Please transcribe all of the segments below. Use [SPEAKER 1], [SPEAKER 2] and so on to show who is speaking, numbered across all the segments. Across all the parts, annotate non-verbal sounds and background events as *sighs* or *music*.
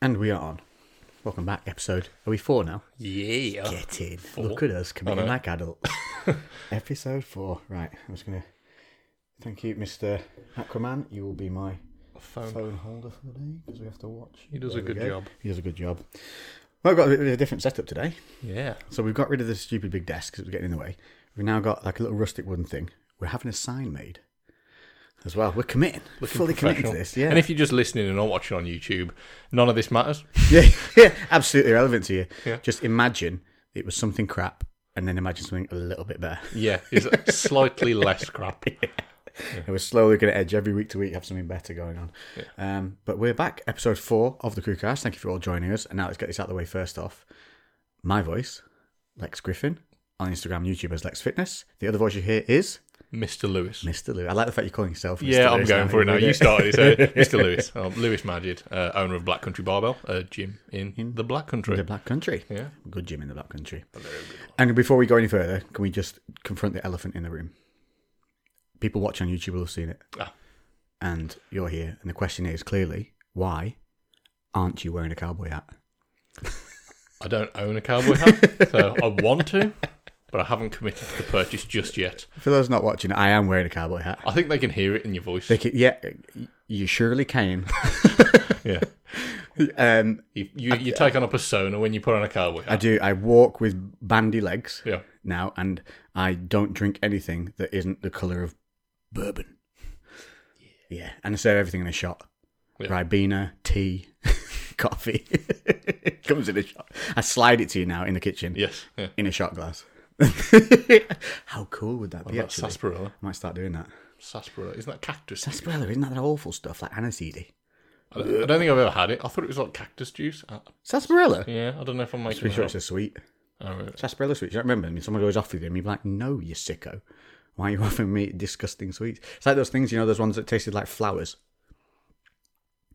[SPEAKER 1] And we are on. Welcome back, episode. Are we four now?
[SPEAKER 2] Yeah.
[SPEAKER 1] Get in. Look at us committing like adults.
[SPEAKER 2] *laughs*
[SPEAKER 1] episode four. Right. I'm just gonna. Thank you, Mr. Aquaman. You will be my
[SPEAKER 2] Phone.
[SPEAKER 1] phone holder for the day because we have to watch.
[SPEAKER 2] He does a
[SPEAKER 1] There we
[SPEAKER 2] good job.
[SPEAKER 1] He does a good job. Well, I've got a bit of a different setup today.
[SPEAKER 2] Yeah.
[SPEAKER 1] So we've got rid of the stupid big desk because it was getting in the way. We've now got like a little rustic wooden thing. We're having a sign made as well. We're committing. We're fully committing to
[SPEAKER 2] Professional.
[SPEAKER 1] this. Yeah.
[SPEAKER 2] And if you're just listening and not watching on YouTube, none of this matters.
[SPEAKER 1] yeah, *laughs* yeah, absolutely relevant to you.
[SPEAKER 2] Yeah.
[SPEAKER 1] Just imagine it was something crap, and then imagine something a little bit better.
[SPEAKER 2] Yeah. It's
[SPEAKER 1] *laughs*
[SPEAKER 2] slightly less crap.
[SPEAKER 1] And *laughs* we're slowly going to edge every week to week, have something better going on. Um, but we're back, episode four of the Crewcast. Thank you for all joining us. And now let's get this out of the way first off. My voice, Lex Griffin, on Instagram, and YouTube as Lex Fitness. The other voice you hear is
[SPEAKER 2] Mr. Lewis.
[SPEAKER 1] Mr. Lou. I like the fact you're calling yourself. Mr.
[SPEAKER 2] Yeah, I'm
[SPEAKER 1] Lewis
[SPEAKER 2] going for it now.
[SPEAKER 1] With
[SPEAKER 2] You started it.
[SPEAKER 1] *laughs*
[SPEAKER 2] So Mr. Lewis. Um, Lewis Majid, uh, owner of Black Country Barbell, a gym in, the Black Country.
[SPEAKER 1] The Black Country.
[SPEAKER 2] Yeah.
[SPEAKER 1] Good gym in the Black Country. And before we go any further, can we just confront the elephant in the room? People watching on YouTube will have seen it.
[SPEAKER 2] Ah.
[SPEAKER 1] And you're here. And the question is clearly, why aren't you wearing a cowboy hat?
[SPEAKER 2] I don't own a cowboy
[SPEAKER 1] *laughs*
[SPEAKER 2] hat, so I want to, but I haven't committed to the purchase just yet.
[SPEAKER 1] For those not watching, I am wearing a cowboy hat.
[SPEAKER 2] I think they can hear it in your voice.
[SPEAKER 1] They ca- yeah, you surely can.
[SPEAKER 2] *laughs* Yeah.
[SPEAKER 1] *laughs* um,
[SPEAKER 2] You, you, you take on a persona when you put on a cowboy
[SPEAKER 1] I
[SPEAKER 2] hat.
[SPEAKER 1] do. I walk with bandy legs
[SPEAKER 2] Yeah.
[SPEAKER 1] now, and I don't drink anything that isn't the colour of bourbon. Yeah, and I serve everything in a shot.
[SPEAKER 2] Yeah.
[SPEAKER 1] Ribena, tea, *laughs* coffee. *laughs* Comes in a shot. I slide it to you now in the kitchen
[SPEAKER 2] Yes. Yeah.
[SPEAKER 1] in a shot glass. *laughs* How cool would that be?
[SPEAKER 2] That's
[SPEAKER 1] Actually,
[SPEAKER 2] sarsaparilla.
[SPEAKER 1] I might start doing that.
[SPEAKER 2] Sarsaparilla. Isn't that cactus?
[SPEAKER 1] Sarsaparilla, isn't that that awful stuff like aniseed?
[SPEAKER 2] I don't, I don't think I've ever had it. I thought it was like cactus juice. Uh,
[SPEAKER 1] Sarsaparilla.
[SPEAKER 2] yeah, I don't know if I'm making
[SPEAKER 1] Pretty
[SPEAKER 2] it
[SPEAKER 1] sure
[SPEAKER 2] up.
[SPEAKER 1] it's a sweet.
[SPEAKER 2] Oh, right.
[SPEAKER 1] sarsaparilla sweets. You don't remember them. And someone goes off with them. You're like, no, you sicko. Why are you *laughs* offering me disgusting sweets? It's like those things, you know, those ones that tasted like flowers.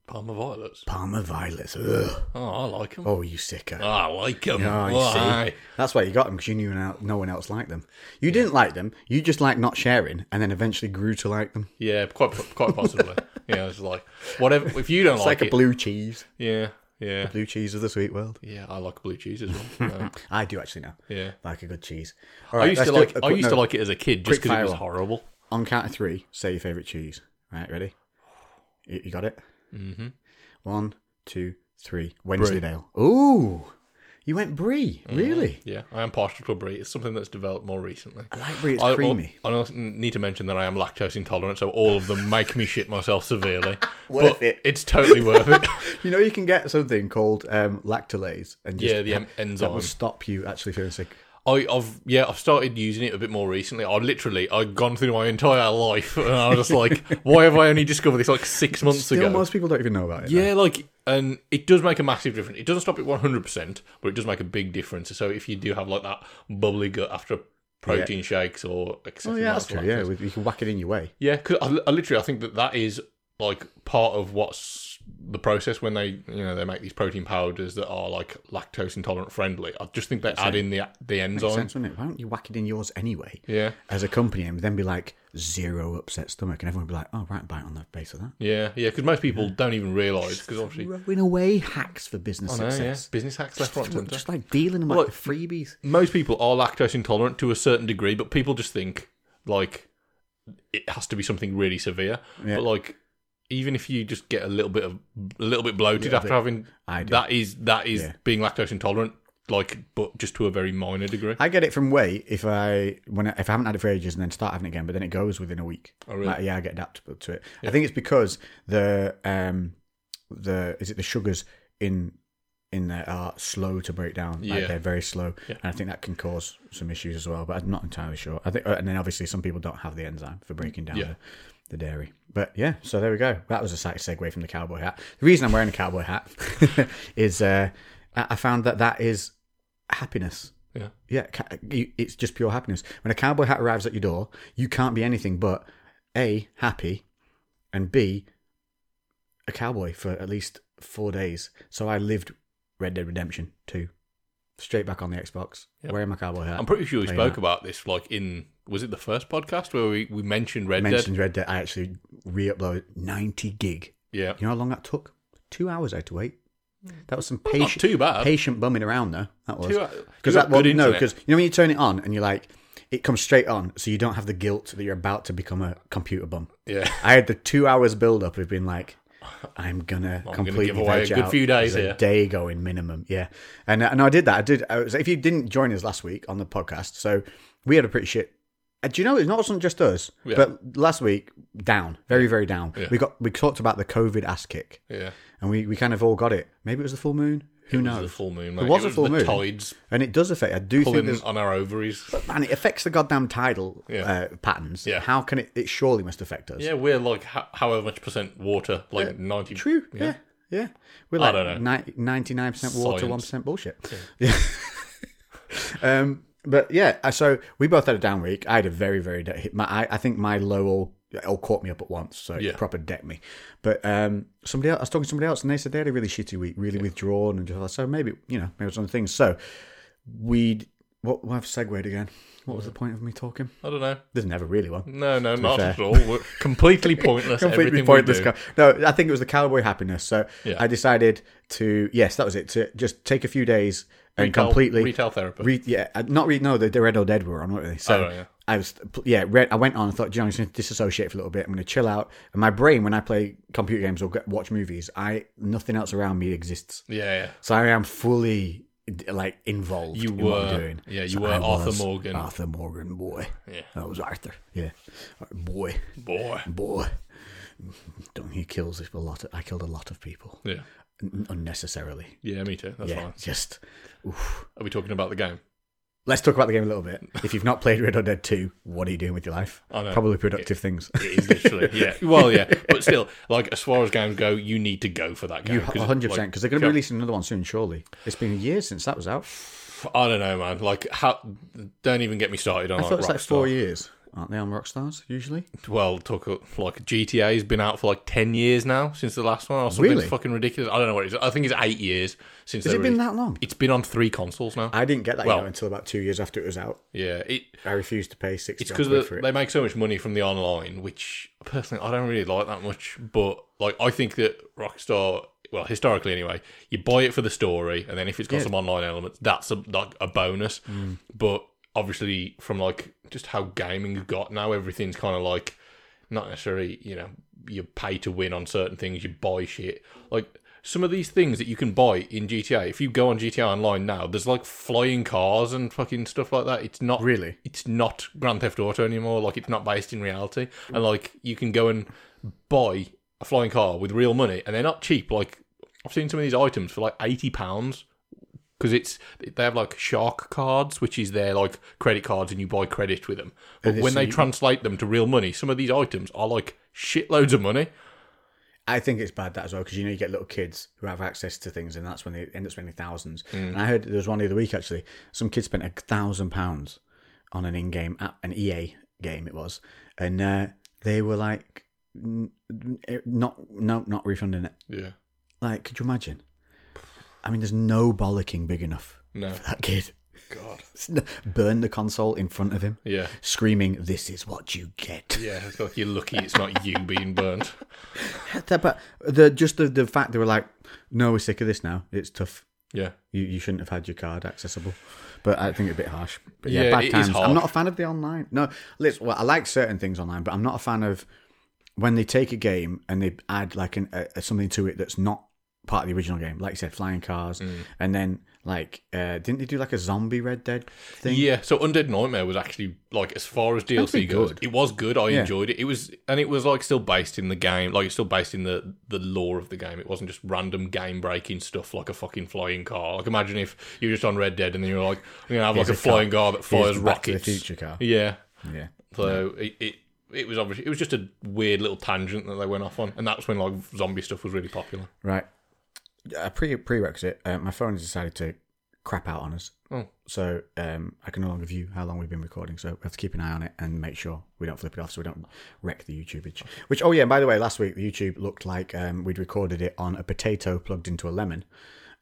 [SPEAKER 2] Parma violets.
[SPEAKER 1] Parma violets. Ugh.
[SPEAKER 2] Oh, I like them.
[SPEAKER 1] Oh, you sicko.
[SPEAKER 2] I like them.
[SPEAKER 1] Oh, you see. That's why you got them because you knew no- no one else liked them. You didn't like them. You just liked not sharing, and then eventually grew to like them.
[SPEAKER 2] Yeah, quite quite possibly. yeah, it's like whatever. If you don't
[SPEAKER 1] It's
[SPEAKER 2] like,
[SPEAKER 1] like, a
[SPEAKER 2] it,
[SPEAKER 1] blue cheese,
[SPEAKER 2] yeah, yeah,
[SPEAKER 1] blue cheese of the sweet world.
[SPEAKER 2] yeah. I like blue cheese as well.
[SPEAKER 1] *laughs*
[SPEAKER 2] Um,
[SPEAKER 1] I do actually now.
[SPEAKER 2] yeah,
[SPEAKER 1] Like a good cheese. All
[SPEAKER 2] I
[SPEAKER 1] right,
[SPEAKER 2] used
[SPEAKER 1] let's
[SPEAKER 2] to
[SPEAKER 1] do
[SPEAKER 2] like.
[SPEAKER 1] a
[SPEAKER 2] I
[SPEAKER 1] quick
[SPEAKER 2] used to
[SPEAKER 1] note.
[SPEAKER 2] like it as a kid
[SPEAKER 1] Quick
[SPEAKER 2] just because it was
[SPEAKER 1] fire.
[SPEAKER 2] horrible.
[SPEAKER 1] On count of three, say your favorite cheese. Right, ready? You, you got it.
[SPEAKER 2] Mm-hmm.
[SPEAKER 1] One, two, three. Wednesdaydale. Ooh, you went brie.
[SPEAKER 2] Mm-hmm.
[SPEAKER 1] Really?
[SPEAKER 2] Yeah, I am partial to brie. It's something that's developed more recently.
[SPEAKER 1] I like brie. It's
[SPEAKER 2] I,
[SPEAKER 1] creamy.
[SPEAKER 2] I, also need to mention that I am lactose intolerant, so all of them make me shit myself severely.
[SPEAKER 1] *laughs* Worth
[SPEAKER 2] but
[SPEAKER 1] it.
[SPEAKER 2] It's totally
[SPEAKER 1] *laughs*
[SPEAKER 2] worth it.
[SPEAKER 1] You know, you can get something called um, lactolase, and just
[SPEAKER 2] yeah, the em-
[SPEAKER 1] that
[SPEAKER 2] enzyme.
[SPEAKER 1] will stop you actually feeling sick.
[SPEAKER 2] I, I've yeah, I've started using it a bit more recently. I literally I've gone through my entire life, and I was
[SPEAKER 1] *laughs*
[SPEAKER 2] just like, why have I only discovered this like six months
[SPEAKER 1] Still,
[SPEAKER 2] ago?
[SPEAKER 1] most people don't even know about it. though.
[SPEAKER 2] Yeah, like, and it does make a massive difference. It doesn't stop it 100%, but it does make a big difference. So if you do have, like, that bubbly gut after protein shakes or excessive
[SPEAKER 1] Oh, yeah, that's
[SPEAKER 2] amounts
[SPEAKER 1] true.
[SPEAKER 2] of lactose.
[SPEAKER 1] Yeah, with- you can whack it in your way.
[SPEAKER 2] Yeah, because I, I literally I think that that is, like, part of what's the process when they, you know, they make these protein powders that are, like, lactose intolerant friendly. I just think they add in the, the
[SPEAKER 1] Makes
[SPEAKER 2] enzymes.
[SPEAKER 1] sense, doesn't it? Why don't you whack it in yours anyway?
[SPEAKER 2] Yeah,
[SPEAKER 1] As a company, and then be like zero upset stomach, and everyone would be like, "Oh, right, bite on the base of that."
[SPEAKER 2] yeah, yeah, because most people don't even realise, because obviously,
[SPEAKER 1] Throwing away hacks for business
[SPEAKER 2] no, yeah,
[SPEAKER 1] success.
[SPEAKER 2] business hacks left, right, and centre.
[SPEAKER 1] Just like dealing them like
[SPEAKER 2] Look,
[SPEAKER 1] freebies.
[SPEAKER 2] most people are lactose intolerant to a certain degree, but people just think like it has to be something really severe.
[SPEAKER 1] Yeah.
[SPEAKER 2] But like even if you just get a little bit of a little bit bloated after having
[SPEAKER 1] I do.
[SPEAKER 2] that is that is
[SPEAKER 1] Yeah.
[SPEAKER 2] being lactose intolerant, like but just to a very minor degree.
[SPEAKER 1] I get it from whey if I when I, if I haven't had it for ages and then start having it again, but then it goes within a week.
[SPEAKER 2] Oh, really?
[SPEAKER 1] Like, yeah, I get adaptable to it. I think it's because the um the is it the sugars in in there are slow to break down. Like
[SPEAKER 2] Yeah.
[SPEAKER 1] they're very slow,
[SPEAKER 2] Yeah.
[SPEAKER 1] and I think that can cause some issues as well. But I'm not entirely sure. I think, uh, and then obviously some people don't have the enzyme for breaking down.
[SPEAKER 2] Yeah.
[SPEAKER 1] The, the dairy, but yeah. So there we go. That was a slight segue from the cowboy hat. The reason I'm wearing a cowboy hat *laughs* is uh, I I found that that is happiness.
[SPEAKER 2] Yeah.
[SPEAKER 1] Yeah, ca- you- it's just pure happiness. When a cowboy hat arrives at your door, you can't be anything but A, happy, and B, a cowboy for at least four days. So I lived Red Dead Redemption 2. Straight back on the Xbox, wearing my cowboy hat.
[SPEAKER 2] I'm pretty sure we spoke about this like in was it the first podcast where we, we mentioned Red Dead?
[SPEAKER 1] mentioned Red Dead. I actually re uploaded 90 gig.
[SPEAKER 2] Yeah.
[SPEAKER 1] You know how long that took? Two hours I had to wait. That was some
[SPEAKER 2] Hmm. Not
[SPEAKER 1] patient,
[SPEAKER 2] too bad.
[SPEAKER 1] patient bumming around though. That was
[SPEAKER 2] Too bad.
[SPEAKER 1] because
[SPEAKER 2] You
[SPEAKER 1] that
[SPEAKER 2] got good
[SPEAKER 1] one, no,
[SPEAKER 2] internet.
[SPEAKER 1] because you know when you turn it on and you're like, it comes straight on, so you don't have the guilt that you're about to become a computer bum.
[SPEAKER 2] yeah.
[SPEAKER 1] I had the two hours build up of being like, I'm gonna
[SPEAKER 2] gonna
[SPEAKER 1] completely
[SPEAKER 2] give away a
[SPEAKER 1] veg
[SPEAKER 2] good
[SPEAKER 1] out.
[SPEAKER 2] few days
[SPEAKER 1] There's a
[SPEAKER 2] here.
[SPEAKER 1] day going minimum, yeah. And uh, and I did that. I did. I was, if you didn't join us last week on the podcast, so we had a pretty shit. uh, Do you know it wasn't just us,
[SPEAKER 2] Yeah.
[SPEAKER 1] but last week down, very very down. We got we talked about the COVID ass kick,
[SPEAKER 2] Yeah.
[SPEAKER 1] and we we kind of all got it. Maybe it was the full moon. Who
[SPEAKER 2] It was
[SPEAKER 1] knows?
[SPEAKER 2] a full moon.
[SPEAKER 1] It
[SPEAKER 2] mate.
[SPEAKER 1] was a full
[SPEAKER 2] the
[SPEAKER 1] moon.
[SPEAKER 2] Tides
[SPEAKER 1] And it does affect. I do think
[SPEAKER 2] pulling
[SPEAKER 1] there's.
[SPEAKER 2] on our ovaries.
[SPEAKER 1] Man, it affects the goddamn tidal
[SPEAKER 2] Yeah.
[SPEAKER 1] uh, patterns.
[SPEAKER 2] Yeah.
[SPEAKER 1] How can it? It surely must affect us.
[SPEAKER 2] Yeah, we're like ho- however much percent water, like ninety.
[SPEAKER 1] True. Yeah. Yeah. We're
[SPEAKER 2] I
[SPEAKER 1] like
[SPEAKER 2] don't
[SPEAKER 1] ninety nine percent water, one
[SPEAKER 2] Science.
[SPEAKER 1] percent bullshit. *laughs* Yeah. um. But yeah. uh, So we both had a down week. I had a very very. De- my, I, I think my low all, all caught me up at once. So it
[SPEAKER 2] Yeah.
[SPEAKER 1] proper decked me. But um, somebody else. I was talking to somebody else, and they said they had a really shitty week, really withdrawn, and just, so maybe you know maybe it's one of the things. So we. What well, I've segued again. What was the point of me talking?
[SPEAKER 2] I don't know.
[SPEAKER 1] There's never really one.
[SPEAKER 2] No, no, not
[SPEAKER 1] fair.
[SPEAKER 2] at all. We're completely
[SPEAKER 1] *laughs*
[SPEAKER 2] pointless.
[SPEAKER 1] completely
[SPEAKER 2] everything
[SPEAKER 1] pointless.
[SPEAKER 2] We do.
[SPEAKER 1] co- no, I think it was the cowboy happiness. So
[SPEAKER 2] Yeah.
[SPEAKER 1] I decided to yes, that was it. To just take a few days and
[SPEAKER 2] Retail-
[SPEAKER 1] completely
[SPEAKER 2] retail therapy.
[SPEAKER 1] Re- yeah, uh, not read. No, the, the Red or Dead were on, weren't they? So
[SPEAKER 2] Oh, right, yeah.
[SPEAKER 1] I was yeah. Red, I went on. and thought, "Do you know, I'm just going to disassociate for a little bit. I'm going to chill out. And my brain, when I play computer games or get, watch movies, I nothing else around me exists.
[SPEAKER 2] yeah, yeah.
[SPEAKER 1] So I am fully d- like involved.
[SPEAKER 2] You
[SPEAKER 1] in what I'm
[SPEAKER 2] were-
[SPEAKER 1] doing.
[SPEAKER 2] yeah, you
[SPEAKER 1] So
[SPEAKER 2] were
[SPEAKER 1] I
[SPEAKER 2] Arthur
[SPEAKER 1] was
[SPEAKER 2] Morgan.
[SPEAKER 1] Arthur Morgan, boy.
[SPEAKER 2] Yeah.
[SPEAKER 1] I was Arthur. Yeah, boy
[SPEAKER 2] Boy.
[SPEAKER 1] boy. Don't he kills a lot. Of, I killed a lot of people
[SPEAKER 2] Yeah.
[SPEAKER 1] N- unnecessarily.
[SPEAKER 2] Yeah, me too. That's
[SPEAKER 1] yeah,
[SPEAKER 2] fine.
[SPEAKER 1] just. Oof.
[SPEAKER 2] Are we talking about the game?
[SPEAKER 1] Let's talk about the game a little bit. If you've not played Red or Dead Two, what are you doing with your life?
[SPEAKER 2] I know.
[SPEAKER 1] Probably productive things. *laughs*
[SPEAKER 2] It is literally. yeah. Well, yeah. But still, like, as far as games go, you need to go for that game.
[SPEAKER 1] You
[SPEAKER 2] 'cause,
[SPEAKER 1] one hundred percent
[SPEAKER 2] like,
[SPEAKER 1] because they're going to be releasing another one soon. Surely it's been years since that was out.
[SPEAKER 2] I don't know, man. Like, how? Don't even get me started on
[SPEAKER 1] I thought
[SPEAKER 2] like,
[SPEAKER 1] it's like
[SPEAKER 2] Rockstar.
[SPEAKER 1] four years, aren't they on Rockstars usually?
[SPEAKER 2] well, talk of- like GTA's been out for like ten years now since the last one, or something
[SPEAKER 1] Really?
[SPEAKER 2] fucking ridiculous. I don't know what it is. I think it's eight years since.
[SPEAKER 1] Has
[SPEAKER 2] they
[SPEAKER 1] it been
[SPEAKER 2] released-
[SPEAKER 1] that long?
[SPEAKER 2] It's been on three consoles now.
[SPEAKER 1] I didn't get that you
[SPEAKER 2] Well-
[SPEAKER 1] know, until about two years after it was out.
[SPEAKER 2] yeah, it
[SPEAKER 1] I refused to pay six.
[SPEAKER 2] it's
[SPEAKER 1] grand
[SPEAKER 2] because
[SPEAKER 1] quid for it.
[SPEAKER 2] they make so much money from the online, which personally I don't really like that much. But like, I think that Rockstar, well, historically anyway, you buy it for the story, and then if it's got some online elements, that's a, like a bonus.
[SPEAKER 1] Mm.
[SPEAKER 2] But obviously, from like just how gaming's got now, everything's kind of like not necessarily you know you pay to win on certain things, you buy shit like. Some of these things that you can buy in GTA, if you go on GTA Online now, there's like flying cars and fucking stuff like that. It's not
[SPEAKER 1] Really?
[SPEAKER 2] it's not Grand Theft Auto anymore. Like it's not based in reality, and like you can go and buy a flying car with real money, and they're not cheap. Like I've seen some of these items for like eighty pounds because it's they have like shark cards, which is their like credit cards, and you buy credit with them. But when they translate them to real money, some of these items are like shitloads of money.
[SPEAKER 1] I think it's bad that as well because you know you get little kids who have access to things and that's when they end up spending thousands.
[SPEAKER 2] Mm.
[SPEAKER 1] And I heard there was one the other week actually, some kid spent a thousand pounds on an in-game app, an EA game it was, and uh, they were like, "N- n- eh, not no, not refunding it.
[SPEAKER 2] Yeah,
[SPEAKER 1] Like, could you imagine? I mean, there's no bollocking big enough
[SPEAKER 2] no,
[SPEAKER 1] for that kid.
[SPEAKER 2] God,
[SPEAKER 1] *laughs* Burn the console in front of him,
[SPEAKER 2] yeah,
[SPEAKER 1] screaming, "This is what you get."
[SPEAKER 2] yeah. It's like you're lucky it's not you being burnt.
[SPEAKER 1] That- but the just the, the fact they were like, "No, we're sick of this now. It's tough."
[SPEAKER 2] Yeah,
[SPEAKER 1] You, you shouldn't have had your card accessible. But I think it's a bit harsh. But yeah,
[SPEAKER 2] Yeah,
[SPEAKER 1] bad
[SPEAKER 2] it is
[SPEAKER 1] times. I'm
[SPEAKER 2] hard.
[SPEAKER 1] not a fan of the online. No, listen, well, I like certain things online, but I'm not a fan of when they take a game and they add like an, a, something to it that's not part of the original game. Like you said, flying cars.
[SPEAKER 2] Mm.
[SPEAKER 1] And then, like, uh, didn't they do like a zombie Red Dead thing?
[SPEAKER 2] Yeah, so Undead Nightmare was actually like as far as
[SPEAKER 1] pretty
[SPEAKER 2] DLC goes,
[SPEAKER 1] good.
[SPEAKER 2] it was good. I enjoyed it. It was and it was like still based in the game, like it's still based in the the lore of the game. It wasn't just random game breaking stuff like a fucking flying car. Like imagine if you're just on Red Dead and then you're like, I'm gonna have like
[SPEAKER 1] Here's
[SPEAKER 2] a,
[SPEAKER 1] a car.
[SPEAKER 2] flying car that
[SPEAKER 1] Here's
[SPEAKER 2] fires
[SPEAKER 1] Back to the
[SPEAKER 2] rockets.
[SPEAKER 1] Future car.
[SPEAKER 2] Yeah.
[SPEAKER 1] Yeah.
[SPEAKER 2] So it. it it was obviously it was just a weird little tangent that they went off on, and that's when like zombie stuff was really popular.
[SPEAKER 1] Right. A pre prerequisite. Uh, my phone has decided to crap out on us.
[SPEAKER 2] Oh.
[SPEAKER 1] So um, I can no longer view how long we've been recording. So we have to keep an eye on it and make sure we don't flip it off, so we don't wreck the YouTube. itch. Which, oh yeah, and by the way, last week the YouTube looked like um, we'd recorded it on a potato plugged into a lemon.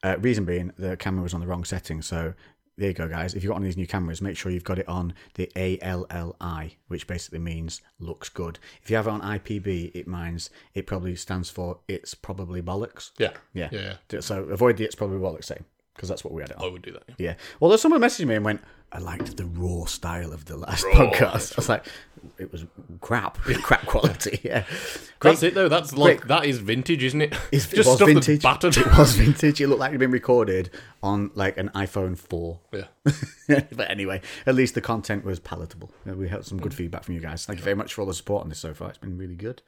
[SPEAKER 1] Uh, reason being the camera was on the wrong setting, so there you go, guys. If you've got one of these new cameras, make sure you've got it on the ALLI, which basically means looks good. If you have it on IPB, it means it probably stands for it's probably bollocks.
[SPEAKER 2] Yeah.
[SPEAKER 1] Yeah.
[SPEAKER 2] Yeah. Oh. yeah.
[SPEAKER 1] So avoid the it's probably bollocks thing because that's what we had it on.
[SPEAKER 2] I would do that. yeah.
[SPEAKER 1] Yeah. Well, there's someone messaged me and went, I liked the raw style of the last *laughs* podcast. I was like, it was crap, *laughs* crap quality. Yeah. Great.
[SPEAKER 2] That's it though. That's like that is vintage, isn't it?
[SPEAKER 1] It's,
[SPEAKER 2] *laughs* just stuff that's
[SPEAKER 1] *laughs*
[SPEAKER 2] battered.
[SPEAKER 1] It was vintage. It looked like it had been recorded on like an iPhone 4.
[SPEAKER 2] Yeah.
[SPEAKER 1] *laughs* but anyway, at least the content was palatable. Uh, We had some
[SPEAKER 2] Mm.
[SPEAKER 1] good feedback from you guys. Thank you very much for all the support on this so far. It's been really good.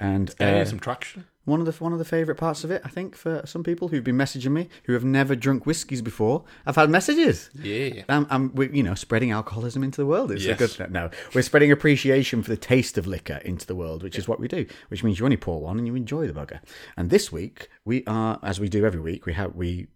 [SPEAKER 1] And
[SPEAKER 2] Yeah,
[SPEAKER 1] uh,
[SPEAKER 2] some traction.
[SPEAKER 1] one of the one of the favorite parts of it, I think, for some people who've been messaging me who have never drunk whiskies before, I've had messages.
[SPEAKER 2] Yeah.
[SPEAKER 1] I'm, I'm Um, we, you know, spreading alcoholism into the world. It's
[SPEAKER 2] Yes.
[SPEAKER 1] a good no. We're spreading appreciation for the taste of liquor into the world, which is what we do. Which means you only pour one and you enjoy the bugger. And this week we are, as we do every week, we have we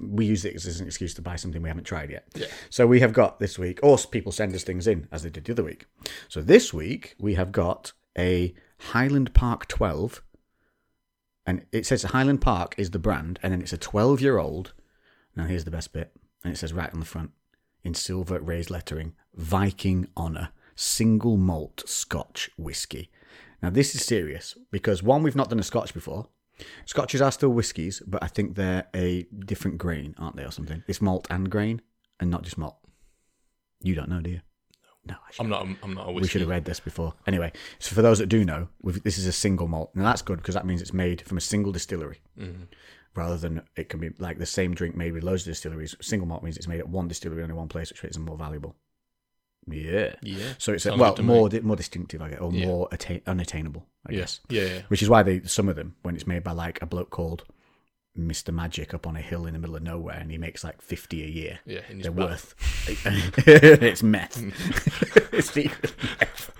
[SPEAKER 1] we use it as an excuse to buy something we haven't tried yet. Yeah. So we have got this week, or people send us things in as they did the other week. So this week we have got a Highland Park Twelve, and it says Highland Park is the brand, and then it's a twelve-year-old. Now here's the best bit, and it says right on the front in silver raised lettering Viking Honor single malt Scotch whiskey. Now, this is serious because one, we've not done a Scotch before. Scotches are still whiskies, but I think they're a different grain, aren't they, or something? It's malt and grain and not just malt. You don't know, do you? No, I should.
[SPEAKER 2] I'm not. I'm not a
[SPEAKER 1] We should
[SPEAKER 2] whiskey.
[SPEAKER 1] have read this before. Anyway, so for those that do know, we've, this is a single malt. Now, that's good because that means it's made from a single distillery
[SPEAKER 2] Mm-hmm.
[SPEAKER 1] rather than it can be like the same drink made with loads of distilleries. Single malt means it's made at one distillery only one place, which makes it more valuable. Yeah.
[SPEAKER 2] Yeah.
[SPEAKER 1] So it's
[SPEAKER 2] Sounds
[SPEAKER 1] well
[SPEAKER 2] good to me.
[SPEAKER 1] more di- more distinctive, I guess, or
[SPEAKER 2] Yeah.
[SPEAKER 1] more attain- unattainable, I guess.
[SPEAKER 2] Yeah. Yeah.
[SPEAKER 1] Which is why they some of them when it's made by like a bloke called Mr. Magic up on a hill in the middle of nowhere, and he makes like fifty a year.
[SPEAKER 2] Yeah. in his
[SPEAKER 1] They're
[SPEAKER 2] back.
[SPEAKER 1] worth. *laughs* it's meth. it's secret meth.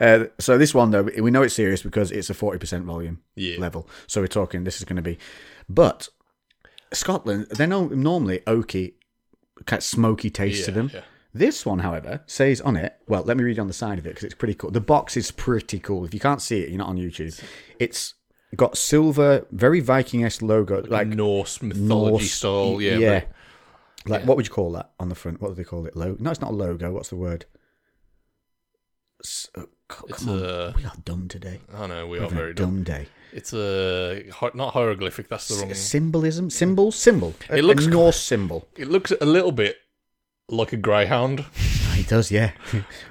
[SPEAKER 1] Uh, so this one though, we know it's serious because it's a forty percent volume
[SPEAKER 2] Yeah.
[SPEAKER 1] level. So we're talking this is going to be, but Scotland they're no, normally oaky, kind of smoky taste to
[SPEAKER 2] Yeah,
[SPEAKER 1] them.
[SPEAKER 2] yeah.
[SPEAKER 1] This one, however, says on it. Well, let me read on the side of it because it's pretty cool. The box is pretty cool. If you can't see it, you're not on YouTube. It's got silver, very Viking-esque logo, like
[SPEAKER 2] Norse mythology
[SPEAKER 1] Norse-
[SPEAKER 2] style. Yeah. but-
[SPEAKER 1] like what would you call that on the front? What do they call it? Logo? No, it's not a logo. What's the word? S- oh, c-
[SPEAKER 2] It's
[SPEAKER 1] come on,
[SPEAKER 2] a-
[SPEAKER 1] we are dumb today.
[SPEAKER 2] I know we
[SPEAKER 1] We're
[SPEAKER 2] are
[SPEAKER 1] having a
[SPEAKER 2] very
[SPEAKER 1] dumb
[SPEAKER 2] dumb.
[SPEAKER 1] day.
[SPEAKER 2] It's a hi- not hieroglyphic. That's the wrong.
[SPEAKER 1] Symbolism, symbol, symbol. A-
[SPEAKER 2] It looks
[SPEAKER 1] a Norse symbol.
[SPEAKER 2] It looks a little bit like a greyhound,
[SPEAKER 1] It does, *laughs* yeah.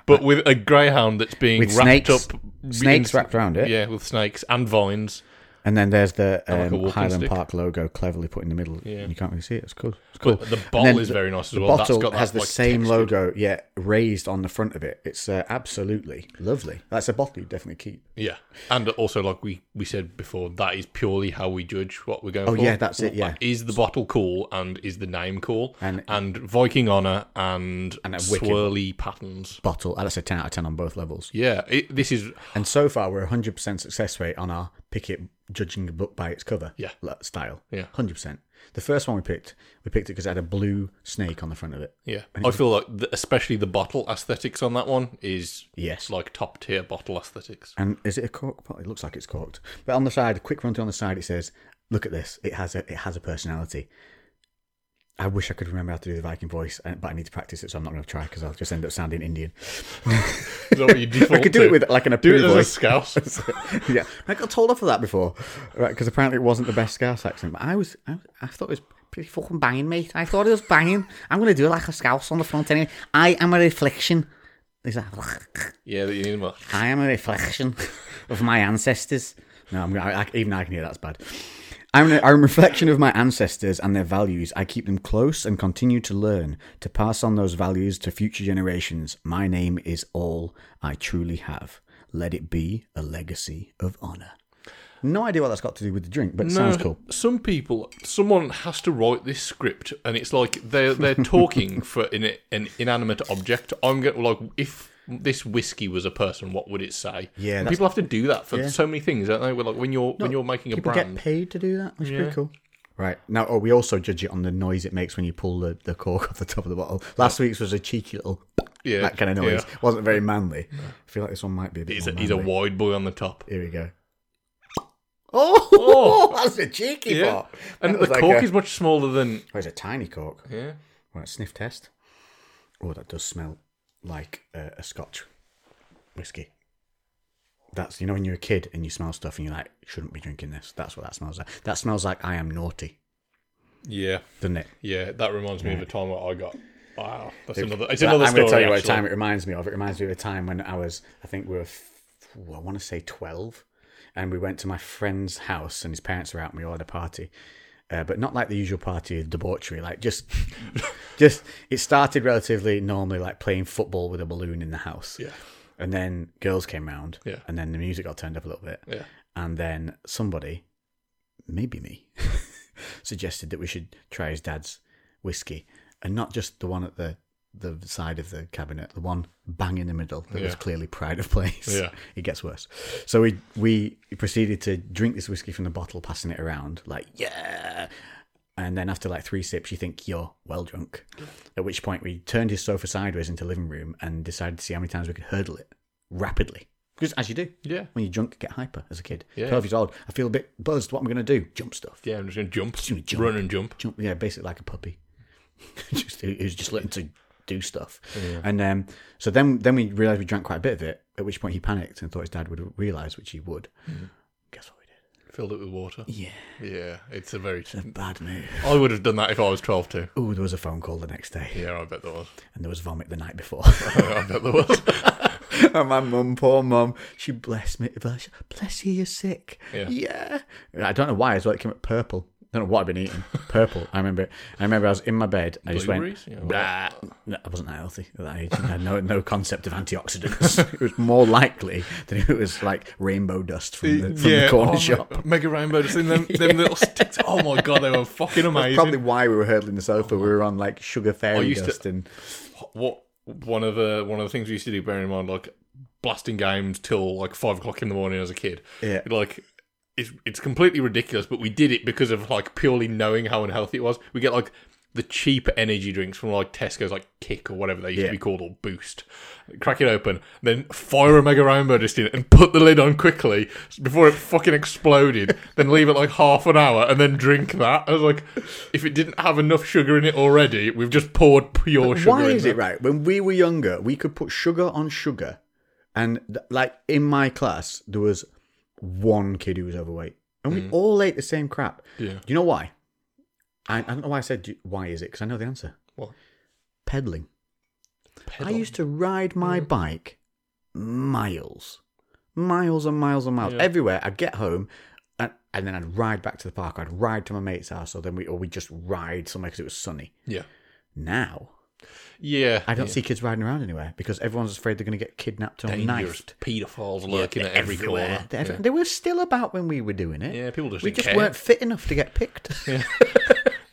[SPEAKER 2] but with a greyhound that's being
[SPEAKER 1] With
[SPEAKER 2] wrapped
[SPEAKER 1] snakes,
[SPEAKER 2] up.
[SPEAKER 1] snakes
[SPEAKER 2] in-
[SPEAKER 1] wrapped around it,
[SPEAKER 2] Yeah, with snakes and vines.
[SPEAKER 1] and then there's the
[SPEAKER 2] like a
[SPEAKER 1] um,
[SPEAKER 2] walking
[SPEAKER 1] Highland
[SPEAKER 2] stick.
[SPEAKER 1] Park logo cleverly put in the middle.
[SPEAKER 2] Yeah.
[SPEAKER 1] and you can't really see it. It's cool. It's cool.
[SPEAKER 2] But the
[SPEAKER 1] And
[SPEAKER 2] bottle
[SPEAKER 1] then
[SPEAKER 2] is
[SPEAKER 1] the-
[SPEAKER 2] very nice as
[SPEAKER 1] the
[SPEAKER 2] well.
[SPEAKER 1] bottle
[SPEAKER 2] that's got that,
[SPEAKER 1] has the
[SPEAKER 2] like,
[SPEAKER 1] same
[SPEAKER 2] texture.
[SPEAKER 1] logo, yeah, raised on the front of it. It's uh, absolutely lovely. That's a bottle you definitely keep.
[SPEAKER 2] Yeah, and also like we we said before, that is purely how we judge what we're going.
[SPEAKER 1] Oh,
[SPEAKER 2] for.
[SPEAKER 1] yeah, that's it, yeah.
[SPEAKER 2] is the bottle cool and is the name cool
[SPEAKER 1] And-
[SPEAKER 2] and Viking honor and,
[SPEAKER 1] And a wicked-
[SPEAKER 2] swirly patterns.
[SPEAKER 1] Bottle, and that's a ten out of ten on both levels.
[SPEAKER 2] Yeah, it, this is
[SPEAKER 1] And so far, we're 100% success rate on our pick it judging a book by its cover
[SPEAKER 2] Yeah.
[SPEAKER 1] l- style.
[SPEAKER 2] Yeah.
[SPEAKER 1] 100%. The first one we picked, we picked it because it had a blue snake on the front of it.
[SPEAKER 2] yeah. I feel like the, especially the bottle aesthetics on that one is
[SPEAKER 1] Yes.
[SPEAKER 2] like top tier bottle aesthetics.
[SPEAKER 1] And is it a cork pot? It looks like it's corked. But on the side, a quick run through on the side, it says, look at this. It has a, it has a personality. I wish I could remember how to do the Viking voice, uh, but I need to practice it, so I'm not going to try because I'll just end up sounding Indian.
[SPEAKER 2] Is that what you
[SPEAKER 1] *laughs*
[SPEAKER 2] default
[SPEAKER 1] I could do
[SPEAKER 2] to?
[SPEAKER 1] it with like an
[SPEAKER 2] do
[SPEAKER 1] Apu
[SPEAKER 2] it as a
[SPEAKER 1] voice. *laughs*
[SPEAKER 2] scouse.
[SPEAKER 1] yeah, I got told off for that before, right? Because apparently it wasn't the best Scouse accent. But I was, I, was, I thought it was pretty fucking banging, mate. I thought it was banging. I'm gonna do it like a Scouse on the front anyway. I am a reflection. Is that? *laughs*
[SPEAKER 2] yeah, that you need more.
[SPEAKER 1] I am a reflection of my ancestors. No, I'm, I, I, even I can hear that's bad. I'm a, I'm a reflection of my ancestors and their values. I keep them close and continue to learn, to pass on those values to future generations. My name is all I truly have. Let it be a legacy of honour. No idea what that's got to do with the drink, but it sounds cool.
[SPEAKER 2] Some people, someone has to write this script, and it's like
[SPEAKER 1] *laughs*
[SPEAKER 2] they're they're talking for an, an inanimate object. I'm going like if this whiskey was a person, what would it say?
[SPEAKER 1] Yeah,
[SPEAKER 2] And
[SPEAKER 1] that's-
[SPEAKER 2] people have to do that for so many things, don't they? We're like when you're when you're making a
[SPEAKER 1] People
[SPEAKER 2] brand.
[SPEAKER 1] get paid to do that, which is pretty cool. Right now, oh, we also judge it on the noise it makes when you pull the, the cork off the top of the bottle. Last week's was a cheeky little
[SPEAKER 2] Yeah, *laughs*
[SPEAKER 1] that kind of noise. Oh,
[SPEAKER 2] yeah.
[SPEAKER 1] wasn't very manly. I feel like this one might be a bit.
[SPEAKER 2] He's
[SPEAKER 1] more
[SPEAKER 2] a, he's a
[SPEAKER 1] manly.
[SPEAKER 2] wide boy on the top.
[SPEAKER 1] Here we go. Oh, *laughs* that's a cheeky
[SPEAKER 2] Yeah,
[SPEAKER 1] part.
[SPEAKER 2] and
[SPEAKER 1] That
[SPEAKER 2] the
[SPEAKER 1] was like
[SPEAKER 2] cork
[SPEAKER 1] a-
[SPEAKER 2] is much smaller than
[SPEAKER 1] Oh, it's a tiny cork.
[SPEAKER 2] yeah.
[SPEAKER 1] Right, sniff test. Oh, that does smell like uh, a Scotch whiskey. That's you know when you're a kid and you smell stuff and you're like, shouldn't be drinking this. That's what that smells like. That smells like I am naughty,
[SPEAKER 2] Yeah,
[SPEAKER 1] doesn't it?
[SPEAKER 2] yeah. That reminds me of a time where I got. Wow, that's another. It's
[SPEAKER 1] Well,
[SPEAKER 2] another
[SPEAKER 1] I'm
[SPEAKER 2] story.
[SPEAKER 1] going to tell you what
[SPEAKER 2] actually.
[SPEAKER 1] time it reminds me of. It reminds me of a time when I was, I think we were, f- I want to say 12, and we went to my friend's house, and his parents were out, and we all had a party. Uh, but not like the usual party of debauchery. Like
[SPEAKER 2] *laughs*
[SPEAKER 1] just, just it started relatively normally, like playing football with a balloon in the house.
[SPEAKER 2] Yeah.
[SPEAKER 1] And then girls came round.
[SPEAKER 2] Yeah.
[SPEAKER 1] And then the music got turned up a little bit.
[SPEAKER 2] Yeah.
[SPEAKER 1] And then somebody, maybe me, *laughs* suggested that we should try his dad's whiskey, and not just the one at the the side of the cabinet, the one bang in the middle that was
[SPEAKER 2] Yeah.
[SPEAKER 1] clearly pride of place.
[SPEAKER 2] Yeah.
[SPEAKER 1] *laughs* It gets worse. So we we proceeded to drink this whiskey from the bottle, passing it around, like yeah. And then after like three sips, you think you're well drunk. At which point, we turned his sofa sideways into living room and decided to see how many times we could hurdle it rapidly. Because as you do,
[SPEAKER 2] Yeah,
[SPEAKER 1] when you're drunk, get hyper as a kid.
[SPEAKER 2] Yeah.
[SPEAKER 1] 12 years old, I feel a bit buzzed. What am I going to do? Jump stuff.
[SPEAKER 2] yeah. I'm just gonna jump,
[SPEAKER 1] gonna jump.
[SPEAKER 2] run and jump.
[SPEAKER 1] Jump, yeah, basically like a puppy. *laughs* just, who's just letting to do stuff. And um, so then then we realised we drank quite a bit of it, at which point he panicked and thought his dad would realise, which he would. Guess what we did?
[SPEAKER 2] Filled it with water.
[SPEAKER 1] Yeah,
[SPEAKER 2] Yeah, it's a very.
[SPEAKER 1] it's a bad move.
[SPEAKER 2] I would have done that if I was twelve too.
[SPEAKER 1] Oh, there was a phone call the next day
[SPEAKER 2] Yeah, I bet there was.
[SPEAKER 1] and there was vomit the night before. *laughs*
[SPEAKER 2] I bet there was.
[SPEAKER 1] and my mum, poor mum, she blessed me. Bless, bless you, you're sick.
[SPEAKER 2] Yeah.
[SPEAKER 1] I don't know why as well. It came up purple. I don't know what I've been
[SPEAKER 2] *laughs*
[SPEAKER 1] eating. Purple. I remember it. I remember I was in my bed. I just went.
[SPEAKER 2] Blueberries? Yeah,
[SPEAKER 1] "Blah." No, I wasn't that healthy at that age. I had no, no concept of antioxidants.
[SPEAKER 2] *laughs*
[SPEAKER 1] it was more likely that it was like rainbow dust from the, from the corner
[SPEAKER 2] oh,
[SPEAKER 1] shop.
[SPEAKER 2] me- Mega Rainbow, just in
[SPEAKER 1] *laughs*
[SPEAKER 2] them, them little sticks. Oh my god, they were fucking amazing. Oh,
[SPEAKER 1] Probably why we were hurdling the sofa. We were on like sugar fairy
[SPEAKER 2] used to-
[SPEAKER 1] dust and
[SPEAKER 2] what one of the one of the things we used to do. Bearing in mind, like blasting games till like five o'clock in the morning as a kid.
[SPEAKER 1] Yeah.
[SPEAKER 2] like. It's, it's completely ridiculous, but we did it because of like purely knowing how unhealthy it was. We get like the cheap energy drinks from like Tesco's, like Kick or whatever they used
[SPEAKER 1] Yeah.
[SPEAKER 2] to be called, or Boost. Crack it open, then fire a Mega Rainbow just in it and put the lid on quickly before it fucking exploded. *laughs* then leave it like half an hour and then drink that. I was like, if it didn't have enough sugar in it already, we've just poured pure sugar.
[SPEAKER 1] Why
[SPEAKER 2] in
[SPEAKER 1] is
[SPEAKER 2] there.
[SPEAKER 1] it right? When we were younger, we could put sugar on sugar, and th- like in my class, there was one kid who was overweight, and we
[SPEAKER 2] Mm.
[SPEAKER 1] all ate the same crap.
[SPEAKER 2] Yeah.
[SPEAKER 1] Do you know why? I, I don't know why I said "Do- why is it because I know the answer.
[SPEAKER 2] What?
[SPEAKER 1] Pedaling. I
[SPEAKER 2] Pedal.
[SPEAKER 1] used to ride my
[SPEAKER 2] Mm.
[SPEAKER 1] bike miles, miles and miles and miles everywhere. I'd get home. And, and then I'd ride back to the park. I'd ride to my mate's house, or then we or we would just ride somewhere because it was sunny.
[SPEAKER 2] Yeah.
[SPEAKER 1] Now
[SPEAKER 2] Yeah.
[SPEAKER 1] I don't see kids riding around anywhere because everyone's afraid they're going to get kidnapped or
[SPEAKER 2] dangerous
[SPEAKER 1] knifed.
[SPEAKER 2] paedophiles lurking at every
[SPEAKER 1] Everywhere.
[SPEAKER 2] corner.
[SPEAKER 1] They're every- They were still about when we were doing it.
[SPEAKER 2] Yeah, people just
[SPEAKER 1] we
[SPEAKER 2] didn't
[SPEAKER 1] just
[SPEAKER 2] care.
[SPEAKER 1] weren't fit enough to get picked.
[SPEAKER 2] *laughs*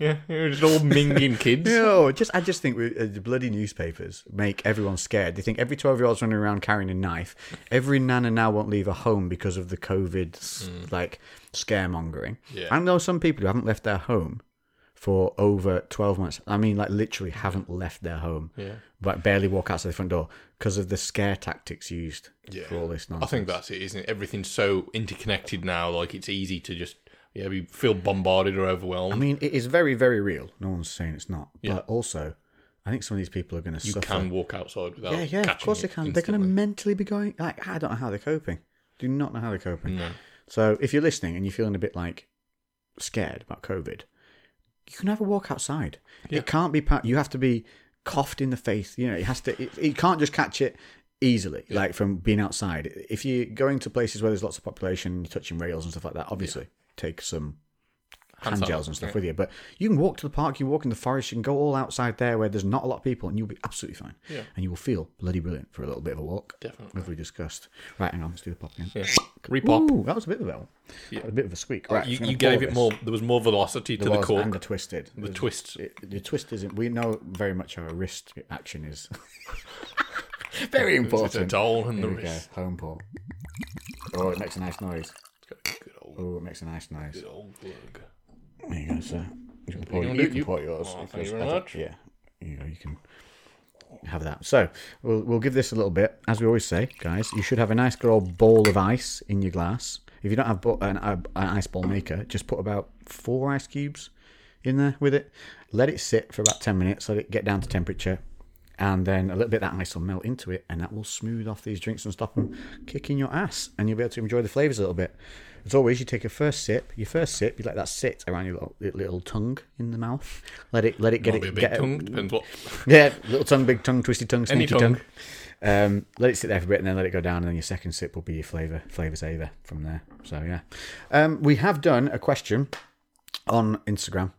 [SPEAKER 2] Yeah, you're just
[SPEAKER 1] *laughs*
[SPEAKER 2] all minging kids.
[SPEAKER 1] no, just I just think we, uh, the bloody newspapers make everyone scared. They think every twelve-year-old's running around carrying a knife. Every nana now won't leave her home because of the COVID s like scaremongering.
[SPEAKER 2] Mm. Yeah.
[SPEAKER 1] I know some people who haven't left their home for over twelve months. I mean, like literally haven't left their home.
[SPEAKER 2] Yeah.
[SPEAKER 1] like barely walk outside the front door because of the scare tactics used
[SPEAKER 2] Yeah.
[SPEAKER 1] for all this
[SPEAKER 2] I
[SPEAKER 1] nonsense.
[SPEAKER 2] think that's it, isn't it? Everything's so interconnected now. Like it's easy to just yeah, we feel bombarded or overwhelmed.
[SPEAKER 1] I mean, it is very, very real. No one's saying it's not. But also, I think some of these people are going to suffer.
[SPEAKER 2] can walk outside without.
[SPEAKER 1] yeah, yeah, of
[SPEAKER 2] catching
[SPEAKER 1] course
[SPEAKER 2] it
[SPEAKER 1] they can. They're going to
[SPEAKER 2] instantly.
[SPEAKER 1] mentally be going. Like, I don't know how they're coping. Do not know how they're coping. So if you're listening and you're feeling a bit like scared about COVID, you can have a walk outside. It can't be. pa- You have to be coughed in the face. You know, it has to. It, it can't just catch it easily, like from being outside. If you're going to places where there's lots of population, you're touching rails and stuff like that. Obviously, take some hand,
[SPEAKER 2] sanitizer,
[SPEAKER 1] gels and stuff
[SPEAKER 2] yeah.
[SPEAKER 1] with you. But you can walk to the park, you walk in the forest, you can go all outside there where there's not a lot of people, and you'll be absolutely fine.
[SPEAKER 2] Yeah.
[SPEAKER 1] And you will feel bloody brilliant for a little bit of a walk.
[SPEAKER 2] Definitely.
[SPEAKER 1] As we discussed. Right, hang on, let's do the pop again.
[SPEAKER 2] Yeah. Repop. Uh,
[SPEAKER 1] Ooh, that was a bit of a bell. A bit of a squeak. Right,
[SPEAKER 2] You,
[SPEAKER 1] so I'm
[SPEAKER 2] you
[SPEAKER 1] gonna
[SPEAKER 2] gave
[SPEAKER 1] pour
[SPEAKER 2] it
[SPEAKER 1] this.
[SPEAKER 2] more. There was more velocity to
[SPEAKER 1] There
[SPEAKER 2] the
[SPEAKER 1] was,
[SPEAKER 2] cork.
[SPEAKER 1] and the twisted.
[SPEAKER 2] the twist.
[SPEAKER 1] It- the twist isn't. We know very much how a wrist action is. *laughs* very
[SPEAKER 2] It's a
[SPEAKER 1] important.
[SPEAKER 2] doll in the
[SPEAKER 1] Here we go,
[SPEAKER 2] wrist.
[SPEAKER 1] home pour. Oh, it makes a nice noise.
[SPEAKER 2] It's got a Good old,
[SPEAKER 1] Oh, it makes a nice noise.
[SPEAKER 2] good old plug.
[SPEAKER 1] There you go, sir. You can pour,
[SPEAKER 2] You
[SPEAKER 1] you
[SPEAKER 2] wanna do-
[SPEAKER 1] can
[SPEAKER 2] you-
[SPEAKER 1] pour yours.
[SPEAKER 2] Oh, thank
[SPEAKER 1] because
[SPEAKER 2] you very
[SPEAKER 1] I don't-
[SPEAKER 2] much.
[SPEAKER 1] Yeah, you know, you can have that. So we'll we'll give this a little bit, as we always say, guys. You should have a nice good old ball of ice in your glass. If you don't have bo- an, an ice ball maker, just put about four ice cubes in there with it. Let it sit for about 10 minutes, let it get down to temperature, and then a little bit of that ice will melt into it, and that will smooth off these drinks and stop them kicking your ass, and you'll be able to enjoy the flavours a little bit. As always, you take your first sip. Your first sip, you let that sit around your little, little tongue in the mouth. Let it, let it get
[SPEAKER 2] Might be a
[SPEAKER 1] it.
[SPEAKER 2] big
[SPEAKER 1] Get
[SPEAKER 2] tongue. Depends what.
[SPEAKER 1] yeah, little tongue, big tongue, twisty tongue,
[SPEAKER 2] Any
[SPEAKER 1] sneaky
[SPEAKER 2] tongue.
[SPEAKER 1] tongue. Um, let it sit there for a bit, and then let it go down, and then your second sip will be your flavor flavor saver from there. So yeah, um, we have done a question on Instagram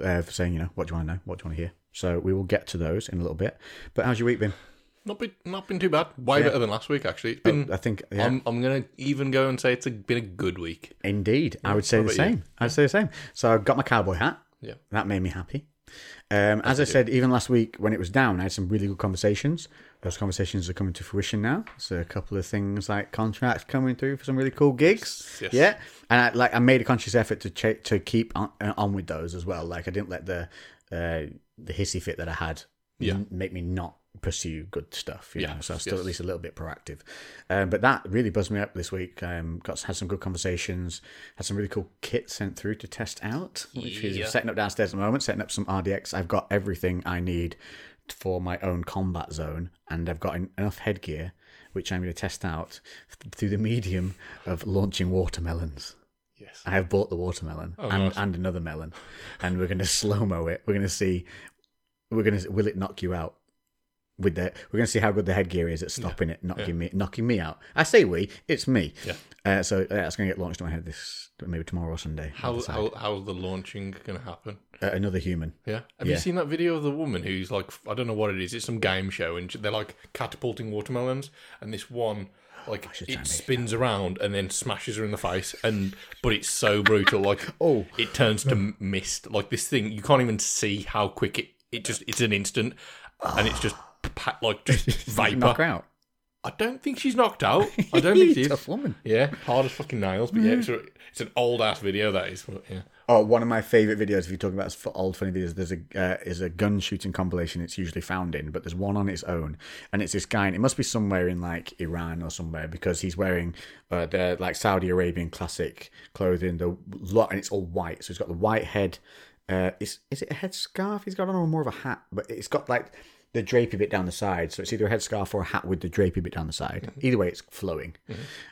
[SPEAKER 1] uh, for saying you know what do you want to know, what do you want to hear. So we will get to those in a little bit. But how's your week been?
[SPEAKER 2] Not been, not been too bad. Way better than last week, actually. It's been.
[SPEAKER 1] I think yeah,
[SPEAKER 2] I'm, I'm gonna even go and say it's a, been a good week.
[SPEAKER 1] indeed, I would say the
[SPEAKER 2] about you?
[SPEAKER 1] same. I'd say the same. So I got my cowboy hat.
[SPEAKER 2] Yeah.
[SPEAKER 1] That made me happy. Um, as I said, even last week when it was down, I had some really good conversations. Those conversations are coming to fruition now. So a couple of things like contracts coming through for some really cool gigs.
[SPEAKER 2] Yes.
[SPEAKER 1] Yeah, and I, like I made a conscious effort to ch- to keep on, uh, on with those as well. Like I didn't let the uh, the hissy fit that I had
[SPEAKER 2] Yeah.
[SPEAKER 1] n- make me not pursue good stuff. You know, so I'm still
[SPEAKER 2] yes.
[SPEAKER 1] at least a little bit proactive. Um, but that really buzzed me up this week. Um, got had some good conversations. Had some really cool kit sent through to test out, which is
[SPEAKER 2] Yeah.
[SPEAKER 1] setting up downstairs at the moment. Setting up some RDX. I've got everything I need for my own combat zone, and I've got en- enough headgear, which I'm going to test out th- through the medium of launching watermelons.
[SPEAKER 2] Yes. Oh,
[SPEAKER 1] I have bought the watermelon and,
[SPEAKER 2] nice.
[SPEAKER 1] and another melon, and we're going to slow mo it. We're going to see. We're going to will it knock you out with the. We're going to see how good the headgear is at stopping it, knocking me, knocking me out. I say we, it's me.
[SPEAKER 2] Yeah.
[SPEAKER 1] Uh, so uh, that's going to get launched in my head this maybe tomorrow or Sunday. I'll
[SPEAKER 2] How,
[SPEAKER 1] decide.
[SPEAKER 2] how how's the launching gonna happen?
[SPEAKER 1] Uh, another human.
[SPEAKER 2] Yeah. Have you
[SPEAKER 1] Yeah.
[SPEAKER 2] seen that video of the woman who's like, I don't know what it is. It's some game show, and they're like catapulting watermelons, and this one, like,
[SPEAKER 1] should try
[SPEAKER 2] it
[SPEAKER 1] and make
[SPEAKER 2] spins around and then smashes her in the face, and but it's so brutal, like,
[SPEAKER 1] *laughs* Oh.
[SPEAKER 2] it turns to mist. Like this thing, you can't even see how quick it. It just, it's an instant, and it's just pa- like just
[SPEAKER 1] *laughs* Knock her
[SPEAKER 2] vapor.
[SPEAKER 1] out.
[SPEAKER 2] I don't think she's knocked *laughs* out. I don't think she is.
[SPEAKER 1] Tough woman.
[SPEAKER 2] Yeah, hard as fucking nails, but yeah, it's, a, it's an old ass video that is. But yeah,
[SPEAKER 1] Oh, one of my favorite videos. If you're talking about f- old funny videos, there's a uh, is a gun shooting compilation. It's usually found in, but there's one on its own, and it's this guy, and it must be somewhere in like Iran or somewhere because he's wearing uh, the like Saudi Arabian classic clothing, the lot, and it's all white. So he's got the white head. Uh, is is it a headscarf he's got on, or more of a hat? But it's got like the drapey bit down the side. So it's either a headscarf or a hat with the drapey bit down the side. Either way, it's flowing.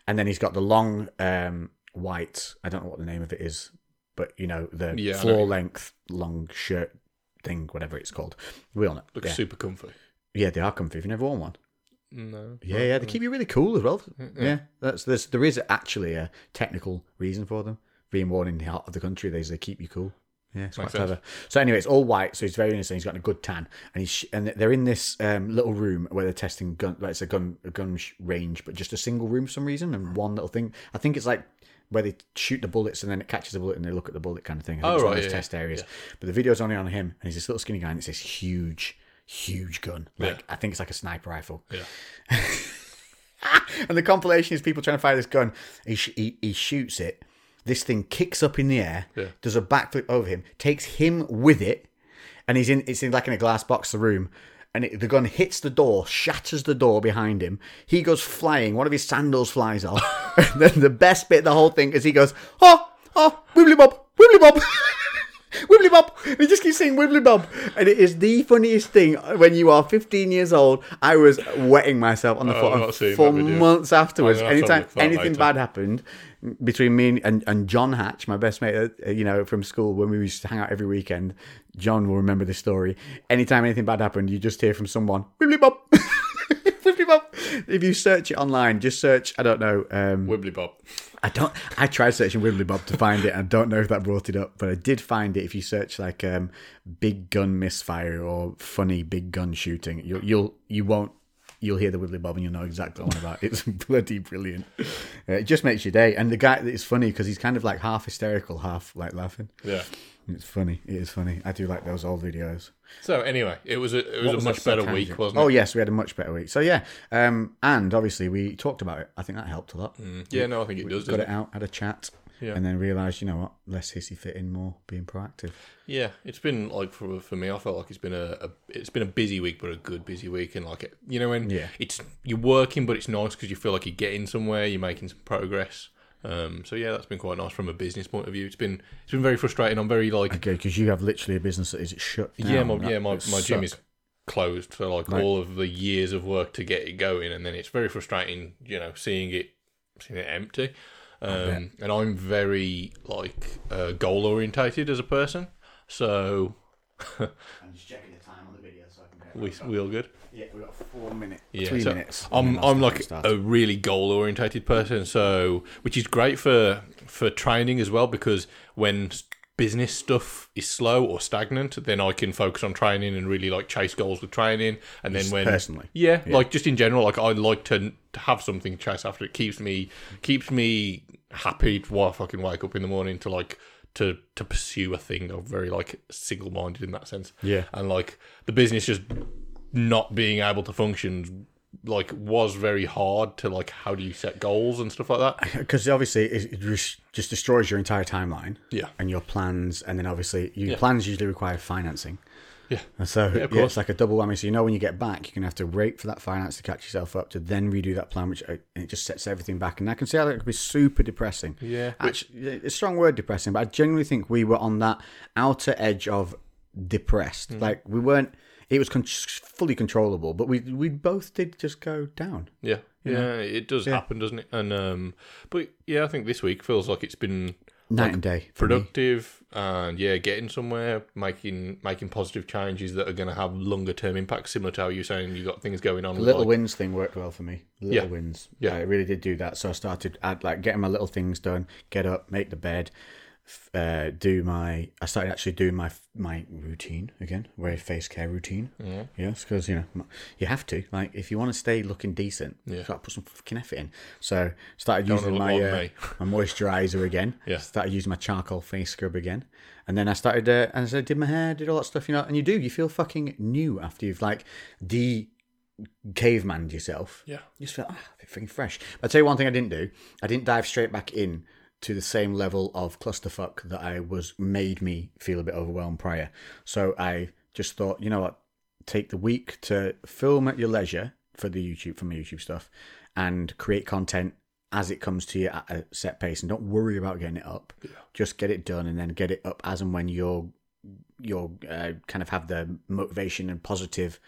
[SPEAKER 1] And then he's got the long um, white. I don't know what the name of it is, but you know the
[SPEAKER 2] Yeah, I know.
[SPEAKER 1] floor length long shirt thing, whatever it's called. We all know.
[SPEAKER 2] looks
[SPEAKER 1] yeah.
[SPEAKER 2] super comfy.
[SPEAKER 1] yeah, they are comfy. If you've never worn one.
[SPEAKER 2] No.
[SPEAKER 1] Yeah, yeah, they keep you really cool as well. Yeah, that's there's there is actually a technical reason for them being worn in the heart of the country. They they keep you cool. Yeah, it's quite
[SPEAKER 2] Makes sense.
[SPEAKER 1] clever. So anyway, it's all white, so he's very innocent. He's got a good tan, and he's sh- and they're in this um, little room where they're testing gun. Like it's a gun a gun sh- range, but just a single room for some reason, and one little thing. I think it's like where they shoot the bullets and then it catches the bullet and they look at the bullet kind of thing. I think
[SPEAKER 2] Oh,
[SPEAKER 1] it's one of
[SPEAKER 2] right,
[SPEAKER 1] those
[SPEAKER 2] yeah,
[SPEAKER 1] test areas. But the video's only on him, and he's this little skinny guy, and it's this huge, huge gun. Like
[SPEAKER 2] Yeah.
[SPEAKER 1] I think it's like a sniper rifle.
[SPEAKER 2] Yeah.
[SPEAKER 1] *laughs* And the compilation is people trying to fire this gun. He, sh- he, he shoots it. This thing kicks up in the air,
[SPEAKER 2] Yeah.
[SPEAKER 1] does a backflip over him, takes him with it, and he's in. It's in like in a glass box, the room, and it, the gun hits the door, shatters the door behind him. He goes flying. One of his sandals flies
[SPEAKER 2] *laughs*
[SPEAKER 1] off. and then the best bit of the whole thing is he goes, oh, oh, wibbly bob, wibbly bob. *laughs* Wibbly Bob! And He just keeps saying Wibbly Bob. And it is the funniest thing when you are 15 years old. I was wetting myself on the
[SPEAKER 2] Oh, I've not
[SPEAKER 1] floor
[SPEAKER 2] seen
[SPEAKER 1] for
[SPEAKER 2] that video.
[SPEAKER 1] months afterwards.
[SPEAKER 2] I'm gonna have to
[SPEAKER 1] Anytime
[SPEAKER 2] look for that
[SPEAKER 1] anything
[SPEAKER 2] later.
[SPEAKER 1] bad happened between me and, and John Hatch, my best mate, uh, you know, from school, when we used to hang out every weekend, John will remember this story. Anytime anything bad happened, you just hear from someone, Wibbly *laughs* Bob! Wibbly Bob! If you search it online, just search, I don't know, um,
[SPEAKER 2] Wibbly bob.
[SPEAKER 1] I don't. I tried searching Wibbly Bob to find it. and I don't know if that brought it up, but I did find it. If you search like um, "big gun misfire" or "funny big gun shooting," you'll you'll you won't you'll hear the Wibbly Bob and you'll know exactly what I'm about. It's *laughs* bloody brilliant. Uh, it just makes your day. And the guy, it's funny because he's kind of like half hysterical, half like laughing.
[SPEAKER 2] Yeah.
[SPEAKER 1] It's funny. It is funny. I do like those old videos.
[SPEAKER 2] So anyway, it was a it was,
[SPEAKER 1] was
[SPEAKER 2] a much
[SPEAKER 1] that
[SPEAKER 2] better
[SPEAKER 1] tangent?
[SPEAKER 2] week, wasn't it?
[SPEAKER 1] Oh yes, we had a much better week. So yeah, um, and obviously we talked about it. I think that helped a lot.
[SPEAKER 2] yeah, no, I think it does.
[SPEAKER 1] got it
[SPEAKER 2] doesn't
[SPEAKER 1] out, had a chat,
[SPEAKER 2] Yeah.
[SPEAKER 1] and then realised, you know what, less hissy fitting, more being proactive.
[SPEAKER 2] it? Yeah, it's been like for for me, I felt like it's been a, a it's been a busy week, but a good busy week, and like it, you know when
[SPEAKER 1] Yeah.
[SPEAKER 2] it's you're working, but it's nice because you feel like you're getting somewhere, you're making some progress. Um, so yeah, that's been quite nice from a business point of view. It's been it's been very frustrating. I'm very like
[SPEAKER 1] Okay, because you have literally a business that is shut down.
[SPEAKER 2] yeah, my,
[SPEAKER 1] That
[SPEAKER 2] yeah, my,
[SPEAKER 1] would
[SPEAKER 2] my gym
[SPEAKER 1] suck.
[SPEAKER 2] is closed for like
[SPEAKER 1] Right.
[SPEAKER 2] all of the years of work to get it going, and then it's very frustrating, you know, seeing it seeing it empty. Um, and I'm very like uh, goal orientated as a person, so
[SPEAKER 1] I'm just checking the time on the video so I can get
[SPEAKER 2] we we all good.
[SPEAKER 1] Yeah, we've got four minutes.
[SPEAKER 2] Yeah,
[SPEAKER 1] three
[SPEAKER 2] so
[SPEAKER 1] minutes.
[SPEAKER 2] I'm
[SPEAKER 1] and then that's
[SPEAKER 2] I'm
[SPEAKER 1] when we
[SPEAKER 2] like
[SPEAKER 1] start.
[SPEAKER 2] a really goal orientated person, so which is great for for training as well because when s- business stuff is slow or stagnant, then I can focus on training and really like chase goals with training. And then when
[SPEAKER 1] personally.
[SPEAKER 2] yeah, like just in general, like I like to, to have something to chase after. It keeps me keeps me happy while I fucking wake up in the morning to like to to pursue a thing. I'm very like single minded in that sense.
[SPEAKER 1] Yeah.
[SPEAKER 2] and like the business just not being able to function like was very hard to like how do you set goals and stuff like that. *laughs*
[SPEAKER 1] because obviously it it just just destroys your entire timeline
[SPEAKER 2] Yeah.
[SPEAKER 1] and your plans and then obviously your plans usually require financing
[SPEAKER 2] Yeah.
[SPEAKER 1] and so yeah,
[SPEAKER 2] course.
[SPEAKER 1] it's like a double whammy so you know when you get back you're going to have to wait for that finance to catch yourself up to then redo that plan which uh, and it just sets everything back and i can see how that could be super depressing
[SPEAKER 2] Yeah,
[SPEAKER 1] actually it's a strong word depressing but i genuinely think we were on that outer edge of depressed
[SPEAKER 2] Mm.
[SPEAKER 1] like we weren't it was con- fully controllable but we we both did just go down
[SPEAKER 2] Yeah. Yeah, it does happen, doesn't it? And um but yeah, I think this week feels like it's been
[SPEAKER 1] night and day for me.
[SPEAKER 2] productive and yeah getting somewhere making making positive changes that are going to have longer term impacts similar to how you're saying you got things going on
[SPEAKER 1] The little
[SPEAKER 2] like-
[SPEAKER 1] wins thing worked well for me. The Little
[SPEAKER 2] Yeah.
[SPEAKER 1] wins.
[SPEAKER 2] Yeah.
[SPEAKER 1] Uh, it really did do that. So I started I'd like getting my little things done. Get up, make the bed, f- uh, do my. I started actually doing my my routine again, very face care routine. Yeah. Yes, because you know m- you have to. Like if you want to stay looking decent, you got to put some fucking effort in. So started using
[SPEAKER 2] look
[SPEAKER 1] my
[SPEAKER 2] like
[SPEAKER 1] uh,
[SPEAKER 2] me.
[SPEAKER 1] *laughs* my moisturizer again.
[SPEAKER 2] *laughs* Yeah.
[SPEAKER 1] Started using my charcoal face scrub again. And then I started, uh, and so I did my hair, did all that stuff, you know. And you do, you feel fucking new after you've like de cavemaned yourself.
[SPEAKER 2] yeah
[SPEAKER 1] You just feel, ah, a bit fucking fresh. But I'll tell you one thing I didn't do. I didn't dive straight back in to the same level of clusterfuck that I was made me feel a bit overwhelmed prior. So I just thought, you know what? Take the week to film at your leisure for the YouTube, for my YouTube stuff, and create content as it comes to you at a set pace and don't worry about getting it up. Just get it done and then get it up as and when you're you're uh, kind of have the motivation and positive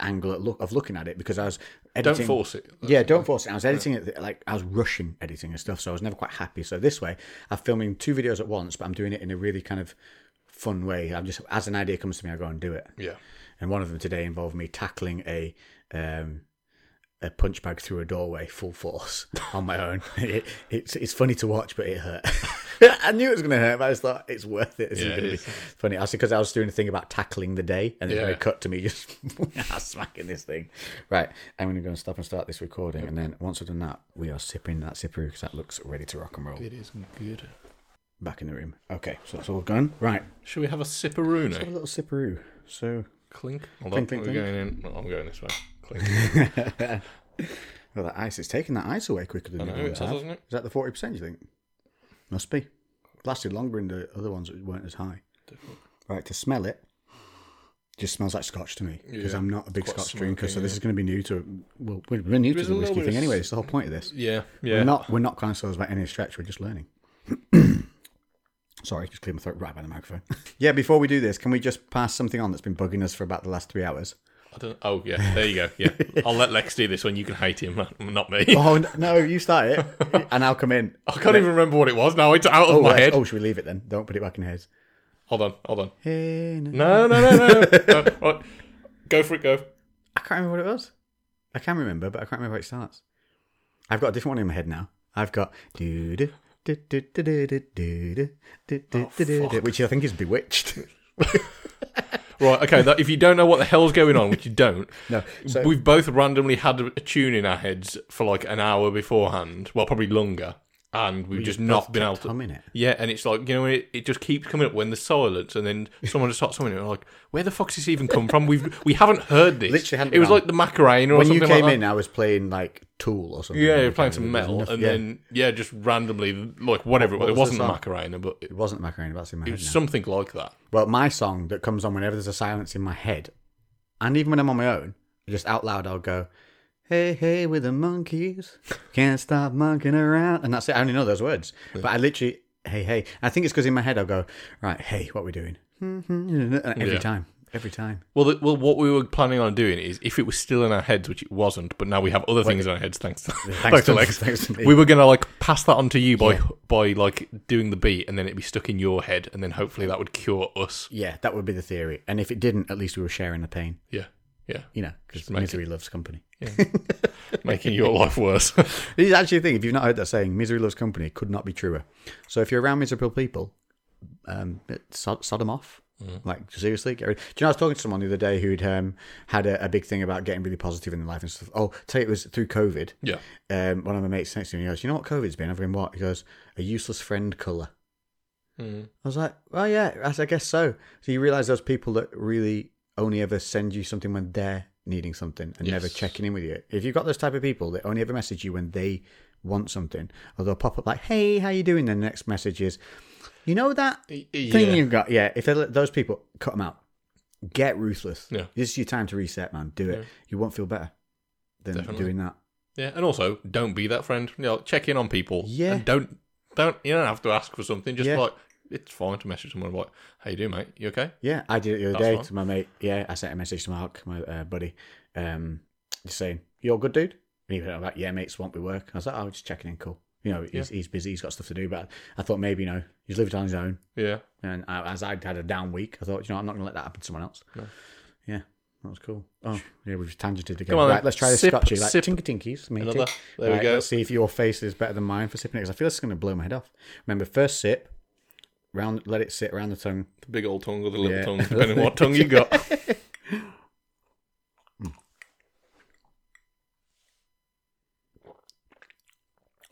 [SPEAKER 1] angle at look, of looking at it because I was
[SPEAKER 2] don't
[SPEAKER 1] editing
[SPEAKER 2] force it
[SPEAKER 1] yeah, don't force it. I was editing it like I was rushing editing and stuff, so I was never quite happy. So this way, I'm filming two videos at once, but I'm doing it in a really kind of fun way. I'm just as an idea comes to me, I go and do it.
[SPEAKER 2] yeah
[SPEAKER 1] And one of them today involved me tackling a um, a punch bag through a doorway full force *laughs* on my own. It, it's it's funny to watch, but it hurt. *laughs* I knew it was going to hurt, but I just thought it's worth it. This is
[SPEAKER 2] Yeah, it
[SPEAKER 1] going to be
[SPEAKER 2] is.
[SPEAKER 1] funny. Actually, because I was doing a thing about tackling the day, and then
[SPEAKER 2] Yeah.
[SPEAKER 1] they cut to me just *laughs* smacking this thing. Right, I'm going to go and stop and start this recording, and then once I've done that, we are sipping that sipperoo because that looks ready to rock and roll.
[SPEAKER 2] it is good
[SPEAKER 1] Back in the room. Okay, so that's all done. Right,
[SPEAKER 2] should we have a sipperoo
[SPEAKER 1] have a
[SPEAKER 2] now?
[SPEAKER 1] little sipperoo. So
[SPEAKER 2] clink although
[SPEAKER 1] Clink, clink,
[SPEAKER 2] we're
[SPEAKER 1] clink.
[SPEAKER 2] going in well, i'm going this way
[SPEAKER 1] *laughs*
[SPEAKER 2] clink
[SPEAKER 1] Well, that ice is taking that ice away quicker than the
[SPEAKER 2] know,
[SPEAKER 1] other
[SPEAKER 2] it
[SPEAKER 1] ones
[SPEAKER 2] has,
[SPEAKER 1] have.
[SPEAKER 2] hasn't it?
[SPEAKER 1] Is that the forty percent? You think? Must be. Lasted longer in the other ones that weren't as high. Right to smell it, just smells like Scotch to me because
[SPEAKER 2] Yeah,
[SPEAKER 1] I'm not a big
[SPEAKER 2] quite
[SPEAKER 1] Scotch drinker,
[SPEAKER 2] smoky,
[SPEAKER 1] so this is going to be new to. Well, we're, we're new to
[SPEAKER 2] There's
[SPEAKER 1] the
[SPEAKER 2] a
[SPEAKER 1] whiskey
[SPEAKER 2] little bit
[SPEAKER 1] thing
[SPEAKER 2] of
[SPEAKER 1] anyway.
[SPEAKER 2] s-
[SPEAKER 1] It's the whole point of this.
[SPEAKER 2] yeah yeah
[SPEAKER 1] We're not we're not connoisseurs by any stretch. We're just learning. *clears throat* Sorry, just cleared my throat right by the microphone. *laughs* yeah, before we do this, can we just pass something on that's been bugging us for about the last three hours?
[SPEAKER 2] I don't, oh yeah there you go
[SPEAKER 1] *laughs*
[SPEAKER 2] yeah i'll let lex do this one you can hate him not me
[SPEAKER 1] Oh n- no, you start it, and I'll come in.
[SPEAKER 2] *laughs* i can't even remember what it was now it's out of my
[SPEAKER 1] Right,
[SPEAKER 2] head
[SPEAKER 1] Oh, should we leave it then? Don't put it back in his.
[SPEAKER 2] hold on hold on
[SPEAKER 1] Hey, no.
[SPEAKER 2] no no no no, no.
[SPEAKER 1] *laughs*
[SPEAKER 2] Right. go for it go
[SPEAKER 1] I can't remember what it was. I can remember, but I can't remember how it starts. I've got a different one in my head now. I've got doo doo doo doo doo doo doo doo doo
[SPEAKER 2] Oh,
[SPEAKER 1] doo doo doo, which I think is Bewitched.
[SPEAKER 2] Right, okay. That, if you don't know what the hell's going on, which you don't,
[SPEAKER 1] *laughs* No, so-
[SPEAKER 2] we've both randomly had a, a tune in our heads for like an hour beforehand, well, probably longer, and we've just *laughs* not been able to.
[SPEAKER 1] Humming it.
[SPEAKER 2] Yeah, and it's like you know, it, it just keeps coming up when there's silence, and then someone just starts singing it. And we're like, where the fuck's this even come from? We've we haven't heard this.
[SPEAKER 1] Literally hadn't
[SPEAKER 2] it was
[SPEAKER 1] been on.
[SPEAKER 2] like the Macarena or
[SPEAKER 1] When you
[SPEAKER 2] something
[SPEAKER 1] came
[SPEAKER 2] like that.
[SPEAKER 1] in, I was playing like Tool or something.
[SPEAKER 2] Yeah,
[SPEAKER 1] Like
[SPEAKER 2] you're
[SPEAKER 1] that.
[SPEAKER 2] playing some
[SPEAKER 1] There was
[SPEAKER 2] metal,
[SPEAKER 1] nothing-
[SPEAKER 2] and
[SPEAKER 1] yeah,
[SPEAKER 2] then yeah, just randomly like whatever. it
[SPEAKER 1] was the
[SPEAKER 2] wasn't the
[SPEAKER 1] song?
[SPEAKER 2] Macarena, but it
[SPEAKER 1] it wasn't Macarena. That's in my head
[SPEAKER 2] was
[SPEAKER 1] now.
[SPEAKER 2] something like that.
[SPEAKER 1] Well, my song that comes on whenever there's a silence in my head, and even when I'm on my own, just out loud, I'll go Hey, hey, with the monkeys. Can't stop monkeying around. And that's it. I only know those words. But I literally, hey, hey. I think it's because in my head I'll go, right, hey, what are we doing? *laughs* Every
[SPEAKER 2] Yeah.
[SPEAKER 1] time. Every time.
[SPEAKER 2] Well, the, well, what we were planning on doing is if it was still in our heads, which it wasn't, but now we have other things in our heads. Thanks, *laughs* thanks,
[SPEAKER 1] to-
[SPEAKER 2] to Lex.
[SPEAKER 1] thanks to me.
[SPEAKER 2] we were gonna like pass that on to you by by like doing the beat, and then it'd be stuck in your head, and then hopefully that would cure us.
[SPEAKER 1] Yeah, that would be the theory. And if it didn't, at least we were sharing the pain,
[SPEAKER 2] Yeah, yeah,
[SPEAKER 1] you know, because misery loves company. *laughs*
[SPEAKER 2] making your life worse. *laughs*
[SPEAKER 1] This is actually a thing. If you've not heard that saying, misery loves company could not be truer. So if you're around miserable people, um, sod, sod them off. Like seriously, get rid. Do you know I was talking to someone the other day who'd um, had a, a big thing about getting really positive in their life and stuff. Oh, tell you it was through COVID.
[SPEAKER 2] yeah,
[SPEAKER 1] Um, one of my mates next to me he goes, "You know what COVID's been?" I've been what? He goes, "A useless friend color."
[SPEAKER 2] Hmm.
[SPEAKER 1] I was like, "Oh yeah, I s- I guess so." So you realize those people that really only ever send you something when they're needing something and never
[SPEAKER 2] Yes.
[SPEAKER 1] checking in with you. If you've got those type of people that only ever message you when they want something, or they'll pop up like, "Hey, how you doing?" Then the next message is, "You know that
[SPEAKER 2] Y-
[SPEAKER 1] thing
[SPEAKER 2] yeah.
[SPEAKER 1] you've got." Yeah, if they're, those people cut them out, get ruthless.
[SPEAKER 2] Yeah.
[SPEAKER 1] this is your time to reset, man. Do it. You won't feel better than
[SPEAKER 2] Definitely.
[SPEAKER 1] doing that.
[SPEAKER 2] yeah, and also don't be that friend. You know, check in on people.
[SPEAKER 1] Yeah.
[SPEAKER 2] and don't don't you don't have to ask for something. Just
[SPEAKER 1] Yeah.
[SPEAKER 2] like it's fine to message someone like, "How you doing, mate? You okay?"
[SPEAKER 1] Yeah, I did it the other
[SPEAKER 2] That's
[SPEAKER 1] day
[SPEAKER 2] fine.
[SPEAKER 1] to my mate. Yeah, I sent a message to Mark, my uh, buddy, um, just saying, "You're good, dude." And he was like, "Yeah, mate, swamped with work." I was like, "Oh, just checking in, cool." You know, he's, he's busy, he's got stuff to do. But I thought maybe you know he's living on his own,
[SPEAKER 2] Yeah,
[SPEAKER 1] and I, as I'd had a down week, I thought, you know, I'm not going to let that happen to someone else. Yeah, that was cool. Oh, yeah, we've tangented again.
[SPEAKER 2] Come on,
[SPEAKER 1] right,
[SPEAKER 2] then.
[SPEAKER 1] let's try this
[SPEAKER 2] Sip-
[SPEAKER 1] scotchy, like
[SPEAKER 2] sip
[SPEAKER 1] tinker tinkies. me
[SPEAKER 2] another.
[SPEAKER 1] tick.
[SPEAKER 2] There we
[SPEAKER 1] Right,
[SPEAKER 2] go.
[SPEAKER 1] Let's see if your face is better than mine for sipping it because I feel it's going to blow my head off. Remember, first sip, round, let it sit round the tongue.
[SPEAKER 2] The big old tongue or the little
[SPEAKER 1] Yeah.
[SPEAKER 2] tongue, depending on what tongue
[SPEAKER 1] *laughs*
[SPEAKER 2] you got.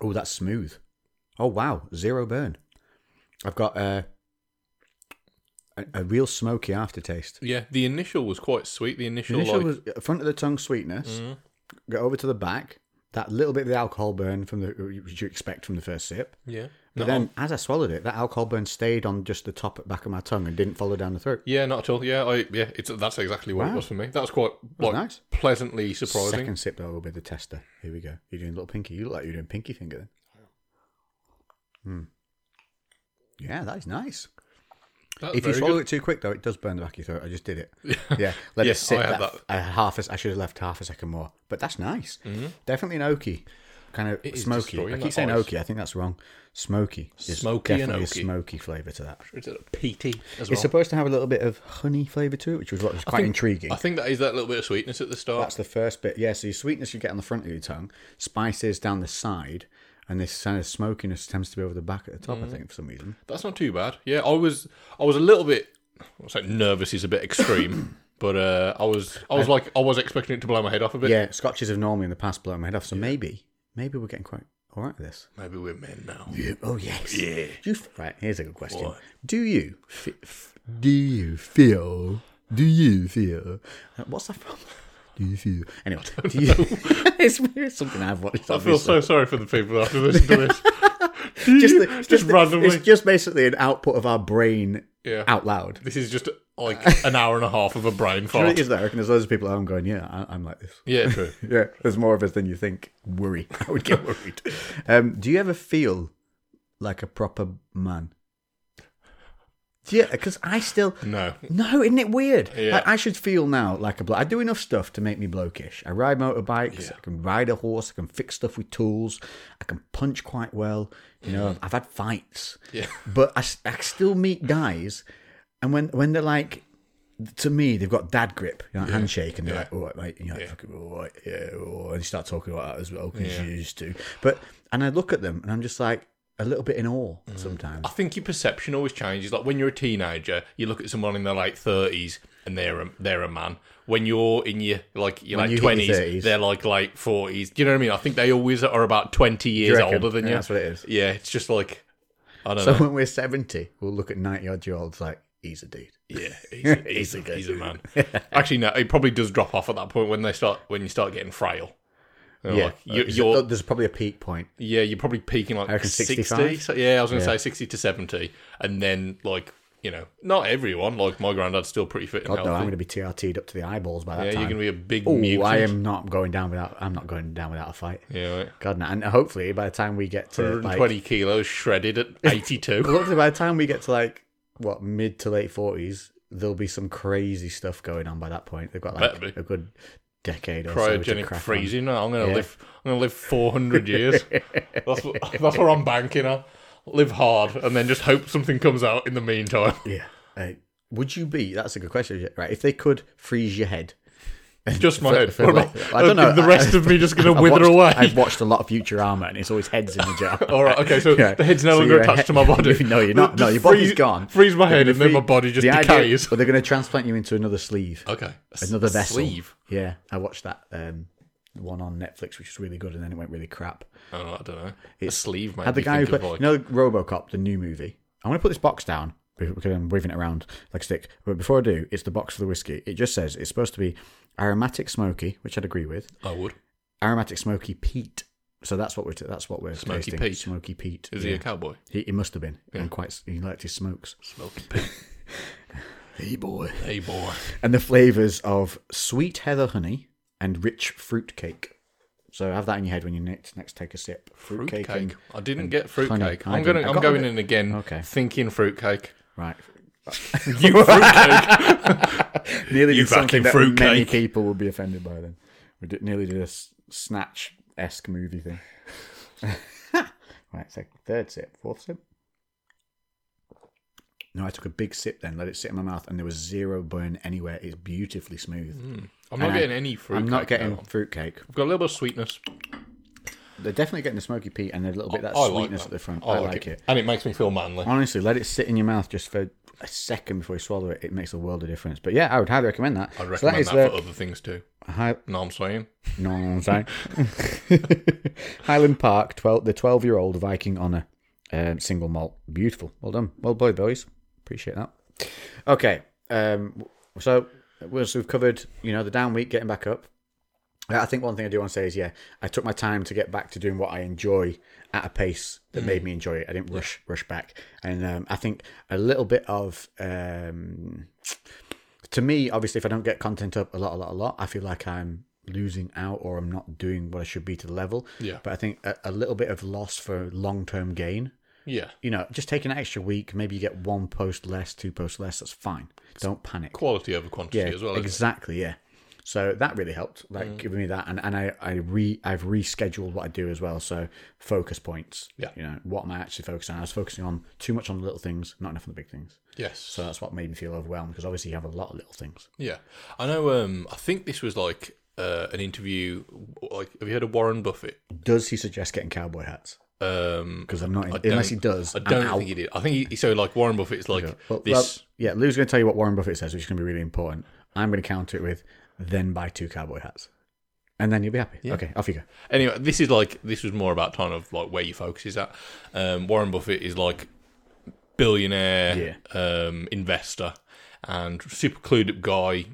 [SPEAKER 1] Oh, that's smooth. Oh wow, zero burn. I've got uh, a a real smoky aftertaste.
[SPEAKER 2] Yeah, the initial was quite sweet. The initial,
[SPEAKER 1] Initial
[SPEAKER 2] like, Mm.
[SPEAKER 1] was front of the tongue sweetness. Go over to the back. That little bit of the alcohol burn from the which you expect from the first sip.
[SPEAKER 2] yeah,
[SPEAKER 1] But
[SPEAKER 2] not
[SPEAKER 1] then, as I swallowed it, that alcohol burn stayed on just the top back of my tongue and didn't follow down the throat.
[SPEAKER 2] yeah, not at all. Yeah, I yeah, it's that's exactly what it was for me. That was quite like
[SPEAKER 1] nice.
[SPEAKER 2] pleasantly surprising.
[SPEAKER 1] Second sip though will be the tester. Here we go. You're doing little pinky. You look like you're doing pinky finger then. Hmm. Yeah, that is nice.
[SPEAKER 2] That's
[SPEAKER 1] If you
[SPEAKER 2] very
[SPEAKER 1] swallow
[SPEAKER 2] good.
[SPEAKER 1] it too quick, though, it does burn the back of your throat. I just did
[SPEAKER 2] *laughs*
[SPEAKER 1] it. Yeah, let
[SPEAKER 2] Yes,
[SPEAKER 1] it sit.
[SPEAKER 2] I had
[SPEAKER 1] that-
[SPEAKER 2] that.
[SPEAKER 1] I had half. A, I should have left half a second more. But that's nice. Definitely an oaky, kind of
[SPEAKER 2] Mm-hmm. is
[SPEAKER 1] smoky.
[SPEAKER 2] destroying
[SPEAKER 1] I keep
[SPEAKER 2] that
[SPEAKER 1] saying
[SPEAKER 2] ice.
[SPEAKER 1] oaky. I think that's wrong. Smoky. There's
[SPEAKER 2] Smoky and
[SPEAKER 1] definitely
[SPEAKER 2] oaky.
[SPEAKER 1] a smoky flavour to that.
[SPEAKER 2] it's a PT as well.
[SPEAKER 1] It's supposed to have a little bit of honey flavour to it, which was what was quite intriguing.
[SPEAKER 2] I think that is that little bit of sweetness at the start.
[SPEAKER 1] That's the first bit. Yeah, so your sweetness you get on the front of your tongue, spices down the side, and this kind of smokiness tends to be over the back at the
[SPEAKER 2] Mm-hmm.
[SPEAKER 1] top, I think, for some reason.
[SPEAKER 2] That's not too bad. Yeah, I was I was a little bit I was like nervous is a bit
[SPEAKER 1] *coughs*
[SPEAKER 2] extreme, but uh, I was I was like I was expecting it to blow my head off a bit.
[SPEAKER 1] Yeah, scotches have normally in the past blown my head off, so maybe, maybe we're getting quite all right with this.
[SPEAKER 2] Maybe we're men now.
[SPEAKER 1] Oh, yes.
[SPEAKER 2] Yeah.
[SPEAKER 1] Do you, right, here's a good question.
[SPEAKER 2] What?
[SPEAKER 1] Do you fe- f- do you feel do you feel uh, what's that from? Do you feel anyway? Do you, *laughs* it's, it's something I've watched.
[SPEAKER 2] I feel so sorry for the people that have to listen to this.
[SPEAKER 1] *laughs* just, the-
[SPEAKER 2] just
[SPEAKER 1] the-
[SPEAKER 2] randomly.
[SPEAKER 1] It's just basically an output of our brain
[SPEAKER 2] Yeah.
[SPEAKER 1] out loud.
[SPEAKER 2] This is just
[SPEAKER 1] *laughs*
[SPEAKER 2] like an hour and a half of a brain
[SPEAKER 1] You know
[SPEAKER 2] fart.
[SPEAKER 1] what it is though? I reckon there's loads of people at home going, "Yeah, I, I'm like this."
[SPEAKER 2] Yeah, true.
[SPEAKER 1] Yeah, there's more of us than you think. Worry, *laughs* I would get worried. Um, do you ever feel like a proper man? Yeah, because I still
[SPEAKER 2] No.
[SPEAKER 1] No, isn't it weird?
[SPEAKER 2] Yeah.
[SPEAKER 1] Like, I should feel now like a bloke. I do enough stuff to make me blokish. I ride motorbikes. I can ride a horse. I can fix stuff with tools. I can punch quite well. You know, I've had fights.
[SPEAKER 2] Mm-hmm. Yeah.
[SPEAKER 1] But I, s- I still meet guys, and when when they're like, to me, they've got dad grip, you know, handshake, and they're like, all right, mate. And you're like, fucking all right, yeah. all right," And you start talking about that as well, because you used to. But, and I look at them, and I'm just like, a little bit in awe
[SPEAKER 2] Mm.
[SPEAKER 1] sometimes.
[SPEAKER 2] I think your perception always changes. Like when you're a teenager, you look at someone in their late thirties and they're a, they're a man. When you're in your like
[SPEAKER 1] you
[SPEAKER 2] your late
[SPEAKER 1] hit your
[SPEAKER 2] twenties,
[SPEAKER 1] 30s.
[SPEAKER 2] they're like late forties. Do you know what I mean? I think they always are about twenty years
[SPEAKER 1] reckon?
[SPEAKER 2] older than
[SPEAKER 1] Yeah,
[SPEAKER 2] you.
[SPEAKER 1] that's what it is.
[SPEAKER 2] Yeah, it's just like I don't
[SPEAKER 1] So
[SPEAKER 2] know.
[SPEAKER 1] when we're 70, we'll look at 90 odd year olds like, he's a dude.
[SPEAKER 2] Yeah,
[SPEAKER 1] *laughs*
[SPEAKER 2] he's a, he's, a, he's a man. Actually, no, it probably does drop off at that point when they start when you start getting frail. They're like, Oh, you,
[SPEAKER 1] There's-
[SPEAKER 2] you're
[SPEAKER 1] there's probably a peak point.
[SPEAKER 2] Yeah, you're probably peaking like
[SPEAKER 1] reckon
[SPEAKER 2] 60.
[SPEAKER 1] 65?
[SPEAKER 2] So, yeah, I was going to say 60 to 70. And then, like, you know, not everyone. Like my granddad's still pretty fit and
[SPEAKER 1] God, no, I'm
[SPEAKER 2] healthy.
[SPEAKER 1] going to be TRT'd up to the eyeballs by that
[SPEAKER 2] yeah,
[SPEAKER 1] time.
[SPEAKER 2] you're gonna be a big
[SPEAKER 1] Oh,
[SPEAKER 2] mutant.
[SPEAKER 1] I am not going down without. I'm not going down without a fight.
[SPEAKER 2] Yeah, right.
[SPEAKER 1] God, no. and hopefully by the time we get to like,
[SPEAKER 2] 120 kilos shredded
[SPEAKER 1] *laughs*
[SPEAKER 2] at 82.
[SPEAKER 1] hopefully by the time we get to like what mid to late forties, there'll be some crazy stuff going on by that point. They've got like
[SPEAKER 2] Better be.
[SPEAKER 1] a good decade or so to
[SPEAKER 2] Cryogenic
[SPEAKER 1] crack on.
[SPEAKER 2] freezing. No, I'm gonna
[SPEAKER 1] Yeah.
[SPEAKER 2] live. I'm gonna live
[SPEAKER 1] *laughs*
[SPEAKER 2] 400 years. That's what, that's what I'm banking on. Live hard and then just hope something comes out in
[SPEAKER 1] *laughs*
[SPEAKER 2] the meantime.
[SPEAKER 1] Yeah. Uh, would you be? That's a good question. Right, if they could freeze your head,
[SPEAKER 2] Just my head.
[SPEAKER 1] for-
[SPEAKER 2] What about-
[SPEAKER 1] I don't know.
[SPEAKER 2] The rest of me just gonna
[SPEAKER 1] *laughs* I've
[SPEAKER 2] wither
[SPEAKER 1] watched-
[SPEAKER 2] away.
[SPEAKER 1] I've watched a lot of Futurama, and it's always heads in the
[SPEAKER 2] *laughs*
[SPEAKER 1] jar. *laughs*
[SPEAKER 2] All right. Okay. So
[SPEAKER 1] Yeah.
[SPEAKER 2] the head's no
[SPEAKER 1] So
[SPEAKER 2] longer
[SPEAKER 1] your
[SPEAKER 2] attached
[SPEAKER 1] head-
[SPEAKER 2] to
[SPEAKER 1] *laughs*
[SPEAKER 2] my body.
[SPEAKER 1] no, you're not.
[SPEAKER 2] Just
[SPEAKER 1] No, your
[SPEAKER 2] freeze-
[SPEAKER 1] body's gone.
[SPEAKER 2] Freeze my head,
[SPEAKER 1] They're
[SPEAKER 2] and then my
[SPEAKER 1] free-
[SPEAKER 2] body just
[SPEAKER 1] the idea-
[SPEAKER 2] decays.
[SPEAKER 1] But they're going to transplant you into another sleeve,
[SPEAKER 2] Okay. A s-
[SPEAKER 1] another
[SPEAKER 2] a
[SPEAKER 1] vessel.
[SPEAKER 2] Sleeve.
[SPEAKER 1] Yeah, I watched that um, one on Netflix, which was really good, and then it went really crap.
[SPEAKER 2] Oh, I don't know. a sleeve, mate.
[SPEAKER 1] Had the guy who played, you know, RoboCop, the new movie. I'm going to put this box down because I'm waving it around like a stick. But before I do, it's the box for the whiskey. It just says it's supposed to be aromatic smoky, which I'd agree with.
[SPEAKER 2] I would.
[SPEAKER 1] Aromatic smoky peat. So that's what we're that's what we're
[SPEAKER 2] Smoky
[SPEAKER 1] tasting.
[SPEAKER 2] peat.
[SPEAKER 1] Smoky peat.
[SPEAKER 2] Is he a cowboy?
[SPEAKER 1] He, he must have been. And quite, s- he liked his smokes. *laughs*
[SPEAKER 2] Smoking pig.
[SPEAKER 1] Hey boy.
[SPEAKER 2] hey boy.
[SPEAKER 1] And the flavors of sweet heather honey and rich fruit cake. So have that in your head when you next next take a sip. Fruit,
[SPEAKER 2] Fruitcake.
[SPEAKER 1] and-
[SPEAKER 2] I didn't get
[SPEAKER 1] honey.
[SPEAKER 2] fruitcake.
[SPEAKER 1] I
[SPEAKER 2] I'm
[SPEAKER 1] didn't-
[SPEAKER 2] gonna.
[SPEAKER 1] I
[SPEAKER 2] I'm
[SPEAKER 1] got
[SPEAKER 2] going
[SPEAKER 1] it.
[SPEAKER 2] in again.
[SPEAKER 1] Okay.
[SPEAKER 2] Thinking
[SPEAKER 1] *laughs*
[SPEAKER 2] fruitcake.
[SPEAKER 1] right.
[SPEAKER 2] You fruitcake.
[SPEAKER 1] Nearly
[SPEAKER 2] You
[SPEAKER 1] did something
[SPEAKER 2] fucking
[SPEAKER 1] that
[SPEAKER 2] fruitcake.
[SPEAKER 1] many people would be offended by. Then we did, nearly did a s- snatch esque movie thing. *laughs* right, so third sip, fourth sip. No, I took a big sip then, let it sit in my mouth, and there was zero burn anywhere. It's beautifully smooth.
[SPEAKER 2] I'm not
[SPEAKER 1] I-
[SPEAKER 2] getting any Mm. fruitcake.
[SPEAKER 1] I'm not getting
[SPEAKER 2] now.
[SPEAKER 1] fruitcake.
[SPEAKER 2] I've got a little bit of sweetness.
[SPEAKER 1] They're definitely getting the smoky peat and a little bit of that
[SPEAKER 2] I like
[SPEAKER 1] sweetness
[SPEAKER 2] that.
[SPEAKER 1] at the front.
[SPEAKER 2] I,
[SPEAKER 1] I,
[SPEAKER 2] like, it.
[SPEAKER 1] it.
[SPEAKER 2] and it makes me feel manly.
[SPEAKER 1] Honestly, let it sit in your mouth just for a second before you swallow it. It makes a world of difference. But yeah, I would highly recommend that.
[SPEAKER 2] I'd
[SPEAKER 1] so that
[SPEAKER 2] recommend
[SPEAKER 1] is
[SPEAKER 2] that, for
[SPEAKER 1] the
[SPEAKER 2] other things too.
[SPEAKER 1] high,
[SPEAKER 2] No, I'm saying.
[SPEAKER 1] no, I'm saying *laughs* Highland Park, 12, the twelve-year-old Viking honour, um, single malt, beautiful. Well done, well played, boys. Appreciate that. Okay, um, so once we've covered, you know, the down week, getting back up. Uh, I think one thing I do want to say is, yeah, I took my time to get back to doing what I enjoy at a pace that made me enjoy it. I didn't rush rush back, and um, I think a little bit of, um, to me, obviously, if I don't get content up a lot, a lot, a lot, I feel like I'm losing out or I'm not doing what I should be to the level.
[SPEAKER 2] Yeah.
[SPEAKER 1] But I think a, a little bit of loss for long term gain.
[SPEAKER 2] Yeah.
[SPEAKER 1] You know, just taking an extra week, maybe you get one post less, two posts less. That's fine. Don't panic.
[SPEAKER 2] Quality over quantity
[SPEAKER 1] Yeah,
[SPEAKER 2] as well. isn't it? Mm.
[SPEAKER 1] exactly. Yeah. So that really helped, like giving me that, and and I I re I've rescheduled what I do as well. So focus points.
[SPEAKER 2] Yeah.
[SPEAKER 1] You know what am I actually focusing on? I was focusing on too much on the little things, not enough on the big things.
[SPEAKER 2] Yes.
[SPEAKER 1] So that's what made me feel overwhelmed because obviously you have a lot of little things.
[SPEAKER 2] Yeah, I know. Um, I think this was like uh, an interview. Like, have you heard of Warren Buffett?
[SPEAKER 1] Does he suggest getting cowboy hats?
[SPEAKER 2] Um,
[SPEAKER 1] Because I'm not in, unless he does.
[SPEAKER 2] I
[SPEAKER 1] I'm
[SPEAKER 2] don't
[SPEAKER 1] out.
[SPEAKER 2] think he did. I think he, so. Like Warren Buffett's like
[SPEAKER 1] Well,
[SPEAKER 2] this.
[SPEAKER 1] well, yeah, Lou's going to tell you what Warren Buffett says, which is going to be really important. I'm going to counter it with then buy two cowboy hats, and then you'll be happy. Okay, off you go.
[SPEAKER 2] anyway, this is like this was more about kind of like where your focus is at. Um, Warren Buffett is like billionaire um, investor and super clued up guy,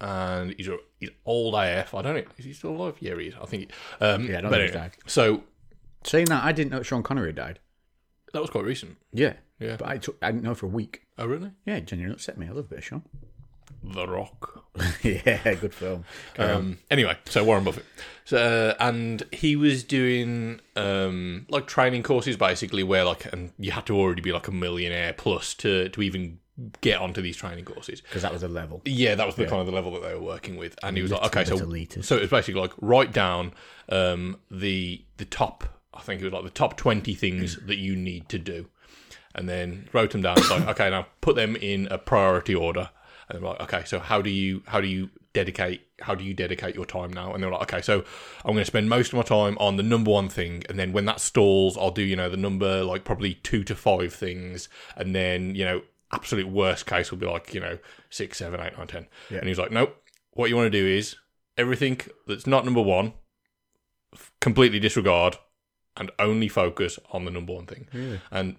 [SPEAKER 2] and he's a he's old AF. I don't know. Is he still alive? Yeah, he is. I think. he- Um,
[SPEAKER 1] Yeah, I don't
[SPEAKER 2] but
[SPEAKER 1] think he's
[SPEAKER 2] anyway,
[SPEAKER 1] died.
[SPEAKER 2] So
[SPEAKER 1] Saying that, I didn't know Sean Connery had died.
[SPEAKER 2] that was quite recent.
[SPEAKER 1] Yeah,
[SPEAKER 2] Yeah.
[SPEAKER 1] but I took I didn't know for a week.
[SPEAKER 2] Oh, really?
[SPEAKER 1] Yeah, it genuinely upset me. I love a bit of Sean. *laughs*
[SPEAKER 2] The Rock.
[SPEAKER 1] yeah, good film.
[SPEAKER 2] Um, anyway, so Warren Buffett, so, uh, and he was doing um, like training courses basically, where like and you had to already be like a millionaire plus to to even get onto these training courses.
[SPEAKER 1] Because that was a level.
[SPEAKER 2] Yeah, that was the kind of the level that they were working with, and he was like,
[SPEAKER 1] Little
[SPEAKER 2] okay, so
[SPEAKER 1] bit elitist.
[SPEAKER 2] so it was basically like write down um, the the top, I think it was like the top twenty things that you need to do, and then wrote them down. It's like, okay, now put them in a priority order, and they're like, okay, so how do you how do you dedicate how do you dedicate your time now? And they're like, okay, so I'm going to spend most of my time on the number one thing, and then when that stalls, I'll do you know the number like probably two to five things, and then you know absolute worst case will be like you know six, seven, eight, nine, ten. And he was like, nope. What you want to do is everything that's not number one, f- completely disregard, and only focus on the number one thing. And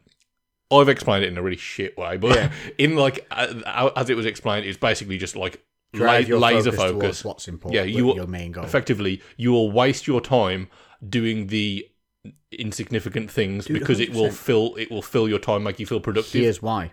[SPEAKER 2] I've explained it in a really shit way, but *laughs* in like uh, as it was explained, it's basically just like
[SPEAKER 1] Drive
[SPEAKER 2] la-
[SPEAKER 1] your
[SPEAKER 2] laser
[SPEAKER 1] focus towards
[SPEAKER 2] focus.
[SPEAKER 1] what's important.
[SPEAKER 2] Yeah, you will-
[SPEAKER 1] your main goal.
[SPEAKER 2] Effectively, you will waste your time doing the insignificant things because it will
[SPEAKER 1] 100%.
[SPEAKER 2] fill it will fill your time, make you feel productive.
[SPEAKER 1] Here's why.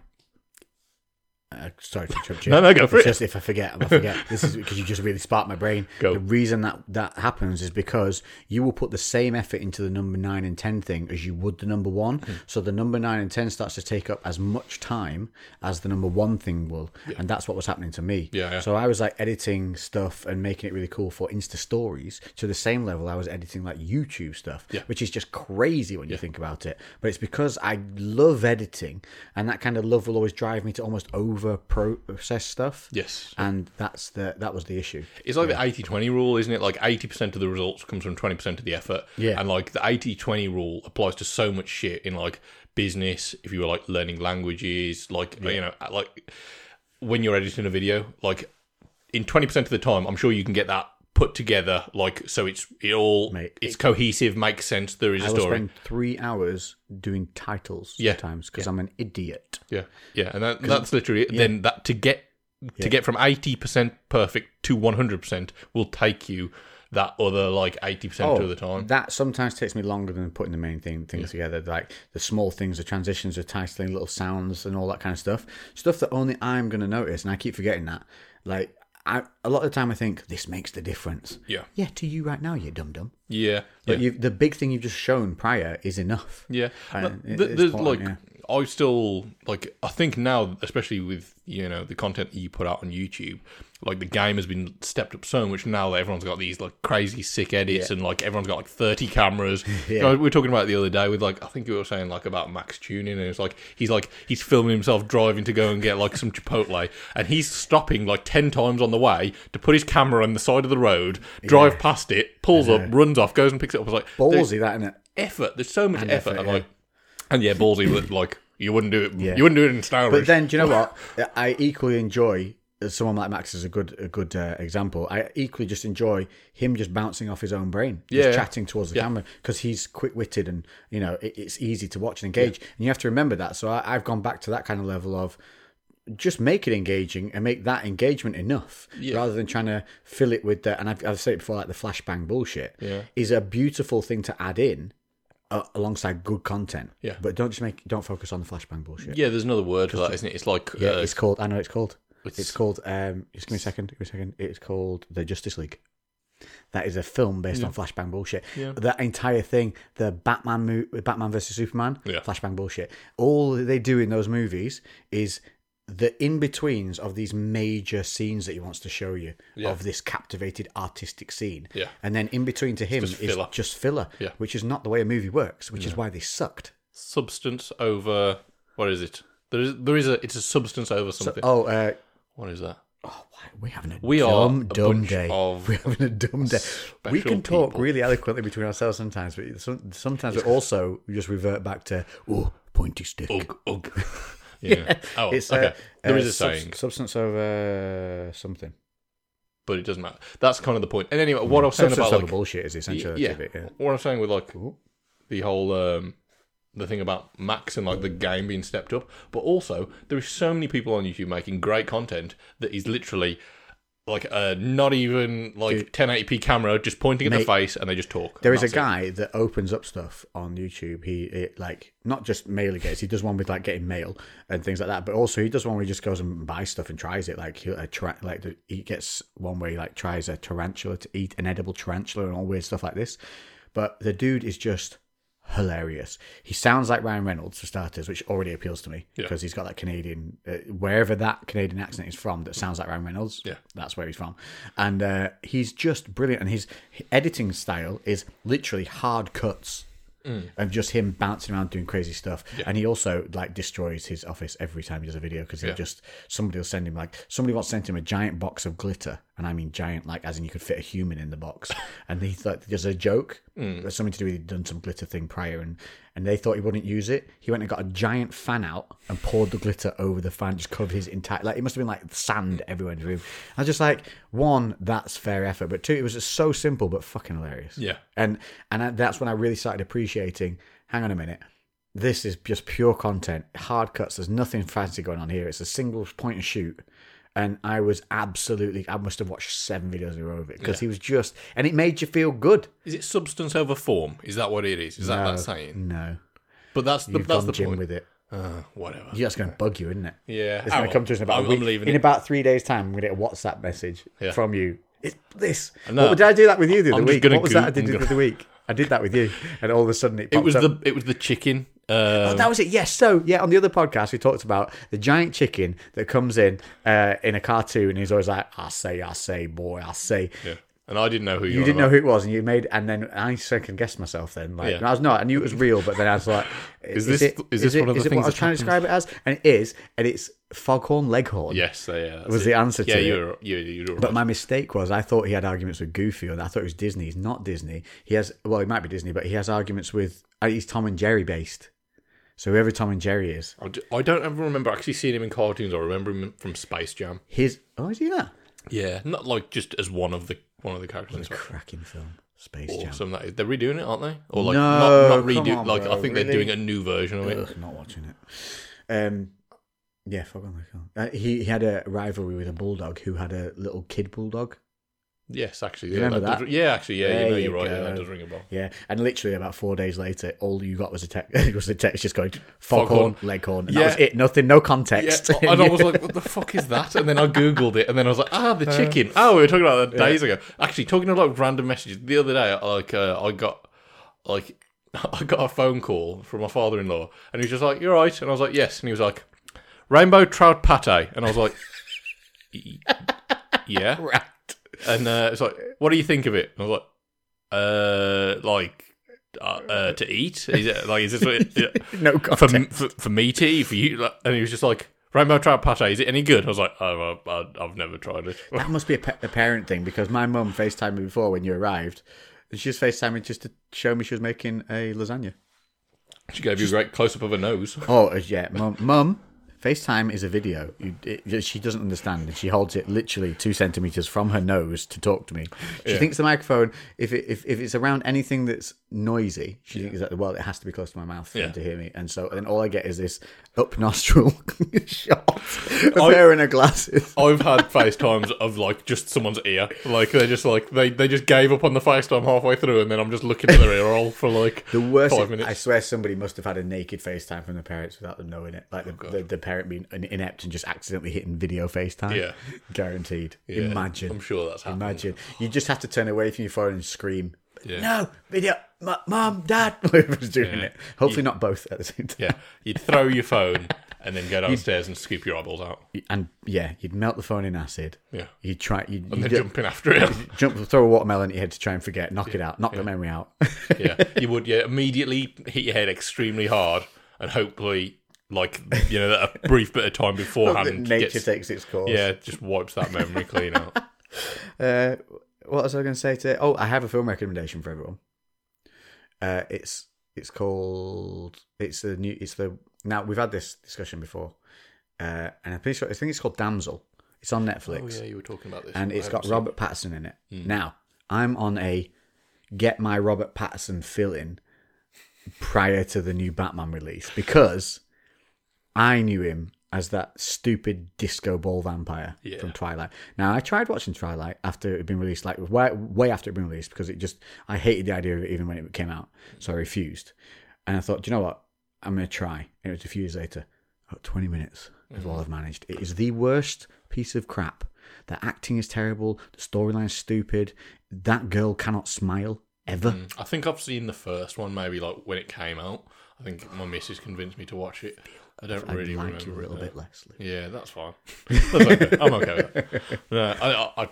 [SPEAKER 1] Uh, sorry to interrupt you.
[SPEAKER 2] No, no, go for
[SPEAKER 1] it's
[SPEAKER 2] it.
[SPEAKER 1] Just if I forget, I'm gonna forget. this
[SPEAKER 2] *laughs*
[SPEAKER 1] is because you just really sparked my brain.
[SPEAKER 2] Go.
[SPEAKER 1] The reason that that happens is because you will put the same effort into the number nine and ten thing as you would the number one.
[SPEAKER 2] Hmm.
[SPEAKER 1] So the number nine and ten starts to take up as much time as the number one thing will, and that's what was happening to me.
[SPEAKER 2] Yeah, yeah.
[SPEAKER 1] So I was like editing stuff and making it really cool for Insta stories to the same level I was editing like YouTube stuff, which is just crazy when you think about it. But it's because I love editing, and that kind of love will always drive me to almost over process stuff.
[SPEAKER 2] Yes.
[SPEAKER 1] and that's the that was the issue.
[SPEAKER 2] It's like the 80 20 rule, isn't it? Like 80% of the results comes from 20% of the effort.
[SPEAKER 1] Yeah.
[SPEAKER 2] And like the 80 20 rule applies to so much shit in like business, if you were like learning languages, like, you know, like when you're editing a video, like in 20% of the time, I'm sure you can get that put together, like, so it's it all,
[SPEAKER 1] Mate,
[SPEAKER 2] it's cohesive, makes sense, there is a
[SPEAKER 1] I will
[SPEAKER 2] story.
[SPEAKER 1] spend three hours doing titles
[SPEAKER 2] Yeah.
[SPEAKER 1] sometimes because I'm an idiot.
[SPEAKER 2] Yeah. Yeah. And that, that's literally it. Then that to get, to get from 80% perfect to 100% will take you that other like 80% of the time.
[SPEAKER 1] Oh, That sometimes takes me longer than putting the main thing things together, like the small things, the transitions, the titling, little sounds, and all that kind of stuff. Stuff that only I'm going to notice, and I keep forgetting that. Like I, a lot of the time, I think this makes the difference.
[SPEAKER 2] Yeah.
[SPEAKER 1] Yeah, to you right now, you dum dum.
[SPEAKER 2] Yeah.
[SPEAKER 1] But
[SPEAKER 2] yeah.
[SPEAKER 1] you the big thing you've just shown prior is enough.
[SPEAKER 2] yeah.
[SPEAKER 1] Uh,
[SPEAKER 2] But
[SPEAKER 1] it-
[SPEAKER 2] th-
[SPEAKER 1] it's
[SPEAKER 2] there's like
[SPEAKER 1] important,
[SPEAKER 2] I still like I think now especially with you know the content that you put out on YouTube like the game has been stepped up so much now that everyone's got these like crazy sick edits and like everyone's got like 30 cameras. You know, we were talking about it the other day with like I think you were saying like about Max tuning and it's like he's like he's filming himself driving to go and get like some Chipotle and he's stopping like 10 times on the way to put his camera on the side of the road, drive past it, pulls up, runs off, goes and picks it up. It's like there's-
[SPEAKER 1] Ballsy, that innit?
[SPEAKER 2] effort. There's so much effort.
[SPEAKER 1] effort,
[SPEAKER 2] and
[SPEAKER 1] yeah.
[SPEAKER 2] like, and yeah, ballsy. looked like you wouldn't do it. You wouldn't do it in Star
[SPEAKER 1] But
[SPEAKER 2] Wars.
[SPEAKER 1] then, do you know
[SPEAKER 2] *laughs*
[SPEAKER 1] what? I equally enjoy. Someone like Max is a good a good uh, example. I equally just enjoy him just bouncing off his own brain,
[SPEAKER 2] Yeah.
[SPEAKER 1] just chatting towards the camera because he's quick witted and you know it, it's easy to watch and engage. And you have to remember that. So I, I've gone back to that kind of level of just make it engaging and make that engagement enough rather than trying to fill it with the and I've, I've said it before like the flashbang bullshit
[SPEAKER 2] Yeah.
[SPEAKER 1] is a beautiful thing to add in uh, alongside good content
[SPEAKER 2] Yeah.
[SPEAKER 1] but don't just make don't focus on the flashbang bullshit
[SPEAKER 2] yeah, there's another word for that, isn't it? It's like
[SPEAKER 1] yeah,
[SPEAKER 2] uh,
[SPEAKER 1] it's called. I know it's called.
[SPEAKER 2] It's-
[SPEAKER 1] It's, called. Um, just give me a second. Give me a second. It's called the Justice League. That is a film based on flashbang bullshit. That entire thing, the Batman movie, Batman versus Superman,
[SPEAKER 2] Yeah.
[SPEAKER 1] flashbang bullshit. All they do in those movies is the in betweens of these major scenes that he wants to show you of this captivated artistic scene.
[SPEAKER 2] Yeah.
[SPEAKER 1] And then in between to him
[SPEAKER 2] just
[SPEAKER 1] is
[SPEAKER 2] filler.
[SPEAKER 1] just filler,
[SPEAKER 2] Yeah.
[SPEAKER 1] which is not the way a movie works, which is why they sucked.
[SPEAKER 2] substance over what is it? There is there is a it's a substance over something.
[SPEAKER 1] Oh, uh,
[SPEAKER 2] what is that?
[SPEAKER 1] Oh, why we're having a
[SPEAKER 2] We are
[SPEAKER 1] dumb,
[SPEAKER 2] a
[SPEAKER 1] dumb
[SPEAKER 2] bunch
[SPEAKER 1] day. *laughs*
[SPEAKER 2] of
[SPEAKER 1] we're having a dumb day. We
[SPEAKER 2] special
[SPEAKER 1] can talk
[SPEAKER 2] people.
[SPEAKER 1] really eloquently between ourselves sometimes, but some, sometimes we also just revert back to oh, pointy stick. *laughs*
[SPEAKER 2] Ugh, ugh. yeah. Oh, okay.
[SPEAKER 1] uh, uh,
[SPEAKER 2] there is a
[SPEAKER 1] sub-
[SPEAKER 2] saying,
[SPEAKER 1] substance over something.
[SPEAKER 2] but it doesn't matter. That's kind of the point. And anyway, what I was saying
[SPEAKER 1] Hmm. Substance
[SPEAKER 2] about
[SPEAKER 1] over
[SPEAKER 2] like
[SPEAKER 1] bullshit is essentially
[SPEAKER 2] yeah,
[SPEAKER 1] that's it, yeah.
[SPEAKER 2] what I'm saying with like the whole um, the thing about Max and like the game being stepped up, but also there is so many people on YouTube making great content that is literally like a not even like 1080p camera just pointing at the
[SPEAKER 1] Mate,
[SPEAKER 2] face and they just talk.
[SPEAKER 1] There is
[SPEAKER 2] And
[SPEAKER 1] a
[SPEAKER 2] that's it.
[SPEAKER 1] guy that opens up stuff on YouTube. He it, like not just mail he gets. He does one with like getting mail and things like that. But also he does one where he just goes and buys stuff and tries it. Like he a tra- like the, he gets one where he like tries a tarantula to eat an edible tarantula and all weird stuff like this. But the dude is just hilarious. He sounds like Ryan Reynolds for starters, which already appeals to me because he's got that Canadian, uh, wherever that Canadian accent is from, that sounds like Ryan Reynolds.
[SPEAKER 2] Yeah.
[SPEAKER 1] that's where he's from, and uh, he's just brilliant. And his editing style is literally hard cuts. Of just him bouncing around doing crazy stuff, and he also like destroys his office every time he does a video because he will just somebody will send him like somebody once sent him a giant box of glitter, and I mean giant like as in you could fit a human in the box, *laughs* and he thought there's a joke, there's something to do with he'd done some glitter thing prior, and and they thought he wouldn't use it. He went and got a giant fan out and poured the glitter over the fan, just covered his entire like it must have been like sand everywhere in the room. I was just like, one, that's fair effort, but two, it was just so simple but fucking hilarious.
[SPEAKER 2] Yeah.
[SPEAKER 1] And and I, that's when I really started appreciating. Hang on a minute. This is just pure content, hard cuts. There's nothing fancy going on here. It's a single point and shoot. And I was absolutely, I must have watched seven videos in a row of it because he was just, and it made you feel good.
[SPEAKER 2] Is it substance over form? Is that what it is? Is that that saying?
[SPEAKER 1] No,
[SPEAKER 2] But that's the
[SPEAKER 1] you've
[SPEAKER 2] that's
[SPEAKER 1] gone
[SPEAKER 2] the
[SPEAKER 1] Jim
[SPEAKER 2] point.
[SPEAKER 1] with it.
[SPEAKER 2] Uh, whatever.
[SPEAKER 1] Yeah, that's going to bug you, isn't it?
[SPEAKER 2] Yeah.
[SPEAKER 1] It's
[SPEAKER 2] Oh,
[SPEAKER 1] going to come to us in about
[SPEAKER 2] I'm,
[SPEAKER 1] a week.
[SPEAKER 2] I'm leaving
[SPEAKER 1] in
[SPEAKER 2] it.
[SPEAKER 1] about three days' time, I'm going to get a WhatsApp message
[SPEAKER 2] Yeah.
[SPEAKER 1] from you. It's this.
[SPEAKER 2] know.
[SPEAKER 1] What, did I do that with you the other
[SPEAKER 2] I'm just
[SPEAKER 1] week?
[SPEAKER 2] gonna
[SPEAKER 1] What was
[SPEAKER 2] go-
[SPEAKER 1] that I did
[SPEAKER 2] I'm
[SPEAKER 1] the
[SPEAKER 2] gonna-
[SPEAKER 1] other week? I did that with you, and all of a sudden it.
[SPEAKER 2] It
[SPEAKER 1] popped
[SPEAKER 2] was
[SPEAKER 1] up.
[SPEAKER 2] the it was the chicken.
[SPEAKER 1] *laughs*
[SPEAKER 2] Uh,
[SPEAKER 1] That was it. Yes. So yeah, on the other podcast we talked about the giant chicken that comes in uh, in a cartoon and he's always like, "I say, I say, boy, I say."
[SPEAKER 2] yeah. And I didn't know who you,
[SPEAKER 1] You
[SPEAKER 2] were
[SPEAKER 1] didn't
[SPEAKER 2] about.
[SPEAKER 1] know who it was, and you made, and then I second guessed myself. Then, like,
[SPEAKER 2] Yeah.
[SPEAKER 1] I was not. I knew it was real, but then I was like, "Is,
[SPEAKER 2] this-
[SPEAKER 1] It,
[SPEAKER 2] *laughs* is this
[SPEAKER 1] it-
[SPEAKER 2] one of the
[SPEAKER 1] is it what
[SPEAKER 2] things
[SPEAKER 1] I was
[SPEAKER 2] that
[SPEAKER 1] trying to describe it as, and it is, and it's foghorn leghorn.
[SPEAKER 2] Yes, yeah.
[SPEAKER 1] was the answer to
[SPEAKER 2] yeah,
[SPEAKER 1] it.
[SPEAKER 2] you're you you're right.
[SPEAKER 1] But my mistake was I thought he had arguments with Goofy, or I thought it was Disney. He's not Disney. He has well, he might be Disney, but he has arguments with. uh, He's Tom and Jerry based. So whoever Tom and Jerry is,
[SPEAKER 2] I d- I don't ever remember actually seeing him in cartoons. I remember him from Space Jam.
[SPEAKER 1] his oh is he that?
[SPEAKER 2] Yeah, not like just as one of the one of the characters. It's
[SPEAKER 1] cracking film. Space Jam.
[SPEAKER 2] awesome. That is. They're redoing it, aren't they? Or like
[SPEAKER 1] No,
[SPEAKER 2] not, not
[SPEAKER 1] come
[SPEAKER 2] redo.
[SPEAKER 1] on,
[SPEAKER 2] like
[SPEAKER 1] bro,
[SPEAKER 2] I think they're
[SPEAKER 1] really?
[SPEAKER 2] doing a new version of it.
[SPEAKER 1] Ugh, not watching it. Um, yeah, fuck on the uh, He he had a rivalry with a bulldog who had a little kid bulldog.
[SPEAKER 2] Yes, actually.
[SPEAKER 1] You
[SPEAKER 2] Yeah,
[SPEAKER 1] remember
[SPEAKER 2] does-
[SPEAKER 1] that?
[SPEAKER 2] yeah, actually. Yeah,
[SPEAKER 1] There
[SPEAKER 2] you know,
[SPEAKER 1] you
[SPEAKER 2] you're right. Yeah, that
[SPEAKER 1] go.
[SPEAKER 2] does ring a bell.
[SPEAKER 1] Yeah, and literally about four days later, all you got was a text. *laughs* was the text just going
[SPEAKER 2] Foghorn.
[SPEAKER 1] foghorn, leghorn. And
[SPEAKER 2] Yeah.
[SPEAKER 1] That was it. Nothing. No
[SPEAKER 2] Yeah,
[SPEAKER 1] context. *laughs*
[SPEAKER 2] and I was like, "What the fuck is that?" And then I googled it, and then I was like, "Ah, the chicken." Oh, we were talking about that days ago. Actually, talking about like random messages the other day, like uh, I got like *laughs* I got a phone call from my father-in-law, and he was just like, "You're right," and I was like, "Yes," and he was like, "Rainbow trout pate," and I was like, "Y- "Yeah," and uh, it's like, "What do you think of it?" And I was like, "Uh, like." Uh, uh, to eat? Is it like is this what it,
[SPEAKER 1] no
[SPEAKER 2] for,
[SPEAKER 1] context.
[SPEAKER 2] for for me to eat for you, like- and he was just like rainbow trout pate. Is it any good? I was like, oh, I, I, I've never tried it.
[SPEAKER 1] That must be a, pa- a parent thing because my mum FaceTimed me before when you arrived. And she just FaceTimed me just to show me she was making a lasagna.
[SPEAKER 2] She gave you a great close up of her nose.
[SPEAKER 1] Oh, uh, yeah. Mum, mum FaceTime is a video. You, it, she doesn't understand. And she holds it literally two centimetres from her nose to talk to me. She thinks the microphone, if, it, if, if it's around anything that's noisy, she thinks that, well, it has to be close to my mouth for
[SPEAKER 2] Yeah.
[SPEAKER 1] them to hear me. And so then all I get is this up nostril *laughs* shot of
[SPEAKER 2] I-
[SPEAKER 1] her in her glasses.
[SPEAKER 2] I've had FaceTimes of like just someone's ear. Like they're just like they, they just gave up on the FaceTime halfway through, and then I'm just looking at their ear roll for like
[SPEAKER 1] The worst.
[SPEAKER 2] five
[SPEAKER 1] I
[SPEAKER 2] minutes.
[SPEAKER 1] swear somebody must have had a naked FaceTime from the parents without them knowing it. Like
[SPEAKER 2] Oh,
[SPEAKER 1] the, the, the parent being an inept and just accidentally hitting video FaceTime.
[SPEAKER 2] Yeah.
[SPEAKER 1] Guaranteed.
[SPEAKER 2] Yeah, I'm
[SPEAKER 1] Imagine.
[SPEAKER 2] sure that's happened.
[SPEAKER 1] Imagine. You just have to turn away from your phone and scream.
[SPEAKER 2] Yeah.
[SPEAKER 1] No, video, M- mom, dad. *laughs* Whoever's doing it. Hopefully not both at the same time.
[SPEAKER 2] Yeah, you'd throw your phone and then
[SPEAKER 1] *laughs*
[SPEAKER 2] go downstairs and scoop your eyeballs out.
[SPEAKER 1] And yeah, you'd melt the phone in acid.
[SPEAKER 2] Yeah,
[SPEAKER 1] You'd try. You'd,
[SPEAKER 2] and
[SPEAKER 1] you'd
[SPEAKER 2] then
[SPEAKER 1] ju-
[SPEAKER 2] jumping
[SPEAKER 1] *laughs*
[SPEAKER 2] after it.
[SPEAKER 1] jump, throw a watermelon at your head to try and forget, knock it out, knock the memory out. *laughs*
[SPEAKER 2] yeah, you would. Yeah, immediately hit your head extremely hard, and hopefully, like you know, that a brief bit of time beforehand,
[SPEAKER 1] Nature
[SPEAKER 2] gets-
[SPEAKER 1] takes its course.
[SPEAKER 2] yeah, just wipes that memory clean out.
[SPEAKER 1] Uh, what was I going to say today? Oh, I have a film recommendation for everyone. Uh, it's it's called it's the new it's the now we've had this discussion before, uh, and I'm pretty sure I think it's called Damsel. It's on
[SPEAKER 2] Oh
[SPEAKER 1] Netflix,
[SPEAKER 2] *laughs* yeah, you were talking about this,
[SPEAKER 1] and
[SPEAKER 2] it's
[SPEAKER 1] it's got Robert Patterson in it. Now I'm on a get my Robert Patterson fill in prior to the new Batman release because I knew him as that stupid disco ball vampire
[SPEAKER 2] Yeah.
[SPEAKER 1] from Twilight. Now I tried watching Twilight after it had been released, like way, way after it had been released, because it just I hated the idea of it even when it came out, so I refused. And I thought, do you know what? I'm going to try. And it was a few years later. About 20 minutes is
[SPEAKER 2] Mm-hmm.
[SPEAKER 1] all I've managed. It is the worst piece of crap. The acting is terrible. The storyline's stupid. That girl cannot smile ever.
[SPEAKER 2] I think I've seen the first one, maybe like when it came out. I think my missus convinced me to watch it. I don't really
[SPEAKER 1] I like
[SPEAKER 2] remember
[SPEAKER 1] you a
[SPEAKER 2] it,
[SPEAKER 1] little
[SPEAKER 2] no.
[SPEAKER 1] bit less. Luke.
[SPEAKER 2] Yeah, that's fine. That's okay. I'm okay with that. No, I, I,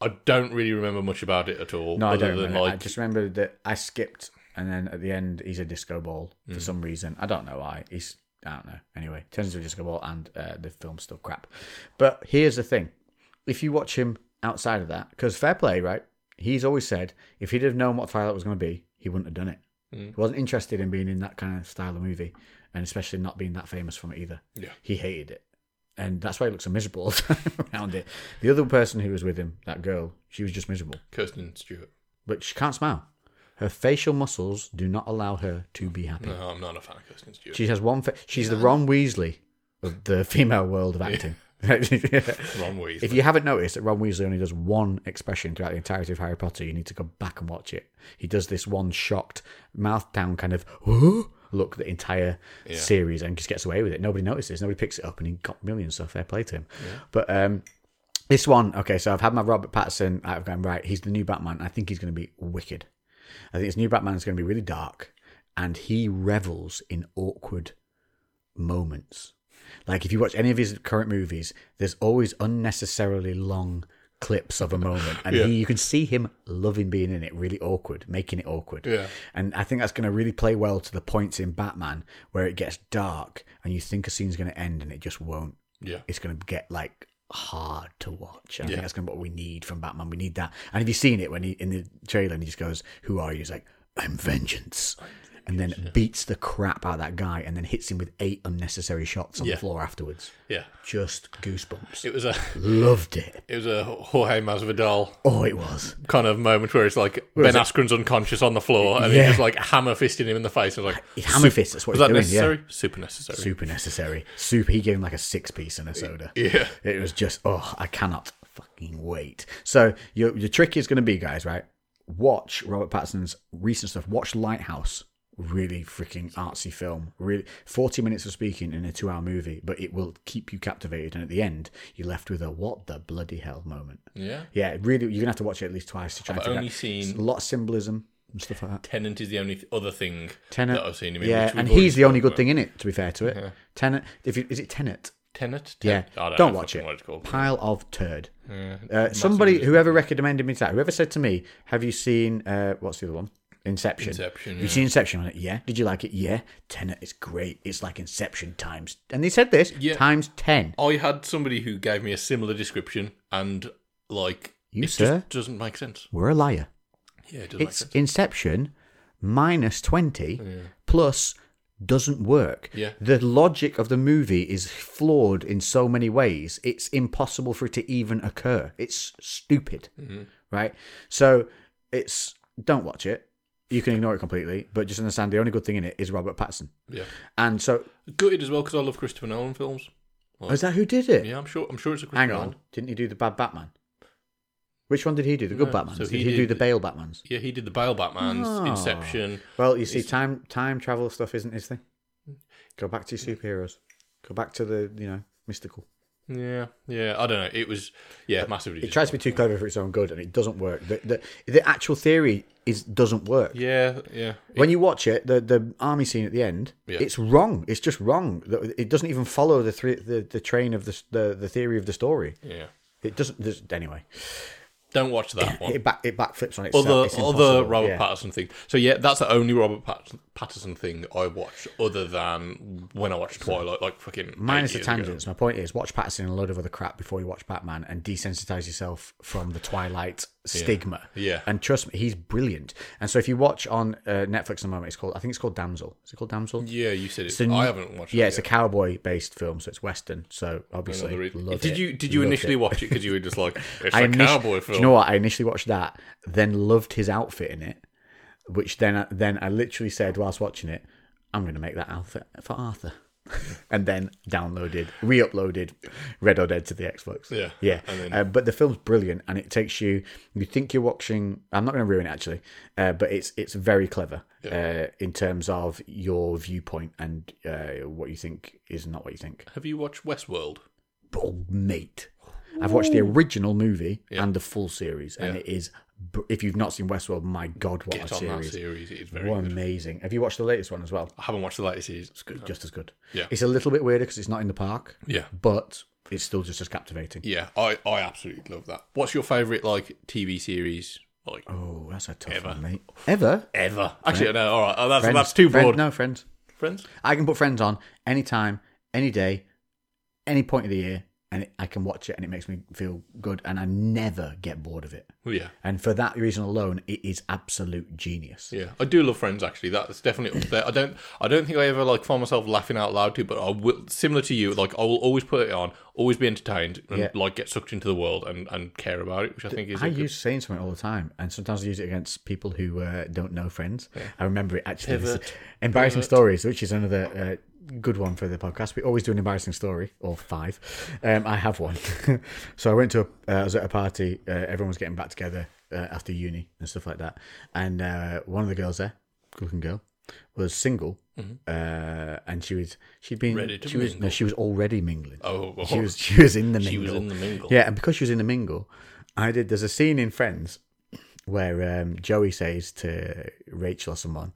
[SPEAKER 2] I don't really remember much about it at all.
[SPEAKER 1] No, I
[SPEAKER 2] other
[SPEAKER 1] don't.
[SPEAKER 2] than
[SPEAKER 1] Remember.
[SPEAKER 2] like
[SPEAKER 1] I just remember that I skipped, and then at the end, he's a disco ball
[SPEAKER 2] Mm.
[SPEAKER 1] for some reason. I don't know why. He's I don't know. Anyway, turns into a disco ball, and uh, the film's still crap. But here's the thing: if you watch him outside of that, because fair play, right? He's always said if he'd have known what Twilight was going to be, he wouldn't have done it.
[SPEAKER 2] Mm.
[SPEAKER 1] He wasn't interested in being in that kind of style of movie, and especially not being that famous from it either.
[SPEAKER 2] Yeah.
[SPEAKER 1] he hated it and that's why he looks so miserable *laughs* all the time around it. The other person who was with him, that girl, she was just miserable.
[SPEAKER 2] Kirsten Stewart.
[SPEAKER 1] But she can't smile. Her facial muscles do not allow her to be happy.
[SPEAKER 2] No, I'm not a fan of Kirsten Stewart.
[SPEAKER 1] She has one. Fa- she's the Ron Weasley of the female world of acting. *laughs*
[SPEAKER 2] Ron Weasley.
[SPEAKER 1] if you haven't noticed that Ron Weasley only does one expression throughout the entirety of Harry Potter, you need to go back and watch it. He does this one shocked mouth down kind of "Huh?" look the entire
[SPEAKER 2] Yeah.
[SPEAKER 1] series and just gets away with it. Nobody notices. Nobody picks it up, and he got millions. So fair play to him. But um, this one, okay. So I've had my Robert Pattinson. I've gone right. He's the new Batman. I think he's going to be wicked. I think his new Batman is going to be really dark, and he revels in awkward moments. Like if you watch any of his current movies, there's always unnecessarily long clips of a moment, and
[SPEAKER 2] Yeah.
[SPEAKER 1] he, you can see him loving being in it, really awkward, making it awkward.
[SPEAKER 2] Yeah.
[SPEAKER 1] And I think that's going to really play well to the points in Batman where it gets dark and you think a scene's going to end and it just won't.
[SPEAKER 2] Yeah.
[SPEAKER 1] It's going to get like hard to watch. And I
[SPEAKER 2] Yeah.
[SPEAKER 1] think that's kind of what we need from Batman. We need that. And have you seen it when he in the trailer and he just goes, "Who are you?" He's like, "I'm vengeance." And then beats the crap out of that guy, and then hits him with eight unnecessary shots on
[SPEAKER 2] Yeah.
[SPEAKER 1] the floor afterwards.
[SPEAKER 2] Yeah.
[SPEAKER 1] Just goosebumps.
[SPEAKER 2] It was a
[SPEAKER 1] Loved it.
[SPEAKER 2] it was a Jorge Masvidal
[SPEAKER 1] Oh, it was.
[SPEAKER 2] kind of moment where it's like Ben Askren's unconscious on the floor and
[SPEAKER 1] Yeah.
[SPEAKER 2] he's just like hammer fisting him in the face. And like
[SPEAKER 1] Hammer fist. That's what
[SPEAKER 2] was
[SPEAKER 1] he's
[SPEAKER 2] that
[SPEAKER 1] doing. Yeah.
[SPEAKER 2] necessary? Super necessary.
[SPEAKER 1] super necessary. Super. He gave him like a six piece and a soda.
[SPEAKER 2] Yeah.
[SPEAKER 1] It was just oh, I cannot fucking wait. So your your trick is going to be, guys, right? Watch Robert Pattinson's recent stuff. Watch Lighthouse. Really freaking artsy film. Really, forty minutes of speaking in a two-hour movie, but it will keep you captivated. And at the end, you're left with a what the bloody hell moment.
[SPEAKER 2] Yeah.
[SPEAKER 1] Yeah, really, you're gonna have to watch it at least twice to try. and
[SPEAKER 2] I've
[SPEAKER 1] figure
[SPEAKER 2] only
[SPEAKER 1] out-
[SPEAKER 2] seen-
[SPEAKER 1] a lot of symbolism and stuff like that.
[SPEAKER 2] Tenant is the only th- other thing
[SPEAKER 1] Tenet.
[SPEAKER 2] that I've seen him in.
[SPEAKER 1] yeah,
[SPEAKER 2] which we've
[SPEAKER 1] and
[SPEAKER 2] already
[SPEAKER 1] he's the only
[SPEAKER 2] spoken
[SPEAKER 1] good thing in it. To be fair to it, Tenet. If you, is it Tenet?
[SPEAKER 2] about. Tenet.
[SPEAKER 1] Yeah,
[SPEAKER 2] Ten- I don't,
[SPEAKER 1] don't
[SPEAKER 2] know
[SPEAKER 1] watch
[SPEAKER 2] fucking
[SPEAKER 1] it.
[SPEAKER 2] What it's called.
[SPEAKER 1] Pile of turd. uh, somebody, whoever recommended me that, whoever said to me, "Have you seen uh, what's the other one? Inception."
[SPEAKER 2] Inception,
[SPEAKER 1] Have
[SPEAKER 2] yeah.
[SPEAKER 1] you seen Inception? I went, yeah. Did you like it? Yeah. Tenet is great. It's like Inception times, and they said this
[SPEAKER 2] Yeah. Oh.
[SPEAKER 1] times ten.
[SPEAKER 2] I had somebody who gave me a similar description, and like
[SPEAKER 1] You,
[SPEAKER 2] it
[SPEAKER 1] sir?
[SPEAKER 2] just doesn't make sense.
[SPEAKER 1] We're a liar.
[SPEAKER 2] Yeah, it doesn't make
[SPEAKER 1] It's
[SPEAKER 2] sense.
[SPEAKER 1] Inception minus twenty plus doesn't work.
[SPEAKER 2] Oh, Yeah.
[SPEAKER 1] The logic of the movie is flawed in so many ways. It's impossible for it to even occur. It's stupid.
[SPEAKER 2] Mm-hmm.
[SPEAKER 1] Right? So it's don't watch it. You can ignore it completely, but just understand the only good thing in it is Robert Pattinson.
[SPEAKER 2] Yeah,
[SPEAKER 1] And so
[SPEAKER 2] gutted as well because I love Christopher Nolan films.
[SPEAKER 1] is that who did it?
[SPEAKER 2] Oh. Yeah, I'm sure. I'm sure it's a Christopher
[SPEAKER 1] Hang
[SPEAKER 2] Nolan.
[SPEAKER 1] on. Didn't he do the bad Batman? Which one did he do? The good
[SPEAKER 2] No,
[SPEAKER 1] Batmans?
[SPEAKER 2] so
[SPEAKER 1] did
[SPEAKER 2] he
[SPEAKER 1] he, do
[SPEAKER 2] did-
[SPEAKER 1] the Bale Batmans?
[SPEAKER 2] Yeah, he did the Bale Batman's
[SPEAKER 1] Oh.
[SPEAKER 2] Inception.
[SPEAKER 1] Well, you see, time time travel stuff isn't his thing. Go back to your superheroes. Go back to the you know mystical.
[SPEAKER 2] Yeah, yeah. I don't know. It was yeah, massively.
[SPEAKER 1] It tries to be too clever for its own good, and it doesn't work. The the, the actual theory is doesn't work.
[SPEAKER 2] Yeah, yeah.
[SPEAKER 1] When you watch it, the the army scene at the end,
[SPEAKER 2] Yeah.
[SPEAKER 1] it's wrong. It's just wrong. The- It doesn't even follow the three, the, the train of the, s- the the theory of the story.
[SPEAKER 2] Yeah.
[SPEAKER 1] It doesn't. there's- Anyway,
[SPEAKER 2] Don't watch that one.
[SPEAKER 1] *coughs* it back it backflips on itself.
[SPEAKER 2] Other
[SPEAKER 1] It's
[SPEAKER 2] other
[SPEAKER 1] impossible.
[SPEAKER 2] Robert
[SPEAKER 1] Yeah.
[SPEAKER 2] Patterson thing. So yeah, that's the only Robert Pat- Patterson thing I watched, other than when I watched Twilight, like fucking
[SPEAKER 1] Minus
[SPEAKER 2] eight
[SPEAKER 1] the
[SPEAKER 2] years ago.
[SPEAKER 1] tangents. My point is, watch Patterson and a load of other crap before you watch Batman, and desensitize yourself from the Twilight stigma.
[SPEAKER 2] Yeah.
[SPEAKER 1] And trust me, he's brilliant. And so, if you watch on uh, Netflix at the moment, it's called I think it's called Damsel. Is it called Damsel?
[SPEAKER 2] Yeah, you said it.
[SPEAKER 1] a
[SPEAKER 2] I
[SPEAKER 1] new-
[SPEAKER 2] haven't watched.
[SPEAKER 1] Yeah,
[SPEAKER 2] it
[SPEAKER 1] it's a cowboy-based film, so it's western. So obviously,
[SPEAKER 2] yet.
[SPEAKER 1] love
[SPEAKER 2] Did
[SPEAKER 1] it,
[SPEAKER 2] you did you
[SPEAKER 1] loved
[SPEAKER 2] initially
[SPEAKER 1] it.
[SPEAKER 2] watch it because you were just
[SPEAKER 1] *laughs*
[SPEAKER 2] like it's a
[SPEAKER 1] I init-
[SPEAKER 2] cowboy
[SPEAKER 1] Do you
[SPEAKER 2] film?
[SPEAKER 1] know what? I initially watched that, then loved his outfit in it, which then I, then I literally said whilst watching it, I'm going to make that outfit for Arthur. *laughs* and then downloaded, re-uploaded Red or Dead to the Xbox.
[SPEAKER 2] Yeah.
[SPEAKER 1] yeah.
[SPEAKER 2] And then-
[SPEAKER 1] Uh, but the film's brilliant, and it takes you. You think you're watching. I'm not going to ruin it actually, uh, but it's it's very clever uh, in terms of your viewpoint and uh, what you think is not what you think.
[SPEAKER 2] Have you watched Westworld?
[SPEAKER 1] Oh, mate. I've watched the original movie and the full series, and it is. br- If you've not seen Westworld, my God, what
[SPEAKER 2] It's
[SPEAKER 1] a
[SPEAKER 2] on that
[SPEAKER 1] series!
[SPEAKER 2] series. It's very.
[SPEAKER 1] What amazing. Have you watched the latest one as well?
[SPEAKER 2] I haven't watched the latest series.
[SPEAKER 1] It's good, just as good.
[SPEAKER 2] Yeah.
[SPEAKER 1] It's a little bit weirder because it's not in the park,
[SPEAKER 2] Yeah,
[SPEAKER 1] but it's still just as captivating.
[SPEAKER 2] yeah. I I absolutely love that. What's your favorite like TV series? Like
[SPEAKER 1] Oh, that's a tough one, mate. Ever?
[SPEAKER 2] ever? Actually, no. All right, oh, that's
[SPEAKER 1] Friends.
[SPEAKER 2] that's too
[SPEAKER 1] Friend-
[SPEAKER 2] broad.
[SPEAKER 1] no, friends.
[SPEAKER 2] Friends.
[SPEAKER 1] I can put friends on anytime, any day, any point of the year, and it, I can watch it, and it makes me feel good, and I never get bored of it.
[SPEAKER 2] Well, Oh, yeah,
[SPEAKER 1] And for that reason alone, it is absolute genius.
[SPEAKER 2] yeah. I do love Friends. Actually, that's definitely up there. I don't I don't think I ever like find myself laughing out loud to, but I will. Similar to you, like I will always put it on, always be entertained, and
[SPEAKER 1] Yeah.
[SPEAKER 2] like get sucked into the world and and care about it, which I think is.
[SPEAKER 1] I
[SPEAKER 2] a good-
[SPEAKER 1] use saying something all the time, and sometimes I use it against people who uh, don't know friends. I remember it actually. This is embarrassing stories, which is another uh, good one for the podcast. We always do an embarrassing story, or five. Um, I have one. *laughs* so I went to, a, uh, I was at a party. Uh, everyone was getting back together uh, after uni and stuff like that, and uh, one of the girls there, good looking girl, was single,
[SPEAKER 2] Mhm.
[SPEAKER 1] uh, and she was she'd been
[SPEAKER 2] Ready to
[SPEAKER 1] she was no
[SPEAKER 2] mingle.
[SPEAKER 1] she was already mingling.
[SPEAKER 2] Oh, well,
[SPEAKER 1] *laughs* She was she was in the mingle.
[SPEAKER 2] she was in the mingle.
[SPEAKER 1] Yeah, and because she was in the mingle, I did. There's a scene in Friends where um, Joey says to Rachel or someone,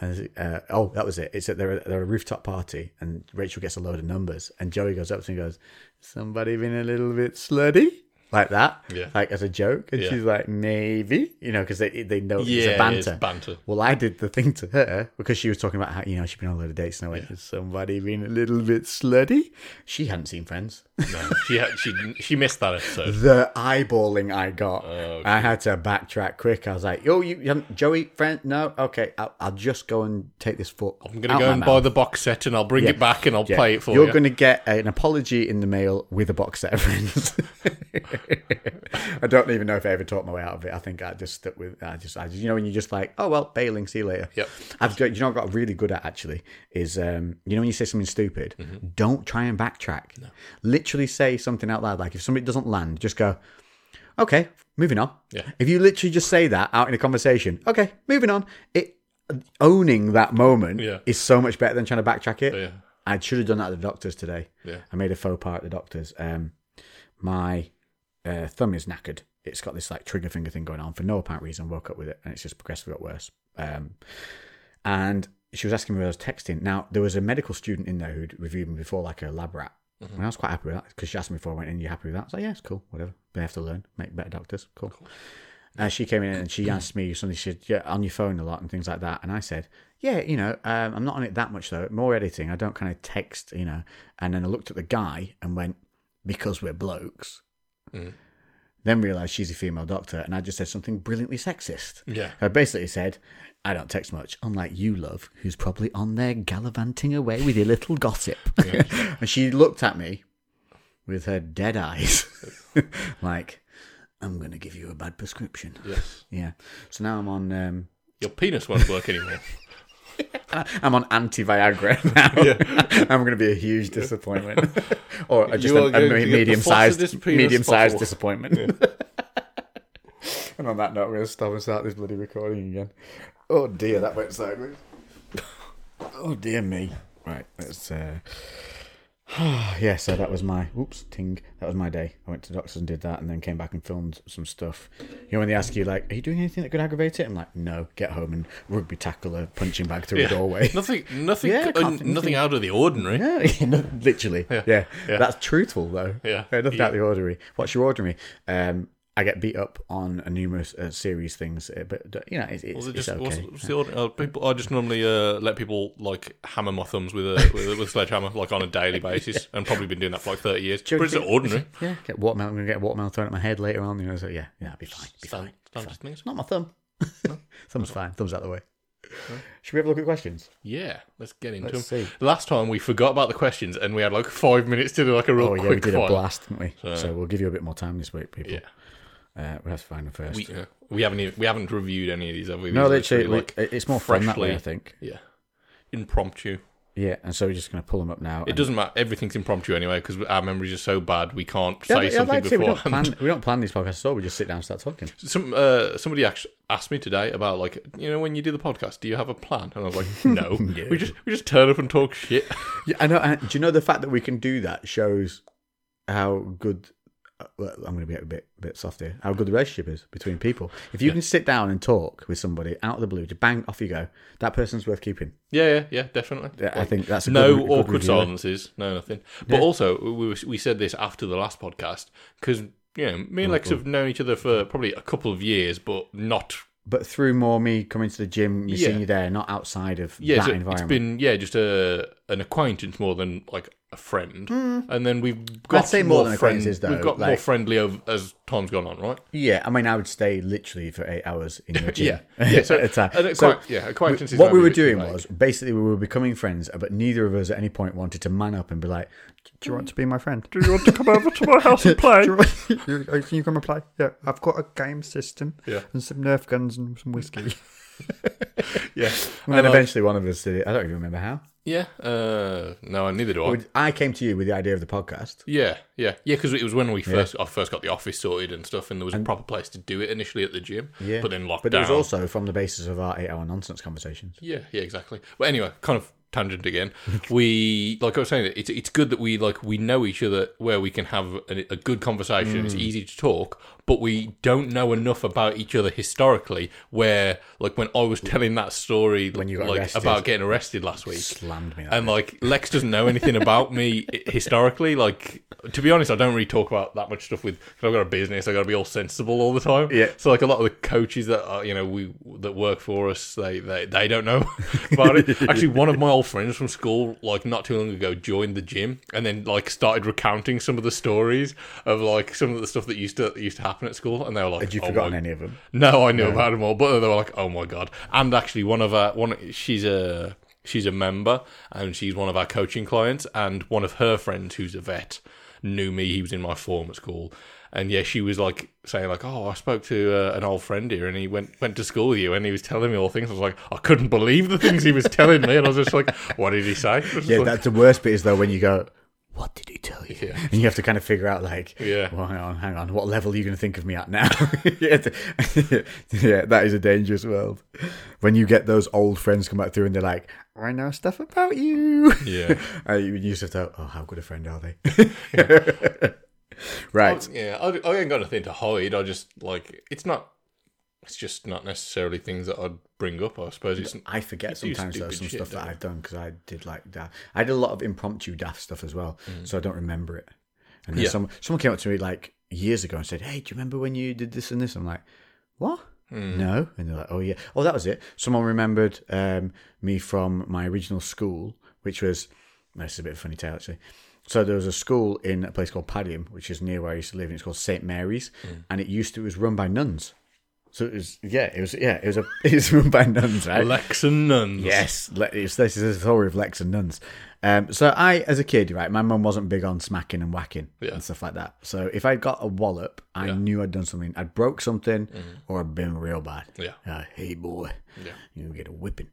[SPEAKER 1] and, uh, "Oh, that was it." It's at they're they're at a rooftop party, and Rachel gets a load of numbers, and Joey goes up to him and goes, "Somebody been a little bit slutty." Like that,
[SPEAKER 2] Yeah.
[SPEAKER 1] like as a joke, and
[SPEAKER 2] Yeah.
[SPEAKER 1] she's like, "Maybe," you know, because they they know
[SPEAKER 2] yeah,
[SPEAKER 1] it's a banter.
[SPEAKER 2] It's banter.
[SPEAKER 1] Well, I did the thing to her because she was talking about how, you know, she'd been on a load of dates and I went, has somebody been a little bit slutty? She hadn't seen Friends.
[SPEAKER 2] No, she had, she didn't- she missed that episode.
[SPEAKER 1] *laughs* the eyeballing I got,
[SPEAKER 2] Oh,
[SPEAKER 1] I had to backtrack quick. I was like, yo, you, you haven't- Joey, Friend, no? Okay, I'll, I'll just go and take this foot.
[SPEAKER 2] I'm gonna go and buy the box set, and I'll bring it back, and I'll play it for
[SPEAKER 1] You're
[SPEAKER 2] you.
[SPEAKER 1] going to get an apology in the mail with a box set of friends. *laughs* I don't even know if I ever talked my way out of it. I think I just stuck with. I just, I just, you know, when you're just like, oh well, bailing, see you later.
[SPEAKER 2] Yep.
[SPEAKER 1] I've, got- you know, what I got really good at actually is, um, you know, when you say something stupid,
[SPEAKER 2] Mm-hmm.
[SPEAKER 1] don't try and backtrack. Literally say something out loud. Like if somebody doesn't land, just go. Okay, moving on.
[SPEAKER 2] Yeah.
[SPEAKER 1] If you literally just say that out in a conversation, okay, moving on. It owning that moment
[SPEAKER 2] Yeah.
[SPEAKER 1] is so much better than trying to backtrack it.
[SPEAKER 2] yeah,
[SPEAKER 1] I should have done that at the doctor's today.
[SPEAKER 2] Yeah.
[SPEAKER 1] I made a faux pas at the doctor's. Um, my uh, thumb is knackered. It's got this like trigger finger thing going on for no apparent reason. Woke up with it and it's just progressively got worse. Um, and she was asking me where I was texting. Now there was a medical student in there who'd reviewed me before, like a lab rat. And I was quite happy with that because she asked me before I went in, "You happy with that?" I was like, "Yeah, it's cool. Whatever. They have to learn, make better doctors. Cool." Uh, she came in and she asked me something. She said, "Yeah, on your phone a lot and things like that." And I said, "Yeah, you know, um, I'm not on it that much though. More editing. I don't kind of text, you know." And then I looked at the guy and went, "Because we're blokes."
[SPEAKER 2] Mm.
[SPEAKER 1] Then realised she's a female doctor, and I just said something brilliantly sexist.
[SPEAKER 2] yeah.
[SPEAKER 1] I basically said, I don't text much, unlike you, love, who's probably on there gallivanting away with your little
[SPEAKER 2] *laughs*
[SPEAKER 1] gossip. *laughs* and she looked at me with her dead eyes, *laughs* like, I'm going to give you a bad prescription.
[SPEAKER 2] Yes,
[SPEAKER 1] Yeah. So now I'm on um,
[SPEAKER 2] your penis won't work anymore.
[SPEAKER 1] I'm on anti Viagra *laughs*
[SPEAKER 2] *laughs*
[SPEAKER 1] now. I'm going to be a huge disappointment, or just
[SPEAKER 2] You
[SPEAKER 1] a,
[SPEAKER 2] are going to get the
[SPEAKER 1] medium sized
[SPEAKER 2] flossedest penis
[SPEAKER 1] medium sized
[SPEAKER 2] possible.
[SPEAKER 1] disappointment. *laughs* and on that note, I'm going to stop and start this bloody recording again. Oh dear, that went sideways. Oh dear me. Right, let's. Uh... *sighs* yeah, so that was my oops ting. That was my day. I went to the doctors and did that, and then came back and filmed some stuff. You know when they ask you like, "Are you doing anything that could aggravate it?" I'm like, "No, get home and rugby tackle a punching bag through a
[SPEAKER 2] *laughs*
[SPEAKER 1] doorway."
[SPEAKER 2] Nothing, nothing,
[SPEAKER 1] Yeah, I can't
[SPEAKER 2] un-
[SPEAKER 1] think of anything.
[SPEAKER 2] nothing out of the ordinary.
[SPEAKER 1] Yeah, *laughs* yeah, *laughs* no, literally. Yeah.
[SPEAKER 2] yeah.
[SPEAKER 1] that's truthful though.
[SPEAKER 2] Yeah.
[SPEAKER 1] nothing out of the ordinary. What's your ordinary? Um, I get beat up on a numerous uh, series things, uh, but uh, you know, it's, it's,
[SPEAKER 2] Was it
[SPEAKER 1] it's
[SPEAKER 2] just
[SPEAKER 1] okay.
[SPEAKER 2] what's, what's the order? Uh, people, I just normally uh, let people like hammer my thumbs
[SPEAKER 1] *laughs*
[SPEAKER 2] with a with, a- with a sledgehammer like on a daily basis, and probably been doing that for like thirty years. But it's ordinary.
[SPEAKER 1] yeah, get watermelon. I'm gonna get a watermelon thrown at my head later on. You know, so yeah, yeah, I'll be fine. *laughs* Be fine.
[SPEAKER 2] Stand- stand just things.
[SPEAKER 1] Not my thumb. *laughs* Thumb's fine. Thumb's out the way. Should we have a look at questions?
[SPEAKER 2] Yeah, let's get into
[SPEAKER 1] Let's
[SPEAKER 2] them.
[SPEAKER 1] see.
[SPEAKER 2] Last time we forgot about the questions, and we had like five minutes to do like a real
[SPEAKER 1] Oh yeah, we
[SPEAKER 2] quick
[SPEAKER 1] did a
[SPEAKER 2] fire.
[SPEAKER 1] blast, didn't we? So, we'll give you a bit more time this week, people.
[SPEAKER 2] Yeah.
[SPEAKER 1] Uh, we have to find them first.
[SPEAKER 2] We, uh, we haven't even, we haven't reviewed any of these, have we?
[SPEAKER 1] no,
[SPEAKER 2] These are
[SPEAKER 1] literally,
[SPEAKER 2] literally,
[SPEAKER 1] we- it's more fun that way,
[SPEAKER 2] freshly-
[SPEAKER 1] I think.
[SPEAKER 2] yeah, impromptu.
[SPEAKER 1] Yeah, and so we're just going to pull them up now.
[SPEAKER 2] It doesn't matter. Everything's impromptu anyway because our memories are so bad we can't
[SPEAKER 1] Yeah,
[SPEAKER 2] say
[SPEAKER 1] but I'd
[SPEAKER 2] something
[SPEAKER 1] like to say we don't,
[SPEAKER 2] beforehand.
[SPEAKER 1] plan, we don't plan these podcasts at all. We just sit down and start talking.
[SPEAKER 2] Some uh, somebody actually asked me today about like you know when you do the podcast, do you have a plan? And I was like,
[SPEAKER 1] *laughs*
[SPEAKER 2] no, we just we just turn up and talk shit. *laughs*
[SPEAKER 1] Yeah, I know. And do you know the fact that we can do that shows how good? uh, Well, I'm going to be a bit bit soft here. How good the relationship is between people. If you can sit down and talk with somebody out of the blue, just bang off you go. That person's worth keeping.
[SPEAKER 2] yeah, yeah, yeah, definitely.
[SPEAKER 1] Yeah, I think that's a good,
[SPEAKER 2] no
[SPEAKER 1] good
[SPEAKER 2] awkward
[SPEAKER 1] reviewer.
[SPEAKER 2] silences, no nothing. But also, we were, we said this after the last podcast because you know me and
[SPEAKER 1] Mm-hmm.
[SPEAKER 2] Lex have known each other for probably a couple of years, but not
[SPEAKER 1] But through more me coming to the gym, me seeing
[SPEAKER 2] Yeah.
[SPEAKER 1] you there, not outside of
[SPEAKER 2] yeah.
[SPEAKER 1] that
[SPEAKER 2] so it's
[SPEAKER 1] environment.
[SPEAKER 2] been yeah, just a an acquaintance more than like a friend. And then we've got
[SPEAKER 1] Hmm. say more than
[SPEAKER 2] friend-
[SPEAKER 1] acquaintances, though,
[SPEAKER 2] We've got more
[SPEAKER 1] like-
[SPEAKER 2] friendly over, as time's gone on, right?
[SPEAKER 1] Yeah, I mean, I would stay literally for eight hours in
[SPEAKER 2] *laughs*
[SPEAKER 1] your
[SPEAKER 2] Yeah,
[SPEAKER 1] gym.
[SPEAKER 2] yeah.
[SPEAKER 1] *laughs*
[SPEAKER 2] So,
[SPEAKER 1] at a time.
[SPEAKER 2] and
[SPEAKER 1] So
[SPEAKER 2] acquaint- yeah, acquaintances.
[SPEAKER 1] what
[SPEAKER 2] might
[SPEAKER 1] we
[SPEAKER 2] be a
[SPEAKER 1] were
[SPEAKER 2] bit
[SPEAKER 1] doing
[SPEAKER 2] too vague.
[SPEAKER 1] was basically we were becoming friends, but neither of us at any point wanted to man up and be like, "Do you want to be my friend?
[SPEAKER 3] Do you want to come over to my house and
[SPEAKER 4] *laughs*
[SPEAKER 3] play?
[SPEAKER 4] Do you, you, uh, can you come and play? Yeah, I've got a game system
[SPEAKER 2] Yeah.
[SPEAKER 4] and some Nerf
[SPEAKER 3] *laughs*
[SPEAKER 4] guns and some whiskey.
[SPEAKER 2] yeah,
[SPEAKER 1] And then eventually one of us did it. I don't even remember how.
[SPEAKER 2] Yeah. Uh, no, neither do I.
[SPEAKER 1] Would- I came to you with the idea of the podcast.
[SPEAKER 2] Yeah, yeah, yeah. Because it was when we first I first got the office sorted and stuff, and there was a proper place to do it initially at the gym.
[SPEAKER 1] Yeah.
[SPEAKER 2] But then lockdown.
[SPEAKER 1] But it was also from the basis of our eight hour nonsense conversations.
[SPEAKER 2] Yeah, yeah, exactly. But anyway, kind of tangent again. *laughs* we like I was saying, it's it's good that we like we know each other where we can have a, a good conversation.
[SPEAKER 1] Mm.
[SPEAKER 2] It's easy to talk, but we don't know enough about each other historically. Where like when I was telling that story,
[SPEAKER 1] When you got
[SPEAKER 2] like
[SPEAKER 1] arrested.
[SPEAKER 2] about getting arrested last week,
[SPEAKER 1] Slammed me.
[SPEAKER 2] and like Lex doesn't know anything about me i- historically. Like to be honest, I don't really talk about that much stuff with. Cause I've got a business. I got to be all sensible all the time.
[SPEAKER 1] Yeah.
[SPEAKER 2] So like a lot of the coaches that are, you know we that work for us, they they, they don't know *laughs* about it. Actually, one of my old friends from school, like not too long ago, joined the gym and then like started recounting some of the stories of like some of the stuff that used to used to happen at school, and they were like,
[SPEAKER 1] Had you
[SPEAKER 2] "Oh my
[SPEAKER 1] forgotten any of them?
[SPEAKER 2] no, I knew about them all, but they were like, "Oh my god!" And actually, one of our one, she's a she's a member, and she's one of our coaching clients, and one of her friends who's a vet knew me. He was in my form at school, and yeah, she was like saying like, "Oh, I spoke to uh, an old friend here, and he went went to school with you, and he was telling me all things." I was like, I couldn't believe the things he was telling me, and I was just like, *laughs* "What did he say?" I was just
[SPEAKER 1] Yeah,
[SPEAKER 2] like,
[SPEAKER 1] that's the worst bit is though when you go, what did he tell you? And you have to kind of figure out like,
[SPEAKER 2] Yeah.
[SPEAKER 1] well, hang on, hang on, what level are you going to think of me at now? *laughs* yeah, th- *laughs* yeah, that is a dangerous world. When you get those old friends come back through and they're like, I know stuff about you.
[SPEAKER 2] yeah.
[SPEAKER 1] *laughs* Uh, you you just have to, oh, how good a friend are they?
[SPEAKER 2] *laughs*
[SPEAKER 1] *laughs* right.
[SPEAKER 2] Yeah, I, I ain't got nothing to hide. I just like it's not. It's just not necessarily things that I'd bring up. I suppose it's
[SPEAKER 1] I forget
[SPEAKER 2] do
[SPEAKER 1] sometimes though
[SPEAKER 2] stupid
[SPEAKER 1] some
[SPEAKER 2] shit,
[SPEAKER 1] stuff that
[SPEAKER 2] don't
[SPEAKER 1] I've done because I did like daft. I did a lot of impromptu daft stuff as well, so I don't remember it. And then
[SPEAKER 2] Mm. Yeah.
[SPEAKER 1] someone someone came up to me like years ago and said, "Hey, do you remember when you did this and this?" I'm like, "What?"
[SPEAKER 2] Mm.
[SPEAKER 1] No, and they're like, "Oh yeah, oh that was it." Someone remembered um, me from my original school, which was this is a bit of a funny tale actually. So there was a school in a place called Padiham, which is near where I used to live, and it's called St Mary's,
[SPEAKER 2] Mm.
[SPEAKER 1] and it used to it was run by nuns. So it was yeah, it was yeah, it was a *laughs* it was run by nuns, right?
[SPEAKER 2] Lex and nuns.
[SPEAKER 1] Yes, Le- it's, this is the story of Lex and nuns. Um, so I, as a kid, right, my mum wasn't big on smacking and whacking and stuff like that. So if I got a wallop, I knew I'd done something. I'd broke something or I'd been real bad.
[SPEAKER 2] Mm-hmm. Yeah.
[SPEAKER 1] Uh, hey boy,
[SPEAKER 2] Yeah.
[SPEAKER 1] you get a whipping.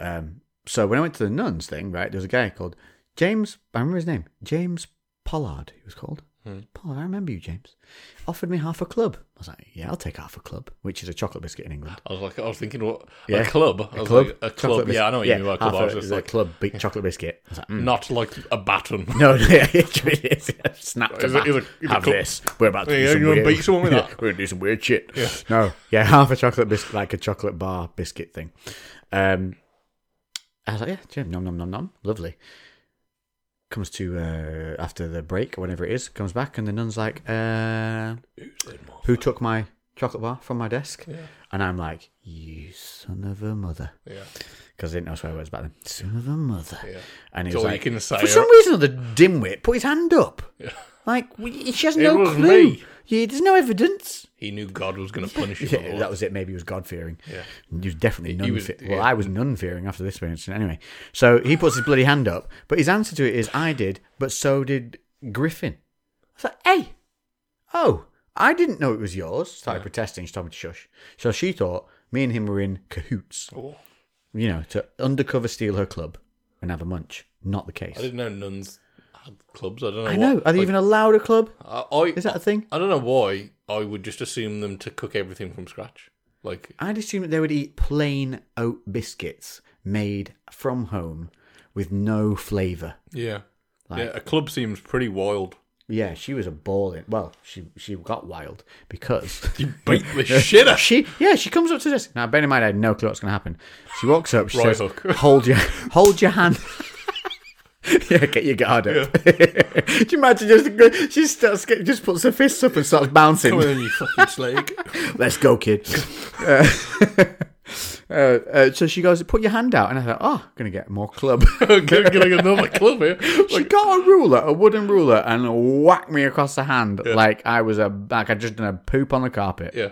[SPEAKER 1] Um, so when I went to the nuns thing, right, there was a guy called James. I remember his name, James Pollard. He was called
[SPEAKER 2] Hmm.
[SPEAKER 1] Pollard. I remember you, James. Offered me half a club. I was like, yeah, I'll take half a club, which is a chocolate biscuit in England.
[SPEAKER 2] I was like, I was thinking, what
[SPEAKER 1] Yeah.
[SPEAKER 2] a club? I was
[SPEAKER 1] club,
[SPEAKER 2] like, a
[SPEAKER 1] Chocolate
[SPEAKER 2] club. Yeah, I know what you
[SPEAKER 1] biscuit.
[SPEAKER 2] mean by a club.
[SPEAKER 1] half
[SPEAKER 2] I was
[SPEAKER 1] a-
[SPEAKER 2] just
[SPEAKER 1] the
[SPEAKER 2] like,
[SPEAKER 1] club big chocolate biscuit. I was like, mm.
[SPEAKER 2] not like
[SPEAKER 1] *laughs*
[SPEAKER 2] a baton.
[SPEAKER 1] No, yeah, it really is. Snapped
[SPEAKER 2] Is
[SPEAKER 1] a
[SPEAKER 2] it- is
[SPEAKER 1] back.
[SPEAKER 2] it- is it
[SPEAKER 1] Have
[SPEAKER 2] club-
[SPEAKER 1] this. We're about to
[SPEAKER 2] Yeah,
[SPEAKER 1] do some
[SPEAKER 2] you wanna
[SPEAKER 1] weird-
[SPEAKER 2] beat someone
[SPEAKER 1] *laughs*
[SPEAKER 2] with
[SPEAKER 1] Yeah,
[SPEAKER 2] that?
[SPEAKER 1] We're gonna do some weird shit. No, yeah, *laughs* half a chocolate biscuit, like a chocolate bar biscuit thing. Um, I was like, yeah, Jim, nom nom nom nom, lovely. Comes to uh, after the break, whatever it is, comes back, and the nun's like, uh, "Who took my chocolate bar from my desk?" And I'm like, "You son of a mother."
[SPEAKER 2] Yeah.
[SPEAKER 1] because I didn't know swear words back then. Son of a mother. And he
[SPEAKER 2] That's
[SPEAKER 1] was
[SPEAKER 2] all
[SPEAKER 1] like,
[SPEAKER 2] you can say.
[SPEAKER 1] for some reason, the dimwit put his hand up. Like we- she has no
[SPEAKER 2] was
[SPEAKER 1] clue.
[SPEAKER 2] me.
[SPEAKER 1] Yeah, there's no evidence.
[SPEAKER 2] He knew God was going to punish him.
[SPEAKER 1] *laughs* Yeah,
[SPEAKER 2] otherwise.
[SPEAKER 1] that was it. Maybe he was God fearing.
[SPEAKER 2] Yeah.
[SPEAKER 1] he was definitely nun.
[SPEAKER 2] was-
[SPEAKER 1] fe- well,
[SPEAKER 2] yeah.
[SPEAKER 1] I was nun fearing after this experience. Anyway, so he puts his bloody hand up, but his answer to it is, "I did," but so did Griffin. I was like, "Hey, oh, I didn't know it was yours." Started protesting. She told me to shush. So she thought me and him were in cahoots
[SPEAKER 2] Oh,
[SPEAKER 1] you know, to undercover steal her club and have a munch. Not the case.
[SPEAKER 2] I didn't know nuns had clubs. I don't know.
[SPEAKER 1] I know.
[SPEAKER 2] What,
[SPEAKER 1] Are they even allowed a club?
[SPEAKER 2] I, I,
[SPEAKER 1] Is that a thing?
[SPEAKER 2] I don't know why I would just assume them to cook everything from scratch. Like,
[SPEAKER 1] I'd assume that they would eat plain oat biscuits made from home with no flavour.
[SPEAKER 2] yeah. yeah, a club seems pretty wild.
[SPEAKER 1] Yeah, she was a ball in. Well, she she got wild because
[SPEAKER 2] *laughs* You beat the shit out.
[SPEAKER 1] she yeah she comes up to this. Now, bear in mind, I had no clue what's going to happen. She walks up. She
[SPEAKER 2] Right
[SPEAKER 1] says,
[SPEAKER 2] hook.
[SPEAKER 1] "Hold your hold your hand." *laughs* yeah, get your guard up. *laughs* Do you imagine just she starts just puts her fists up and starts bouncing? *laughs*
[SPEAKER 2] Well, you fucking *laughs* slag.
[SPEAKER 1] Let's go, kid. Uh, *laughs* uh, uh, so she goes, put your hand out. And I thought, oh, going to get more club. *laughs*
[SPEAKER 2] I'm getting another club here.
[SPEAKER 1] she got a ruler, a wooden ruler, and whacked me across the hand like I was a, like I'd just done a poop on the carpet.
[SPEAKER 2] Yeah,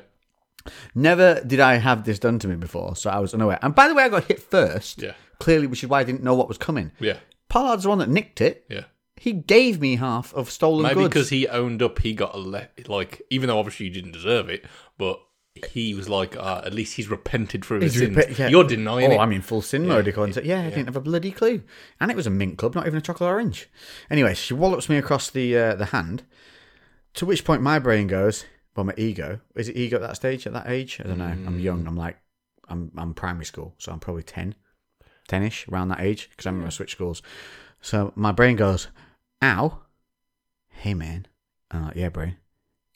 [SPEAKER 1] Never did I have this done to me before, so I was unaware. And by the way, I got hit first.
[SPEAKER 2] Yeah.
[SPEAKER 1] Clearly, which is why I didn't know what was coming.
[SPEAKER 2] yeah,
[SPEAKER 1] Pollard's the one that nicked it.
[SPEAKER 2] yeah.
[SPEAKER 1] He gave me half of stolen
[SPEAKER 2] Maybe
[SPEAKER 1] goods.
[SPEAKER 2] because he owned up, he got a le- like, even though obviously you didn't deserve it, but he was like, uh, at least he's repented for his
[SPEAKER 1] He's
[SPEAKER 2] sins.
[SPEAKER 1] repe- yeah.
[SPEAKER 2] You're denying
[SPEAKER 1] Oh,
[SPEAKER 2] it.
[SPEAKER 1] I'm in full sin mode according to yeah, I didn't have a bloody clue. And it was a mint club, not even a chocolate orange. Anyway, she wallops me across the uh, the hand. To which point my brain goes, well, my ego is it ego at that stage, at that age? I don't know. I'm
[SPEAKER 2] Mm.
[SPEAKER 1] young. I'm like, I'm I'm primary school, so I'm probably 10, 10-ish around that age because I remember I switched schools. So my brain goes, ow, hey man, I'm like, yeah, brain,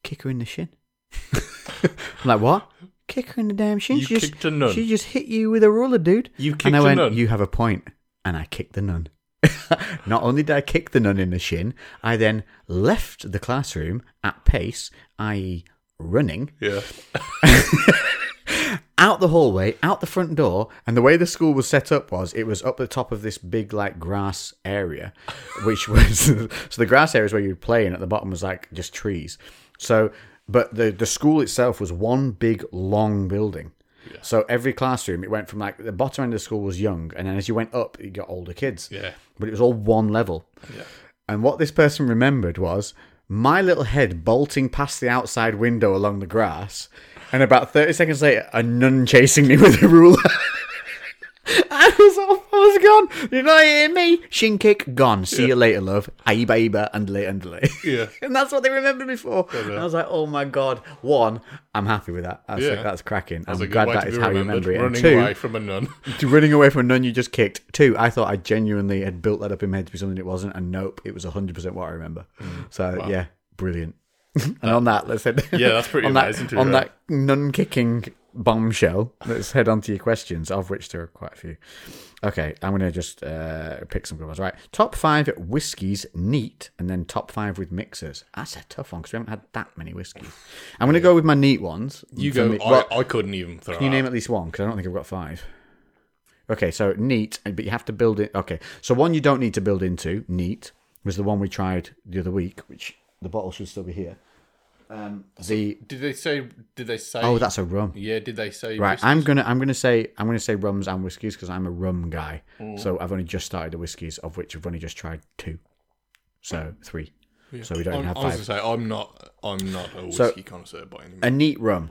[SPEAKER 1] kick her in the shin. *laughs* I'm like, what? Kick her in the damn shin.
[SPEAKER 2] You
[SPEAKER 1] she just,
[SPEAKER 2] kicked a nun.
[SPEAKER 1] She just hit you with a ruler, dude.
[SPEAKER 2] You kicked
[SPEAKER 1] and I
[SPEAKER 2] a
[SPEAKER 1] went,
[SPEAKER 2] nun.
[SPEAKER 1] you have a point. And I kicked the nun. *laughs* Not only did I kick the nun in the shin, I then left the classroom at pace, i.e., running,
[SPEAKER 2] yeah.
[SPEAKER 1] out the hallway, out the front door, and the way the school was set up was it was up the top of this big like grass area, *laughs* which was *laughs* so the grass area is where you'd play, and at the bottom was like just trees. So, but the the school itself was one big long building. So every classroom, it went from like the bottom end of the school was young, and then as you went up, you got older kids.
[SPEAKER 2] Yeah.
[SPEAKER 1] But it was all one level.
[SPEAKER 2] Yeah.
[SPEAKER 1] And what this person remembered was my little head bolting past the outside window along the grass, and about 30 seconds later, a nun chasing me with a ruler. *laughs* I was off. I was gone. You're not hitting me. Shin kick, gone. See you later, love. Aiba, aiba, and late, and late.
[SPEAKER 2] Yeah.
[SPEAKER 1] *laughs* and that's what they remembered me for. And I was like, oh my god. One, I'm happy with that. That's,
[SPEAKER 2] Yeah.
[SPEAKER 1] that's cracking.
[SPEAKER 2] That's
[SPEAKER 1] I'm
[SPEAKER 2] a good
[SPEAKER 1] glad
[SPEAKER 2] way
[SPEAKER 1] that
[SPEAKER 2] to
[SPEAKER 1] is
[SPEAKER 2] be
[SPEAKER 1] how you
[SPEAKER 2] remembered.
[SPEAKER 1] remember it. And
[SPEAKER 2] Running
[SPEAKER 1] two,
[SPEAKER 2] away from
[SPEAKER 1] *laughs*
[SPEAKER 2] a nun.
[SPEAKER 1] to running away from a nun you just kicked. Two, I thought I genuinely had built that up in my head to be something it wasn't, and nope, it was 100% what I remember.
[SPEAKER 2] Mm.
[SPEAKER 1] So, yeah, brilliant. *laughs* and on that, let's head.
[SPEAKER 2] Yeah, that's
[SPEAKER 1] *laughs*
[SPEAKER 2] pretty
[SPEAKER 1] on
[SPEAKER 2] amazing
[SPEAKER 1] That,
[SPEAKER 2] to
[SPEAKER 1] on
[SPEAKER 2] remember.
[SPEAKER 1] that nun kicking bombshell, let's head on to your questions, of which there are quite a few. Okay, I'm going to just uh, pick some good ones. Right, top five whiskies neat, and then top five with mixers. That's a tough one because we haven't had that many whiskies. I'm going to go with my neat ones.
[SPEAKER 2] You
[SPEAKER 1] For
[SPEAKER 2] go.
[SPEAKER 1] me-
[SPEAKER 2] I,
[SPEAKER 1] well,
[SPEAKER 2] I couldn't even throw.
[SPEAKER 1] can you
[SPEAKER 2] out.
[SPEAKER 1] name at least one? Because I don't think I've got five. Okay, so neat, but you have to build it. Okay, so one you don't need to build into, neat, was the one we tried the other week, which the bottle should still be here. Um, the
[SPEAKER 2] Did they say? Did they say?
[SPEAKER 1] oh, that's a rum.
[SPEAKER 2] Yeah. Did they say?
[SPEAKER 1] Right,
[SPEAKER 2] whiskey?
[SPEAKER 1] I'm gonna I'm gonna say I'm gonna say rums and whiskies because I'm a rum guy. So I've only just started the whiskies, of which I've only just tried two, so three. So we don't even
[SPEAKER 2] I'm,
[SPEAKER 1] have
[SPEAKER 2] I
[SPEAKER 1] five.
[SPEAKER 2] was gonna say I'm not. I'm not a whiskey connoisseur by any means.
[SPEAKER 1] A neat rum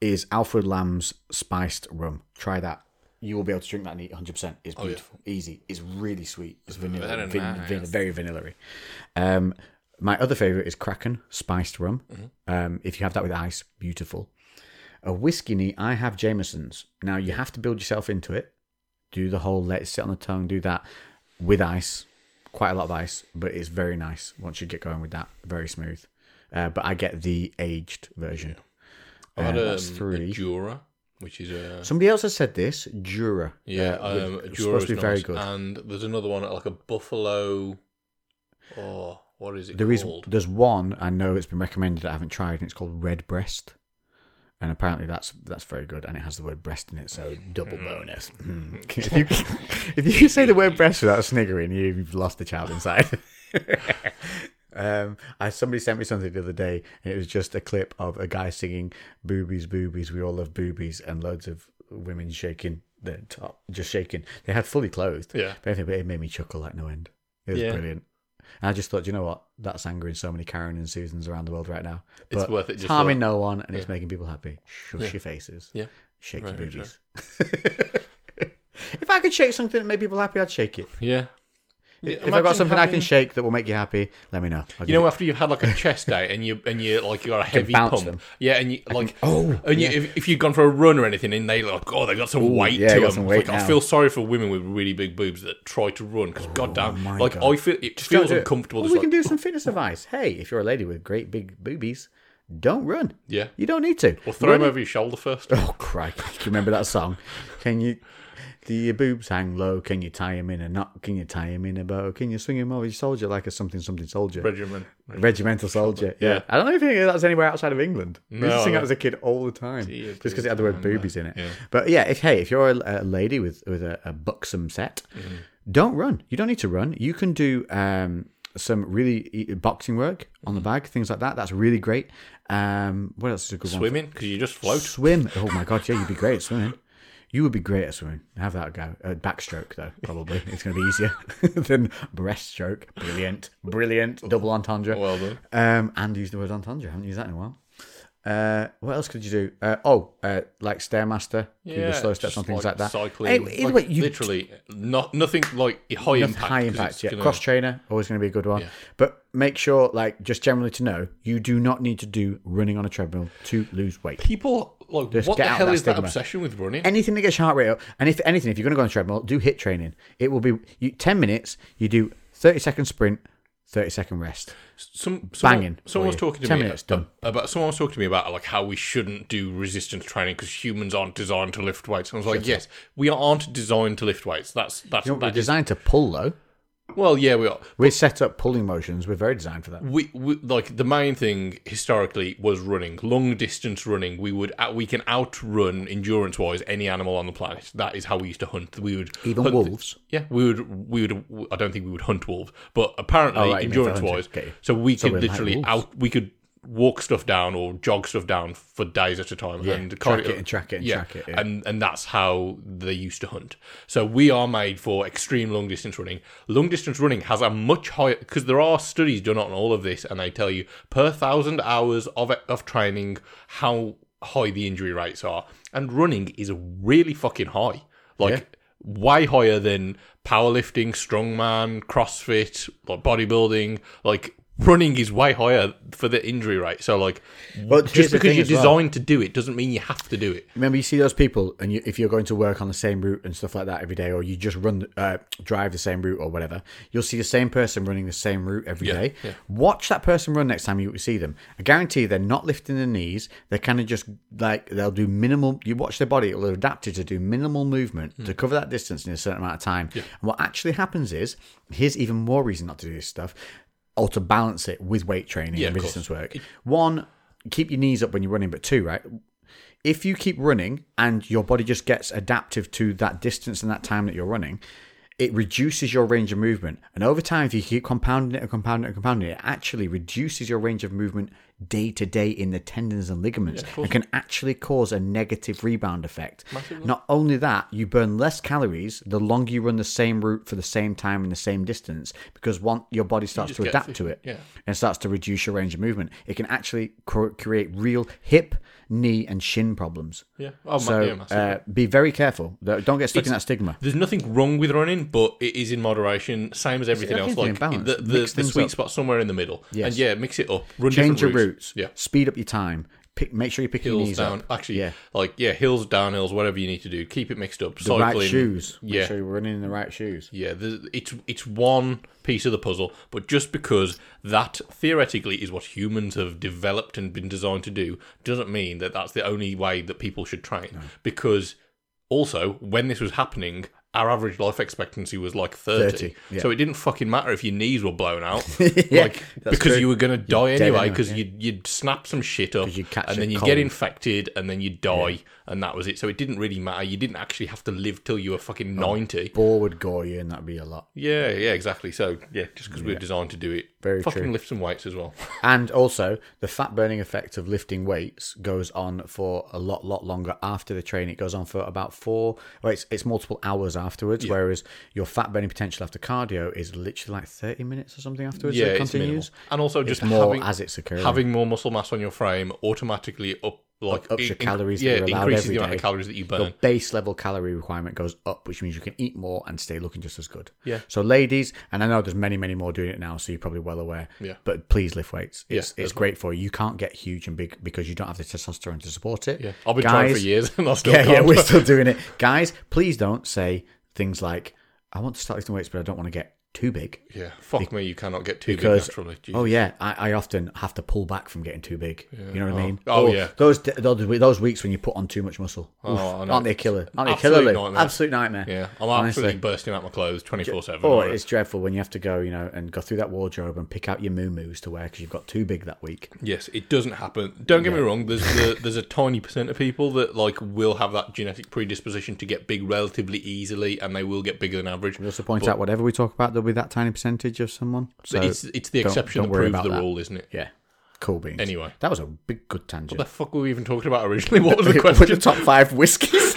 [SPEAKER 1] is Alfred Lamb's spiced rum. Try that. You will be able to drink that neat 100%. It's beautiful. Easy. It's really sweet. It's vanilla.
[SPEAKER 2] Very
[SPEAKER 1] vin-
[SPEAKER 2] nice.
[SPEAKER 1] vin- very vanilla Um, my other favourite is Kraken spiced rum. Um, if you have that with ice, beautiful. A whiskey neat, I have Jameson's. Now, you have to build yourself into it. Do the whole let it sit on the tongue, do that with ice. Quite a lot of ice, but it's very nice once you get going with that. Very smooth. Uh, but I get the aged version.
[SPEAKER 2] I've had
[SPEAKER 1] Uh,
[SPEAKER 2] um,
[SPEAKER 1] that's
[SPEAKER 2] a
[SPEAKER 1] three.
[SPEAKER 2] Jura, which is a
[SPEAKER 1] Somebody else has said this. Jura.
[SPEAKER 2] yeah,
[SPEAKER 1] Uh,
[SPEAKER 2] um,
[SPEAKER 1] which-
[SPEAKER 2] a
[SPEAKER 1] it's
[SPEAKER 2] Jura
[SPEAKER 1] supposed to
[SPEAKER 2] is
[SPEAKER 1] be very
[SPEAKER 2] nice.
[SPEAKER 1] good.
[SPEAKER 2] And there's another one like a buffalo. Oh, what is it
[SPEAKER 1] There is
[SPEAKER 2] called?
[SPEAKER 1] there's one I know it's been recommended that I haven't tried, and it's called Red Breast. And apparently that's that's very good, and it has the word breast in it, so double
[SPEAKER 2] Mm-hmm.
[SPEAKER 1] bonus. Mm. *laughs* if, you, if you say the word breast without sniggering, you've lost the child inside. *laughs* um, I somebody sent me something the other day, and it was just a clip of a guy singing "Boobies, Boobies, We All Love Boobies," and loads of women shaking their top, just shaking. They had fully clothed,
[SPEAKER 2] Yeah.
[SPEAKER 1] but anyway, it made me chuckle like no end. It was
[SPEAKER 2] Yeah.
[SPEAKER 1] brilliant. And I just thought, you know what? That's angering so many Karen and Susans around the world right now.
[SPEAKER 2] It's worth it
[SPEAKER 1] It's
[SPEAKER 2] just
[SPEAKER 1] harming
[SPEAKER 2] for-
[SPEAKER 1] no one and it's making people happy. Shush
[SPEAKER 2] Yeah.
[SPEAKER 1] your faces.
[SPEAKER 2] Yeah.
[SPEAKER 1] Shake
[SPEAKER 2] Right,
[SPEAKER 1] your
[SPEAKER 2] right,
[SPEAKER 1] boobies. *laughs* if I could shake something that made people happy, I'd shake it.
[SPEAKER 2] Yeah.
[SPEAKER 1] if I've got something I can shake that will make you happy, let me know. I'll
[SPEAKER 2] You know,
[SPEAKER 1] give
[SPEAKER 2] after you've had like a chest day and you and you like you got a heavy
[SPEAKER 1] bounce
[SPEAKER 2] pump,
[SPEAKER 1] them.
[SPEAKER 2] yeah, and you like
[SPEAKER 1] oh,
[SPEAKER 2] and you, if, if you've gone for a run or anything, and they like oh they got some weight
[SPEAKER 1] yeah,
[SPEAKER 2] to
[SPEAKER 1] got
[SPEAKER 2] them.
[SPEAKER 1] some weight
[SPEAKER 2] like, I
[SPEAKER 1] now. Oh
[SPEAKER 2] feel sorry for women with really big boobs that try to run because goddamn,
[SPEAKER 1] my
[SPEAKER 2] like
[SPEAKER 1] God.
[SPEAKER 2] I feel it
[SPEAKER 1] you-
[SPEAKER 2] feels
[SPEAKER 1] Don't do it.
[SPEAKER 2] uncomfortable.
[SPEAKER 1] Well,
[SPEAKER 2] just
[SPEAKER 1] we
[SPEAKER 2] like, *laughs*
[SPEAKER 1] can do some fitness advice. Hey, if you're a lady with great big boobies, don't run.
[SPEAKER 2] Yeah.
[SPEAKER 1] You don't need to.
[SPEAKER 2] Well, throw them over your shoulder first.
[SPEAKER 1] Oh, crikey. Do you remember that song? Can you. Do your boobs hang low? Can you tie 'em in a knot? Can you tie 'em in a bow? Can you swing 'em over your soldier like a something something soldier?
[SPEAKER 2] Regiment.
[SPEAKER 1] Regimental soldier. Yeah.
[SPEAKER 2] Yeah.
[SPEAKER 1] I don't know if you hear that's anywhere outside of England. we used to
[SPEAKER 2] No,
[SPEAKER 1] sing that
[SPEAKER 2] no.
[SPEAKER 1] as a kid all the time.
[SPEAKER 2] Gee,
[SPEAKER 1] just because it had the word
[SPEAKER 2] please, man,
[SPEAKER 1] boobies in it.
[SPEAKER 2] yeah.
[SPEAKER 1] But yeah, if hey, if you're a, a lady with, with a, a buxom set,
[SPEAKER 2] Mm-hmm.
[SPEAKER 1] don't run. You don't need to run. You can do um, some really e- boxing work on the
[SPEAKER 2] Mm-hmm.
[SPEAKER 1] bag, things like that. That's really great. Um, what else is a good one?
[SPEAKER 2] Swimming because you just float.
[SPEAKER 1] Swim. Oh my god, yeah, you'd be great at swimming. You would be great at swimming. Have that go. Uh, backstroke though, probably. It's going to be easier *laughs* than breaststroke. Brilliant, brilliant. Double entendre.
[SPEAKER 2] Well done.
[SPEAKER 1] Um, and use the word entendre. I haven't used that in a while. Uh, what else could you do? Uh, oh, uh, like stairmaster, you do the slow steps
[SPEAKER 2] just
[SPEAKER 1] and things like, that.
[SPEAKER 2] Cycling,
[SPEAKER 1] Hey, either
[SPEAKER 2] like,
[SPEAKER 1] way, you-
[SPEAKER 2] literally not nothing like high
[SPEAKER 1] Nothing
[SPEAKER 2] impact.
[SPEAKER 1] high
[SPEAKER 2] 'cause
[SPEAKER 1] impact.
[SPEAKER 2] it's
[SPEAKER 1] Yeah,
[SPEAKER 2] gonna-
[SPEAKER 1] cross trainer always going to be a good one.
[SPEAKER 2] Yeah.
[SPEAKER 1] But make sure, like, just generally to know, you do not need to do running on a treadmill to lose weight.
[SPEAKER 2] people like
[SPEAKER 1] Just
[SPEAKER 2] what
[SPEAKER 1] get
[SPEAKER 2] the
[SPEAKER 1] out
[SPEAKER 2] hell
[SPEAKER 1] that
[SPEAKER 2] is that
[SPEAKER 1] stigma.
[SPEAKER 2] obsession with running?
[SPEAKER 1] anything that gets your heart rate up, and if anything, if you're going to go on a treadmill, do hit training. It will be you, ten minutes. You do thirty second sprint, thirty second rest.
[SPEAKER 2] Some someone,
[SPEAKER 1] banging for
[SPEAKER 2] Someone was
[SPEAKER 1] you.
[SPEAKER 2] talking to
[SPEAKER 1] Ten
[SPEAKER 2] me
[SPEAKER 1] minutes,
[SPEAKER 2] a-
[SPEAKER 1] done.
[SPEAKER 2] about someone was talking to me about like how we shouldn't do resistance training because humans aren't designed to lift weights. And I was like, yes, we aren't designed to lift weights. That's that's
[SPEAKER 1] You know, we're
[SPEAKER 2] that is-
[SPEAKER 1] designed to pull though.
[SPEAKER 2] well, yeah, we are.
[SPEAKER 1] We're set up pulling motions. We're very designed for that.
[SPEAKER 2] we, we like the main thing historically was running long distance running we would uh, we can outrun endurance wise any animal on the planet that is how we used to hunt we would
[SPEAKER 1] Even
[SPEAKER 2] hunt
[SPEAKER 1] wolves?
[SPEAKER 2] yeah we would we would i don't think we would hunt wolves but apparently
[SPEAKER 1] Oh, right, you mean for
[SPEAKER 2] endurance wise
[SPEAKER 1] hunting. Okay.
[SPEAKER 2] so we
[SPEAKER 1] So
[SPEAKER 2] could
[SPEAKER 1] we're like
[SPEAKER 2] literally
[SPEAKER 1] wolves.
[SPEAKER 2] out we could walk stuff down or jog stuff down for days at a time and
[SPEAKER 1] track
[SPEAKER 2] cardio-
[SPEAKER 1] it and track it and track it, yeah.
[SPEAKER 2] and and that's how they used to hunt. So we are made for extreme long distance running. Long distance running has a much higher because there are studies done on all of this, and they tell you per thousand hours of of training how high the injury rates are, and running is really fucking high, like. Way higher than powerlifting, strongman, CrossFit, like bodybuilding. Like running is way higher for the injury rate. So like,
[SPEAKER 1] But here's
[SPEAKER 2] just
[SPEAKER 1] the
[SPEAKER 2] because
[SPEAKER 1] thing
[SPEAKER 2] you're
[SPEAKER 1] as well.
[SPEAKER 2] designed to do it doesn't mean you have to do it.
[SPEAKER 1] Remember, you see those people, and you, if you're going to work on the same route and stuff like that every day, or you just run, uh, drive the same route or whatever, you'll see the same person running the same route every day. Watch that person run next time you see them. I guarantee they're not lifting their knees. They're kind of just like they'll do minimal. You watch their body; it'll adapt it to do minimal movement
[SPEAKER 2] Hmm.
[SPEAKER 1] to cover that distance in a certain amount of time. And what actually happens is, here's even more reason not to do this stuff, or to balance it with weight training and
[SPEAKER 2] of course.
[SPEAKER 1] resistance work. One, keep your knees up when you're running, but two, right if you keep running and your body just gets adaptive to that distance and that time that you're running, it reduces your range of movement. And over time, if you keep compounding it and compounding it and compounding it, it actually reduces your range of movement day to day in the tendons and ligaments and can actually cause a negative rebound effect. Not only that, you burn less calories the longer you run the same route for the same time and the same distance because one, your body starts
[SPEAKER 2] just
[SPEAKER 1] to
[SPEAKER 2] get
[SPEAKER 1] adapt to
[SPEAKER 2] efficient,
[SPEAKER 1] it
[SPEAKER 2] yeah.
[SPEAKER 1] and starts to reduce your range of movement. It can actually cr- create real hip, knee, and shin problems.
[SPEAKER 2] Yeah. Oh,
[SPEAKER 1] So uh, be very careful. Don't don't get stuck in that stigma.
[SPEAKER 2] There's nothing wrong with running, but it is in moderation, same as everything else.
[SPEAKER 1] everything
[SPEAKER 2] Like
[SPEAKER 1] in balance.
[SPEAKER 2] the, the,
[SPEAKER 1] Mix
[SPEAKER 2] the
[SPEAKER 1] things
[SPEAKER 2] sweet
[SPEAKER 1] up.
[SPEAKER 2] spot somewhere in the middle.
[SPEAKER 1] Yes.
[SPEAKER 2] And yeah, mix it up. Run
[SPEAKER 1] Change your
[SPEAKER 2] different
[SPEAKER 1] routes.
[SPEAKER 2] Yeah.
[SPEAKER 1] Speed up your time. Pick, make sure you pick your
[SPEAKER 2] Hills
[SPEAKER 1] knees
[SPEAKER 2] down,
[SPEAKER 1] up.
[SPEAKER 2] actually,
[SPEAKER 1] Yeah.
[SPEAKER 2] like yeah, hills, downhills, whatever you need to do, keep it mixed up.
[SPEAKER 1] The
[SPEAKER 2] Cycling,
[SPEAKER 1] right shoes. Make
[SPEAKER 2] yeah,
[SPEAKER 1] sure you're running in the right shoes.
[SPEAKER 2] Yeah, there's- it's it's one piece of the puzzle, but just because that theoretically is what humans have developed and been designed to do, doesn't mean that that's the only way that people should train. Because also, when this was happening, our average life expectancy was like thirty,
[SPEAKER 1] 30, yeah.
[SPEAKER 2] so it didn't fucking matter if your knees were
[SPEAKER 1] *laughs*
[SPEAKER 2] blown out, like
[SPEAKER 1] that's
[SPEAKER 2] because
[SPEAKER 1] true.
[SPEAKER 2] you were going to die
[SPEAKER 1] dead
[SPEAKER 2] anyway,
[SPEAKER 1] anyway,
[SPEAKER 2] because
[SPEAKER 1] yeah.
[SPEAKER 2] you'd you'd snap some shit up,
[SPEAKER 1] you'd catch
[SPEAKER 2] and
[SPEAKER 1] it
[SPEAKER 2] then you
[SPEAKER 1] cold.
[SPEAKER 2] get infected, and then you die, and that was it. So it didn't really matter. You didn't actually have to live till you were fucking
[SPEAKER 1] Oh.
[SPEAKER 2] ninety.
[SPEAKER 1] Ball would gore you, and that'd be a lot.
[SPEAKER 2] Yeah, yeah, exactly. So yeah, just because we're designed to do it,
[SPEAKER 1] Very
[SPEAKER 2] fucking
[SPEAKER 1] true.
[SPEAKER 2] lift some weights as well.
[SPEAKER 1] And also, the fat burning effect of lifting weights goes on for a lot, lot longer after the training. It goes on for about four, well, it's, it's multiple hours afterwards, whereas your fat burning potential after cardio is literally like 30 minutes or something afterwards.
[SPEAKER 2] yeah,
[SPEAKER 1] that it
[SPEAKER 2] it's minimal.
[SPEAKER 1] continues.
[SPEAKER 2] and also
[SPEAKER 1] It's
[SPEAKER 2] just
[SPEAKER 1] more
[SPEAKER 2] having
[SPEAKER 1] as it's occurring.
[SPEAKER 2] having more muscle mass on your frame automatically up like
[SPEAKER 1] ups your
[SPEAKER 2] in-
[SPEAKER 1] calories that
[SPEAKER 2] Yeah,
[SPEAKER 1] you're allowed
[SPEAKER 2] increases
[SPEAKER 1] every
[SPEAKER 2] the amount
[SPEAKER 1] day.
[SPEAKER 2] of calories that you burn.
[SPEAKER 1] your base level calorie requirement goes up, which means you can eat more and stay looking just as good.
[SPEAKER 2] Yeah.
[SPEAKER 1] So, ladies, and I know there's many, many more doing it now, so you're probably well aware.
[SPEAKER 2] Yeah.
[SPEAKER 1] But please lift weights. It's
[SPEAKER 2] Yeah,
[SPEAKER 1] it's great for you. You can't get huge and big because you don't have the testosterone to support it.
[SPEAKER 2] yeah, I've been trying for
[SPEAKER 1] Guys,
[SPEAKER 2] years *laughs* and I
[SPEAKER 1] *laughs*
[SPEAKER 2] still
[SPEAKER 1] Yeah, yeah,
[SPEAKER 2] can't.
[SPEAKER 1] we're still doing it, guys. Please don't say things like, "I want to start lifting weights, but I don't want to get too big."
[SPEAKER 2] Yeah, fuck me, you cannot get too
[SPEAKER 1] Because
[SPEAKER 2] big naturally. Jesus.
[SPEAKER 1] oh yeah, I, I often have to pull back from getting too big. You know what I mean?
[SPEAKER 2] Oh,
[SPEAKER 1] Or
[SPEAKER 2] yeah. Oh,
[SPEAKER 1] those d- those those weeks when you put on too much muscle, Oof,
[SPEAKER 2] I know.
[SPEAKER 1] aren't they a killer? Aren't they a
[SPEAKER 2] Absolute
[SPEAKER 1] killer? Lou?
[SPEAKER 2] nightmare.
[SPEAKER 1] Absolute nightmare.
[SPEAKER 2] yeah, I'm
[SPEAKER 1] Honestly.
[SPEAKER 2] absolutely bursting out my clothes twenty four seven.
[SPEAKER 1] Oh, it's dreadful when you have to go, you know, and go through that wardrobe and pick out your moo-moos to wear because you've got too big that week.
[SPEAKER 2] Yes, it doesn't happen. Don't get me wrong. There's the, there's a tiny percent of people that like will have that genetic predisposition to get big relatively easily, and they will get bigger than average.
[SPEAKER 1] Just to point out, whatever we talk about, there'll be that tiny percentage of someone. So
[SPEAKER 2] it's it's the
[SPEAKER 1] don't-
[SPEAKER 2] exception
[SPEAKER 1] don't
[SPEAKER 2] that
[SPEAKER 1] worry
[SPEAKER 2] proves
[SPEAKER 1] about
[SPEAKER 2] the
[SPEAKER 1] that.
[SPEAKER 2] rule, isn't it?
[SPEAKER 1] Yeah, cool beans.
[SPEAKER 2] Anyway.
[SPEAKER 1] that was a big good tangent.
[SPEAKER 2] What the fuck were we even talking about originally? *laughs* What was *laughs* the
[SPEAKER 1] Put
[SPEAKER 2] question?
[SPEAKER 1] the top five whiskies.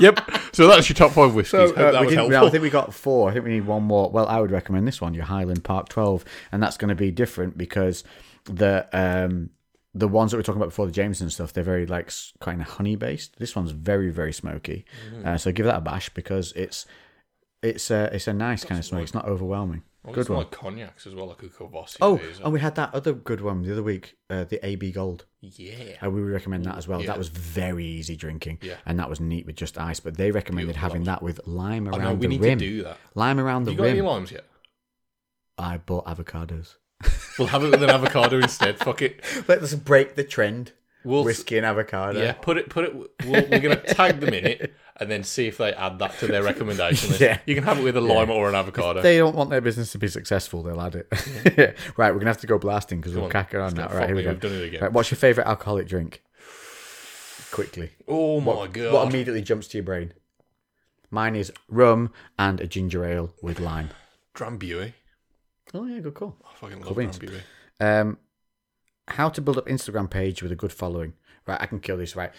[SPEAKER 2] yep. So that's your top five whiskeys. Hope
[SPEAKER 1] Uh,
[SPEAKER 2] that
[SPEAKER 1] we
[SPEAKER 2] was
[SPEAKER 1] didn't-
[SPEAKER 2] helpful.
[SPEAKER 1] no, I think we got four. I think we need one more. Well, I would recommend this one, your Highland Park 12, and that's going to be different because the um, the ones that we are talking about before, the Jameson stuff, they're very like kind of honey based. This one's very very smoky.
[SPEAKER 2] Mm-hmm.
[SPEAKER 1] Uh, so give that a bash because it's it's a it's a nice kind of smoke. It's not overwhelming.
[SPEAKER 2] Well,
[SPEAKER 1] good
[SPEAKER 2] it's
[SPEAKER 1] one.
[SPEAKER 2] like cognacs as well, like a Kvass.
[SPEAKER 1] Oh, and we had that other good one the other week, uh, the AB Gold.
[SPEAKER 2] yeah.
[SPEAKER 1] Uh, we would recommend that as well.
[SPEAKER 2] Yeah.
[SPEAKER 1] That was very easy drinking,
[SPEAKER 2] Yeah.
[SPEAKER 1] and that was neat with just ice. But they recommended
[SPEAKER 2] Beautiful,
[SPEAKER 1] having that with lime
[SPEAKER 2] I
[SPEAKER 1] around
[SPEAKER 2] know we
[SPEAKER 1] the
[SPEAKER 2] need
[SPEAKER 1] rim.
[SPEAKER 2] to do that.
[SPEAKER 1] Lime around the
[SPEAKER 2] you got any
[SPEAKER 1] rim.
[SPEAKER 2] limes yet?
[SPEAKER 1] I bought avocados.
[SPEAKER 2] We'll have it with an avocado instead. Fuck it.
[SPEAKER 1] Let's break the trend.
[SPEAKER 2] We'll
[SPEAKER 1] Whiskey and avocado.
[SPEAKER 2] yeah. Put it. Put it. We'll, we're gonna tag them in it and then see if they add that to their recommendation
[SPEAKER 1] *laughs*
[SPEAKER 2] list.
[SPEAKER 1] Yeah.
[SPEAKER 2] You can have it with a lime or an avocado.
[SPEAKER 1] They don't want their business to be successful. They'll add it. *laughs* right, we're gonna have to go blasting because we'll
[SPEAKER 2] on,
[SPEAKER 1] crack it on now.
[SPEAKER 2] go.
[SPEAKER 1] Right,
[SPEAKER 2] Fuck
[SPEAKER 1] here we
[SPEAKER 2] me,
[SPEAKER 1] go.
[SPEAKER 2] we've done it again.
[SPEAKER 1] Right, what's your favorite alcoholic drink? Quickly.
[SPEAKER 2] oh my god.
[SPEAKER 1] What immediately jumps to your brain? Mine is rum and a ginger ale with lime.
[SPEAKER 2] Drambuie.
[SPEAKER 1] Oh yeah, good call.
[SPEAKER 2] I fucking love
[SPEAKER 1] Cool beans.
[SPEAKER 2] Drambuie.
[SPEAKER 1] Um, how to build up Instagram page with a good following. Right, I can kill this. Right,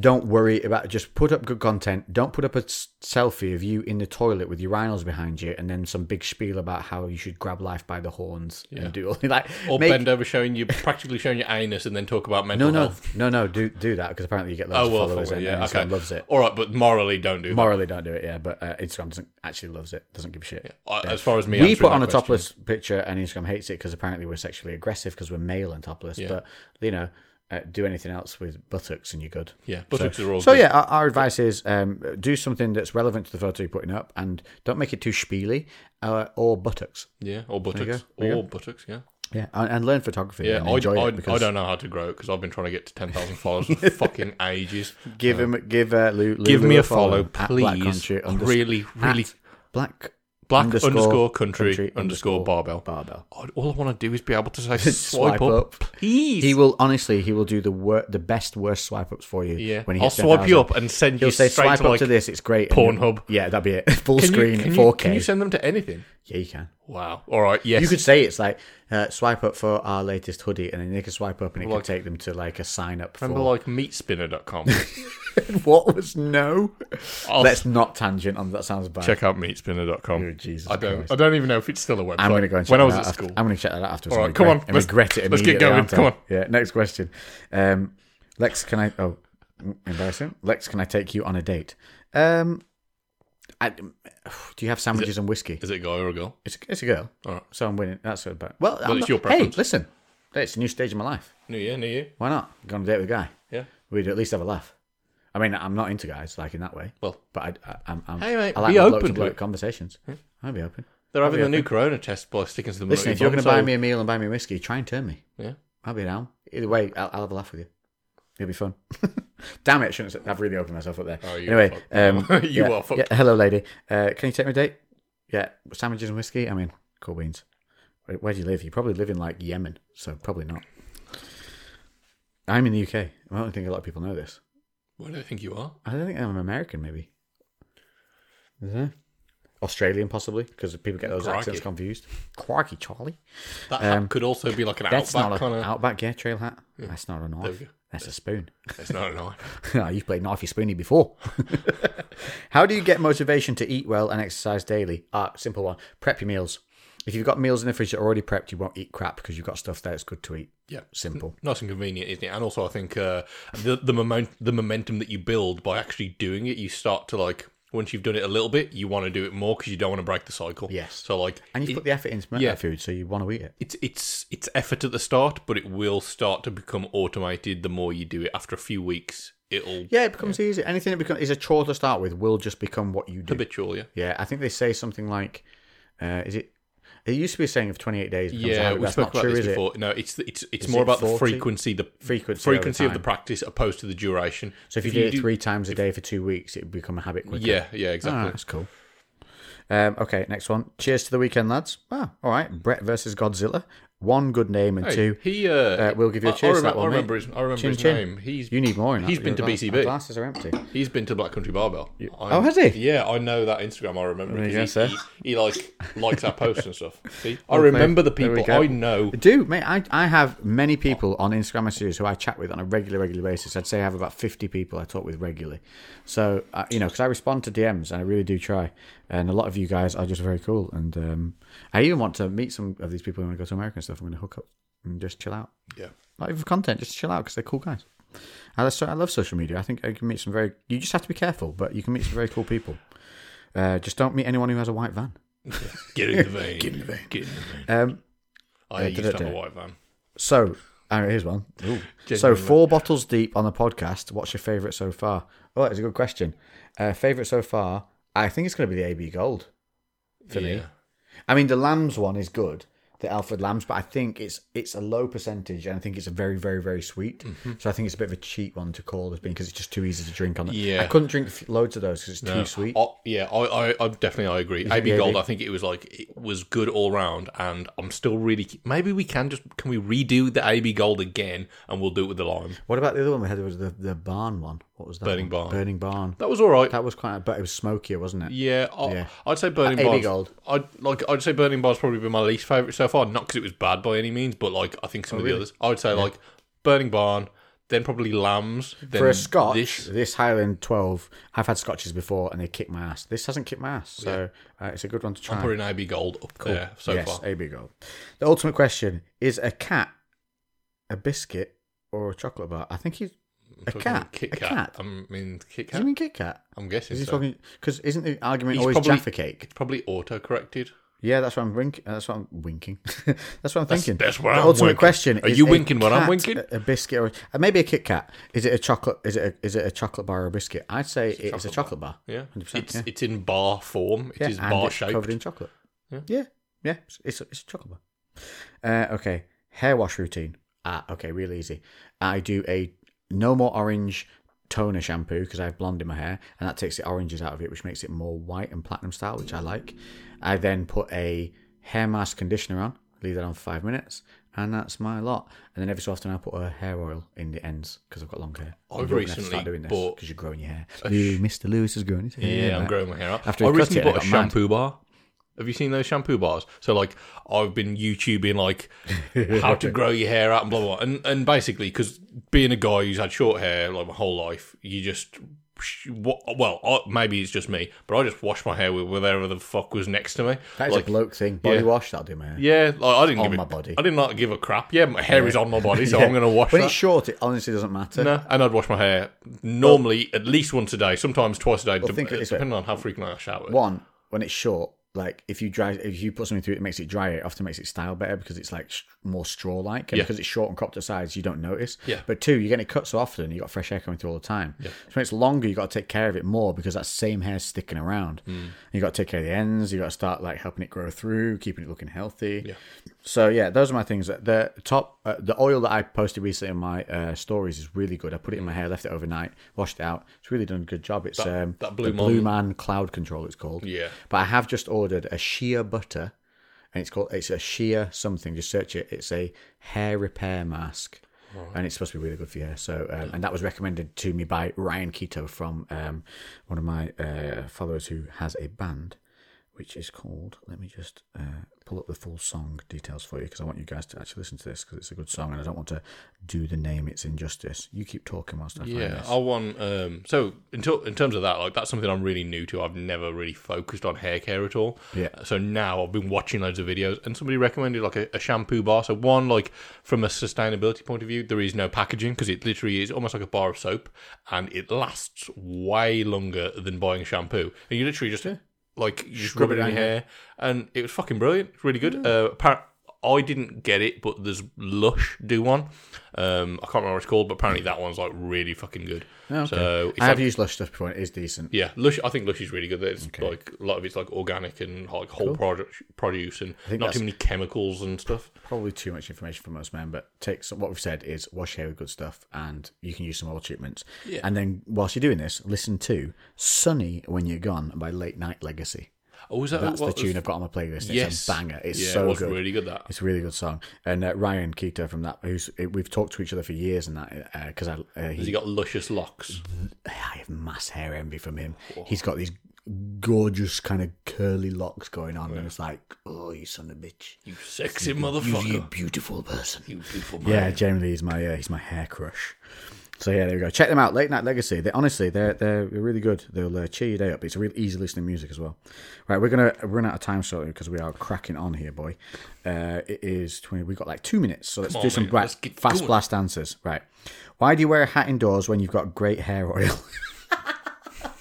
[SPEAKER 1] don't worry about. Just put up good content. Don't put up a s- selfie of you in the toilet with urinals behind you, and then some big spiel about how you should grab life by the horns
[SPEAKER 2] Yeah.
[SPEAKER 1] and do all *laughs* like.
[SPEAKER 2] Or
[SPEAKER 1] make-
[SPEAKER 2] bend over, showing you practically showing your anus, and then talk about
[SPEAKER 1] no,
[SPEAKER 2] mental
[SPEAKER 1] no,
[SPEAKER 2] health.
[SPEAKER 1] no, no. Do do that because apparently you get loads
[SPEAKER 2] Oh well,
[SPEAKER 1] of followers
[SPEAKER 2] fuck it,
[SPEAKER 1] and, and
[SPEAKER 2] yeah,
[SPEAKER 1] Instagram
[SPEAKER 2] okay,
[SPEAKER 1] loves it.
[SPEAKER 2] All right, but morally, don't do.
[SPEAKER 1] Morally, don't do it. Yeah, but uh, Instagram doesn't actually loves it. Doesn't give a shit.
[SPEAKER 2] that. I- As far as me,
[SPEAKER 1] we
[SPEAKER 2] answering
[SPEAKER 1] put on
[SPEAKER 2] that
[SPEAKER 1] a
[SPEAKER 2] question.
[SPEAKER 1] topless picture and Instagram hates it because apparently we're sexually aggressive because we're male and topless. But you know, uh, do anything else with buttocks and you're good.
[SPEAKER 2] Yeah, buttocks are all.
[SPEAKER 1] So
[SPEAKER 2] good.
[SPEAKER 1] yeah, our, our advice is um, do something that's relevant to the photo you're putting up and don't make it too spiely uh, or buttocks.
[SPEAKER 2] yeah, or buttocks, or buttocks. Yeah,
[SPEAKER 1] Yeah, and, and learn photography.
[SPEAKER 2] yeah.
[SPEAKER 1] and
[SPEAKER 2] I,
[SPEAKER 1] enjoy
[SPEAKER 2] I,
[SPEAKER 1] it because
[SPEAKER 2] I don't know how to grow because I've been trying to get to
[SPEAKER 1] *laughs*
[SPEAKER 2] ten thousand followers for fucking ages.
[SPEAKER 1] give him give uh, Lou, Lou,
[SPEAKER 2] Give
[SPEAKER 1] Lou
[SPEAKER 2] me a follow,
[SPEAKER 1] at
[SPEAKER 2] please.
[SPEAKER 1] Black Country unders-
[SPEAKER 2] really, really.
[SPEAKER 1] at Black
[SPEAKER 2] Black
[SPEAKER 1] underscore
[SPEAKER 2] underscore, country,
[SPEAKER 1] country
[SPEAKER 2] underscore
[SPEAKER 1] underscore
[SPEAKER 2] barbell.
[SPEAKER 1] Barbell.
[SPEAKER 2] God, all I want to do is be able to say
[SPEAKER 1] *laughs*
[SPEAKER 2] swipe,
[SPEAKER 1] Swipe
[SPEAKER 2] up,
[SPEAKER 1] up.
[SPEAKER 2] please.
[SPEAKER 1] He will honestly, he will do the wor- the best worst swipe ups for you.
[SPEAKER 2] yeah,
[SPEAKER 1] when he
[SPEAKER 2] I'll
[SPEAKER 1] hits
[SPEAKER 2] swipe
[SPEAKER 1] 10,000.
[SPEAKER 2] you up and send
[SPEAKER 1] He'll
[SPEAKER 2] you
[SPEAKER 1] say
[SPEAKER 2] straight
[SPEAKER 1] swipe
[SPEAKER 2] to
[SPEAKER 1] up
[SPEAKER 2] like
[SPEAKER 1] to this. It's great. And
[SPEAKER 2] Pornhub.
[SPEAKER 1] you'll- Yeah, that'd be it. *laughs* Full
[SPEAKER 2] Can you-
[SPEAKER 1] screen,
[SPEAKER 2] can you-
[SPEAKER 1] 4K.
[SPEAKER 2] Can you send them to anything?
[SPEAKER 1] yeah, you can.
[SPEAKER 2] Wow. All right. Yes.
[SPEAKER 1] You could say it's like uh, swipe up for our latest hoodie, and then they can swipe up, and it
[SPEAKER 2] Like-
[SPEAKER 1] could take them to like a sign up. For...
[SPEAKER 2] remember like meatspinner.com.
[SPEAKER 1] *laughs* what was no?
[SPEAKER 2] *laughs* I'll
[SPEAKER 1] Let's not tangent on that. Sounds bad.
[SPEAKER 2] check out meatspinner.com.
[SPEAKER 1] Oh, Jesus
[SPEAKER 2] I don't.
[SPEAKER 1] Christ.
[SPEAKER 2] I don't even know if it's still a website.
[SPEAKER 1] I'm going to go and check
[SPEAKER 2] when I
[SPEAKER 1] that
[SPEAKER 2] was
[SPEAKER 1] out
[SPEAKER 2] at
[SPEAKER 1] after-
[SPEAKER 2] school.
[SPEAKER 1] I'm going to check that out afterwards.
[SPEAKER 2] All
[SPEAKER 1] and
[SPEAKER 2] right, come on,
[SPEAKER 1] regret- And
[SPEAKER 2] let's-
[SPEAKER 1] regret it
[SPEAKER 2] let's get
[SPEAKER 1] immediately.
[SPEAKER 2] going,
[SPEAKER 1] aren't I?
[SPEAKER 2] come on.
[SPEAKER 1] Yeah. Next question. Um, Lex, can I? Oh, mm, embarrassing. Lex, can I take you on a date? Um, I, do you have sandwiches and whiskey?
[SPEAKER 2] Is it a guy or a girl?
[SPEAKER 1] It's a, it's a girl.
[SPEAKER 2] All right.
[SPEAKER 1] So I'm winning. That's what about. Well, I'm
[SPEAKER 2] it's
[SPEAKER 1] not-
[SPEAKER 2] your preference.
[SPEAKER 1] Hey, listen. It's a new stage of my life.
[SPEAKER 2] New year, new year.
[SPEAKER 1] Why not? Go on a date with a guy.
[SPEAKER 2] Yeah.
[SPEAKER 1] We'd at least have a laugh. I mean, I'm not into guys like in that way,
[SPEAKER 2] Well,
[SPEAKER 1] but I, I, I'm, I'm.
[SPEAKER 2] Hey, mate,
[SPEAKER 1] I like
[SPEAKER 2] be
[SPEAKER 1] my
[SPEAKER 2] open to
[SPEAKER 1] bloke-to-bloke
[SPEAKER 2] it.
[SPEAKER 1] conversations. I'd be open.
[SPEAKER 2] they're having a new corona test by sticking to the
[SPEAKER 1] Listen, if you're going to buy me a meal and buy me whiskey, try and turn me.
[SPEAKER 2] Yeah.
[SPEAKER 1] I'll be down. Either way, I'll, I'll have a laugh with you. It'll be fun. *laughs* Damn it! I shouldn't have- I've really opened myself up there.
[SPEAKER 2] Oh, you
[SPEAKER 1] anyway,
[SPEAKER 2] are fucked.
[SPEAKER 1] um,
[SPEAKER 2] *laughs* You
[SPEAKER 1] yeah,
[SPEAKER 2] are fucked.
[SPEAKER 1] yeah, hello, lady. Uh, can you take me a date? Yeah, sandwiches and whiskey. I mean, cool beans. Where, where do you live? You probably live in like Yemen, so probably not. I'm in the UK. I don't think a lot of people know this.
[SPEAKER 2] Where do they think you are?
[SPEAKER 1] I don't think I'm American. Maybe. Is there? Australian, possibly, because people get those
[SPEAKER 2] Crikey.
[SPEAKER 1] accents confused. Quirky Charlie.
[SPEAKER 2] That hat could also be like an
[SPEAKER 1] That's
[SPEAKER 2] outback
[SPEAKER 1] not
[SPEAKER 2] kind
[SPEAKER 1] an
[SPEAKER 2] of.
[SPEAKER 1] outback, yeah, trail hat. That's not a knife.
[SPEAKER 2] we go.
[SPEAKER 1] That's a spoon. *laughs*
[SPEAKER 2] It's not an eye.
[SPEAKER 1] Oh, You've played knifey spoony before. *laughs* How do you get motivation to eat well and exercise daily? Ah, simple one. Prep your meals. If you've got meals in the fridge that are already prepped, you won't eat crap because you've got stuff there that's good to eat.
[SPEAKER 2] Yeah.
[SPEAKER 1] Simple.
[SPEAKER 2] Nice and convenient, isn't it? And also, I think uh, the the moment the momentum that you build by actually doing it, you start to like once you've done it a little bit, you want to do it more because you don't want to break the cycle.
[SPEAKER 1] Yes.
[SPEAKER 2] So like,
[SPEAKER 1] And you've
[SPEAKER 2] it-
[SPEAKER 1] put the effort into making
[SPEAKER 2] yeah.
[SPEAKER 1] that food, so you want to eat it.
[SPEAKER 2] it's it's it's effort at the start, but it will start to become automated the more you do it. After a few weeks, it'll
[SPEAKER 1] Yeah, it becomes easy. Anything that becomes is a chore to start with will just become what you do.
[SPEAKER 2] habitual. Yeah.
[SPEAKER 1] Yeah, I think they say something like, uh, is it? It used to be a saying of 28 days. becomes a
[SPEAKER 2] Yeah,
[SPEAKER 1] habit,
[SPEAKER 2] we
[SPEAKER 1] that's
[SPEAKER 2] spoke
[SPEAKER 1] not
[SPEAKER 2] about
[SPEAKER 1] true,
[SPEAKER 2] this
[SPEAKER 1] is it?
[SPEAKER 2] before. No, it's it's it's
[SPEAKER 1] Is
[SPEAKER 2] more
[SPEAKER 1] it
[SPEAKER 2] about the
[SPEAKER 1] 40?
[SPEAKER 2] frequency, the
[SPEAKER 1] Frequency over
[SPEAKER 2] frequency of the
[SPEAKER 1] time.
[SPEAKER 2] practice, opposed to the duration.
[SPEAKER 1] So if you, do it three times a day for two weeks, it would become a habit quicker.
[SPEAKER 2] yeah, yeah, exactly.
[SPEAKER 1] Ah, that's cool. Um, okay, next one. Cheers to the weekend, lads. Ah, all right. Brett versus Godzilla. One good name and
[SPEAKER 2] Hey,
[SPEAKER 1] two.
[SPEAKER 2] He uh,
[SPEAKER 1] Uh, we'll give you a
[SPEAKER 2] I-
[SPEAKER 1] cheers
[SPEAKER 2] I,
[SPEAKER 1] for that
[SPEAKER 2] remember- I
[SPEAKER 1] one, mate.
[SPEAKER 2] remember his. I remember
[SPEAKER 1] Chin
[SPEAKER 2] his
[SPEAKER 1] chin.
[SPEAKER 2] name. He's
[SPEAKER 1] You need more. In that.
[SPEAKER 2] He's been to
[SPEAKER 1] Your gla-
[SPEAKER 2] BCB.
[SPEAKER 1] our Glasses are empty.
[SPEAKER 2] he's been to Black Country Barbell. I-
[SPEAKER 1] Oh, has he?
[SPEAKER 2] Yeah, I know that Instagram. I remember
[SPEAKER 1] There you
[SPEAKER 2] because
[SPEAKER 1] go,
[SPEAKER 2] he, he, he like likes our posts
[SPEAKER 1] *laughs*
[SPEAKER 2] and stuff. See, I remember the
[SPEAKER 1] There we
[SPEAKER 2] people.
[SPEAKER 1] go.
[SPEAKER 2] I know.
[SPEAKER 1] I do, mate. I, I have many people on Instagram messages who I chat with on a regular, regular basis. I'd say I have about 50 people I talk with regularly. So, uh, you know, because I respond to DMs and I really do try. And a lot of you guys are just very cool. And um, I even want to meet some of these people when I go to America and stuff. I'm going to hook up and just chill out.
[SPEAKER 2] Yeah,
[SPEAKER 1] Not even for content, just chill out because they're cool guys. I, so I love social media. I think I can meet some very. You just have to be careful, but you can meet some very cool people. Uh, just don't meet anyone who has a white van.
[SPEAKER 2] Get
[SPEAKER 1] *laughs*
[SPEAKER 2] in the vein. Get in the vein. Get in the vein.
[SPEAKER 1] Um,
[SPEAKER 2] I
[SPEAKER 1] Yeah,
[SPEAKER 2] used to have a
[SPEAKER 1] da-da-da.
[SPEAKER 2] white van.
[SPEAKER 1] so uh, here's one. So
[SPEAKER 2] Genuinely.
[SPEAKER 1] four bottles deep on the podcast. What's your favourite so far? Oh, that's a good question. Uh, favourite so far? I think it's going to be the AB Gold. for me.
[SPEAKER 2] Yeah.
[SPEAKER 1] I mean, the Lambs one is good, the Alfred Lambs, but I think it's it's a low percentage, and I think it's a very, very, very sweet.
[SPEAKER 2] Mm-hmm.
[SPEAKER 1] So I think it's a bit of a cheat one to call as being because it's just too easy to drink on it.
[SPEAKER 2] Yeah.
[SPEAKER 1] I couldn't drink f- loads of those because it's
[SPEAKER 2] No, Oh.
[SPEAKER 1] too sweet.
[SPEAKER 2] I, yeah, I, I, I definitely I agree. AB
[SPEAKER 1] the AB?
[SPEAKER 2] Gold, I think it was like it was good all round, and I'm still really. Maybe we can just can we redo the AB Gold again, and we'll do it with the lime.
[SPEAKER 1] What about the other one we had? It was the the barn one. What was that?
[SPEAKER 2] Burning
[SPEAKER 1] one?
[SPEAKER 2] Barn.
[SPEAKER 1] Burning barn.
[SPEAKER 2] That was all right.
[SPEAKER 1] That was quite, but it was smokier, wasn't it?
[SPEAKER 2] yeah, I,
[SPEAKER 1] Yeah.
[SPEAKER 2] I'd say Burning
[SPEAKER 1] Uh, AB
[SPEAKER 2] Bars.
[SPEAKER 1] Gold.
[SPEAKER 2] I'd like. I'd say Burning Bars probably been my least favorite so far. Not because it was bad by any means, but like I
[SPEAKER 1] Oh,
[SPEAKER 2] think some of the others. I would say like Burning Barn, then probably Lambs. Then
[SPEAKER 1] For a Scotch, this,
[SPEAKER 2] this-
[SPEAKER 1] Highland 12, I've had Scotches before and they kick my ass. This hasn't kicked my ass, so uh, it's a good one to try.
[SPEAKER 2] I'm putting AB Gold up there so
[SPEAKER 1] yes,
[SPEAKER 2] far.
[SPEAKER 1] a big goal. The ultimate question is: a cat, a biscuit, or a chocolate bar? I think he's a
[SPEAKER 2] Talking
[SPEAKER 1] cat.
[SPEAKER 2] Kit
[SPEAKER 1] a
[SPEAKER 2] Kat.
[SPEAKER 1] cat.
[SPEAKER 2] I mean Kit
[SPEAKER 1] Does he
[SPEAKER 2] Kat.
[SPEAKER 1] mean Kit Kat?
[SPEAKER 2] I'm guessing.
[SPEAKER 1] Is he
[SPEAKER 2] so.
[SPEAKER 1] talking? Because isn't the argument
[SPEAKER 2] He's
[SPEAKER 1] always
[SPEAKER 2] probably-
[SPEAKER 1] Jaffa cake?
[SPEAKER 2] It's probably auto-corrected.
[SPEAKER 1] Yeah, that's what I'm winking. That's what I'm winking. *laughs* that's what I'm thinking.
[SPEAKER 2] that's what
[SPEAKER 1] the
[SPEAKER 2] I'm
[SPEAKER 1] ultimate
[SPEAKER 2] winking.
[SPEAKER 1] question:
[SPEAKER 2] Are
[SPEAKER 1] is
[SPEAKER 2] you
[SPEAKER 1] a
[SPEAKER 2] winking when I'm
[SPEAKER 1] cat
[SPEAKER 2] winking?
[SPEAKER 1] A, a biscuit or uh, maybe a Kit Kat? Is it a chocolate? Is it a, is it a chocolate bar or a biscuit? I'd say it's a chocolate, bar.
[SPEAKER 2] Yeah,
[SPEAKER 1] 100%,
[SPEAKER 2] it's
[SPEAKER 1] yeah.
[SPEAKER 2] it's in bar form. It is
[SPEAKER 1] Yeah, and
[SPEAKER 2] bar
[SPEAKER 1] it's
[SPEAKER 2] shaped.
[SPEAKER 1] covered in chocolate. Yeah, yeah, It's, it's, a, it's a chocolate bar. Uh, okay, hair wash routine. Ah, okay, real easy. I do a no more orange toner shampoo because I have blonde in my hair, and that takes the oranges out of it, which makes it more white and platinum style, which I like. I then put a hair mask conditioner on, leave that on for five minutes, and that's my lot. And then every so often I put a hair oil in the ends because I've got long hair.
[SPEAKER 2] I've
[SPEAKER 1] You're gonna have to start
[SPEAKER 2] recently
[SPEAKER 1] doing this
[SPEAKER 2] bought
[SPEAKER 1] because you're growing your hair. Ooh, Mr. Lewis is growing his hair.
[SPEAKER 2] yeah, I'm
[SPEAKER 1] back.
[SPEAKER 2] growing my hair out.
[SPEAKER 1] After
[SPEAKER 2] I
[SPEAKER 1] he cut
[SPEAKER 2] recently
[SPEAKER 1] it, I
[SPEAKER 2] bought a
[SPEAKER 1] got mad.
[SPEAKER 2] shampoo bar. Have you seen those shampoo bars? So like, I've been
[SPEAKER 1] *laughs*
[SPEAKER 2] YouTubing like how to grow your hair out and blah blah, blah. and and basically because being a guy who's had short hair like my whole life, you just well I, maybe it's just me, but I just washed my hair with whatever the fuck was next to me.
[SPEAKER 1] That is
[SPEAKER 2] Like,
[SPEAKER 1] a bloke thing. Body
[SPEAKER 2] yeah.
[SPEAKER 1] wash, that'll do my hair.
[SPEAKER 2] yeah, like I didn't
[SPEAKER 1] On
[SPEAKER 2] give
[SPEAKER 1] my
[SPEAKER 2] a,
[SPEAKER 1] body.
[SPEAKER 2] I did not give a crap. Yeah, my hair is on
[SPEAKER 1] *laughs*
[SPEAKER 2] my body, so
[SPEAKER 1] Yeah.
[SPEAKER 2] I'm gonna wash
[SPEAKER 1] When
[SPEAKER 2] that.
[SPEAKER 1] it's short, it honestly doesn't matter.
[SPEAKER 2] No, and I'd wash my hair normally at least once a day, sometimes twice a day, de-
[SPEAKER 1] think of it this way.
[SPEAKER 2] depending on how frequently I shower.
[SPEAKER 1] One, when it's short, like if you dry, if you put something through it, it makes it drier. It often makes it style better because it's like sh- more straw like, and
[SPEAKER 2] Yeah.
[SPEAKER 1] because it's short and cropped at sides, you don't notice.
[SPEAKER 2] Yeah.
[SPEAKER 1] But two, you're getting it cut so often, you have got fresh hair coming through all the time. So when it's longer, you have got to take care of it more because that same hair's sticking around.
[SPEAKER 2] Hmm.
[SPEAKER 1] You got to take care of the ends. You got to start like helping it grow through, keeping it looking healthy.
[SPEAKER 2] Yeah.
[SPEAKER 1] So yeah, those are my things. The top, uh, the oil that I posted recently in my uh, stories is really good. I put it in my hair, left it overnight, washed it out. It's really done a good job. It's um,
[SPEAKER 2] Hmm. that Blue
[SPEAKER 1] the Blue Man Cloud Control. It's called.
[SPEAKER 2] Yeah.
[SPEAKER 1] But I have just ordered a shea butter, and it's called it's a shea something. Just search it. It's a hair repair mask, and it's supposed to be really good for your hair. So, um, and that was recommended to me by Ryan Keto from um, one of my uh, followers who has a band, which is called. Let me just uh, pull up the full song details for you because I want you guys to actually listen to this because it's a good song, and I don't want to do the name its injustice. You keep talking whilst I find
[SPEAKER 2] Yeah,
[SPEAKER 1] this.
[SPEAKER 2] I want. Um, so in, t- in terms of that, like that's something I'm really new to. I've never really focused on hair care at all.
[SPEAKER 1] Yeah.
[SPEAKER 2] So now I've been watching loads of videos, and somebody recommended like a, a shampoo bar. So one, like from a sustainability point of view, there is no packaging because it literally is almost like a bar of soap, and it lasts way longer than buying a shampoo. And you literally just like you just rub it in your hair, and it was fucking brilliant. It's really good. Uh, appar- I didn't get it, but there's Lush do one. Um, I can't remember what it's called, but apparently that one's like really fucking good. So it's
[SPEAKER 1] I have
[SPEAKER 2] like-
[SPEAKER 1] used Lush stuff before. and It is decent.
[SPEAKER 2] yeah, Lush. I think Lush is really good. It's like a lot of it's like organic and like whole product produce and
[SPEAKER 1] think
[SPEAKER 2] not too
[SPEAKER 1] that's-
[SPEAKER 2] many chemicals and stuff.
[SPEAKER 1] probably too much information for most men, but take some, what we've said is wash your hair with good stuff, and you can use some oil treatments. And then whilst you're doing this, listen to "Sunny When You're Gone" by Late Night Legacy.
[SPEAKER 2] Oh, is that
[SPEAKER 1] That's
[SPEAKER 2] what
[SPEAKER 1] the tune I've got on my playlist.
[SPEAKER 2] Yes.
[SPEAKER 1] It's a banger. It's
[SPEAKER 2] yeah,
[SPEAKER 1] so
[SPEAKER 2] it was
[SPEAKER 1] good.
[SPEAKER 2] really good. That
[SPEAKER 1] It's a really good song. And uh, Ryan Keto from that, who's we've talked to each other for years, and that because I uh,
[SPEAKER 2] has
[SPEAKER 1] he,
[SPEAKER 2] he got luscious locks?
[SPEAKER 1] I have mass hair envy from him. He's got these gorgeous kind of curly locks going on, and it's like, oh, you son of a bitch,
[SPEAKER 2] You sexy
[SPEAKER 1] you
[SPEAKER 2] motherfucker!
[SPEAKER 1] beautiful person.
[SPEAKER 2] You beautiful man.
[SPEAKER 1] Yeah, generally he's my uh, he's my hair crush. So yeah, there we go. Check them out. Late Night Legacy. They honestly, they're they're really good. They'll uh, cheer your day up. It's really easy listening music as well. Right, we're gonna run out of time shortly because we are cracking on here, boy. Uh, it is twenty. We've got like two minutes, so let's
[SPEAKER 2] Come
[SPEAKER 1] do
[SPEAKER 2] on,
[SPEAKER 1] some
[SPEAKER 2] mate.
[SPEAKER 1] bra-
[SPEAKER 2] Let's get
[SPEAKER 1] fast
[SPEAKER 2] going.
[SPEAKER 1] blast answers. Right. Why do you wear a hat indoors when you've got great hair oil? *laughs*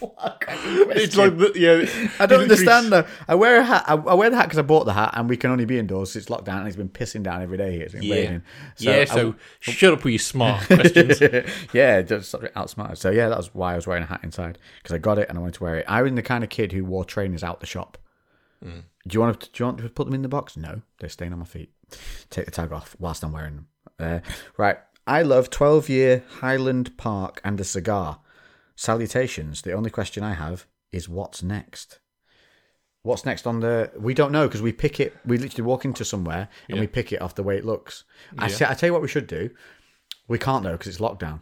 [SPEAKER 2] It's like, the, yeah.
[SPEAKER 1] I don't understand though. I wear a hat. I, I wear the hat because I bought the hat, and we can only be indoors. It's lockdown, and it's been pissing down every day here. It's been
[SPEAKER 2] Yeah.
[SPEAKER 1] raining.
[SPEAKER 2] yeah, so shut up with
[SPEAKER 1] *laughs*
[SPEAKER 2] your smart questions.
[SPEAKER 1] yeah, just sort of outsmarted. So yeah, that was why I was wearing a hat inside because I got it and I wanted to wear it. I was the kind of kid who wore trainers out the shop. Do you want to? Do you want to put them in the box? No, they're staying on my feet. Take the tag off whilst I'm wearing them. Uh, right. I love twelve year Highland Park and a cigar. Salutations. The only question I have is what's next. What's next on the? We don't know because we pick it. We literally walk into somewhere and we pick it off the way it looks. I, say, I tell you what, we should do. We can't though because it's lockdown.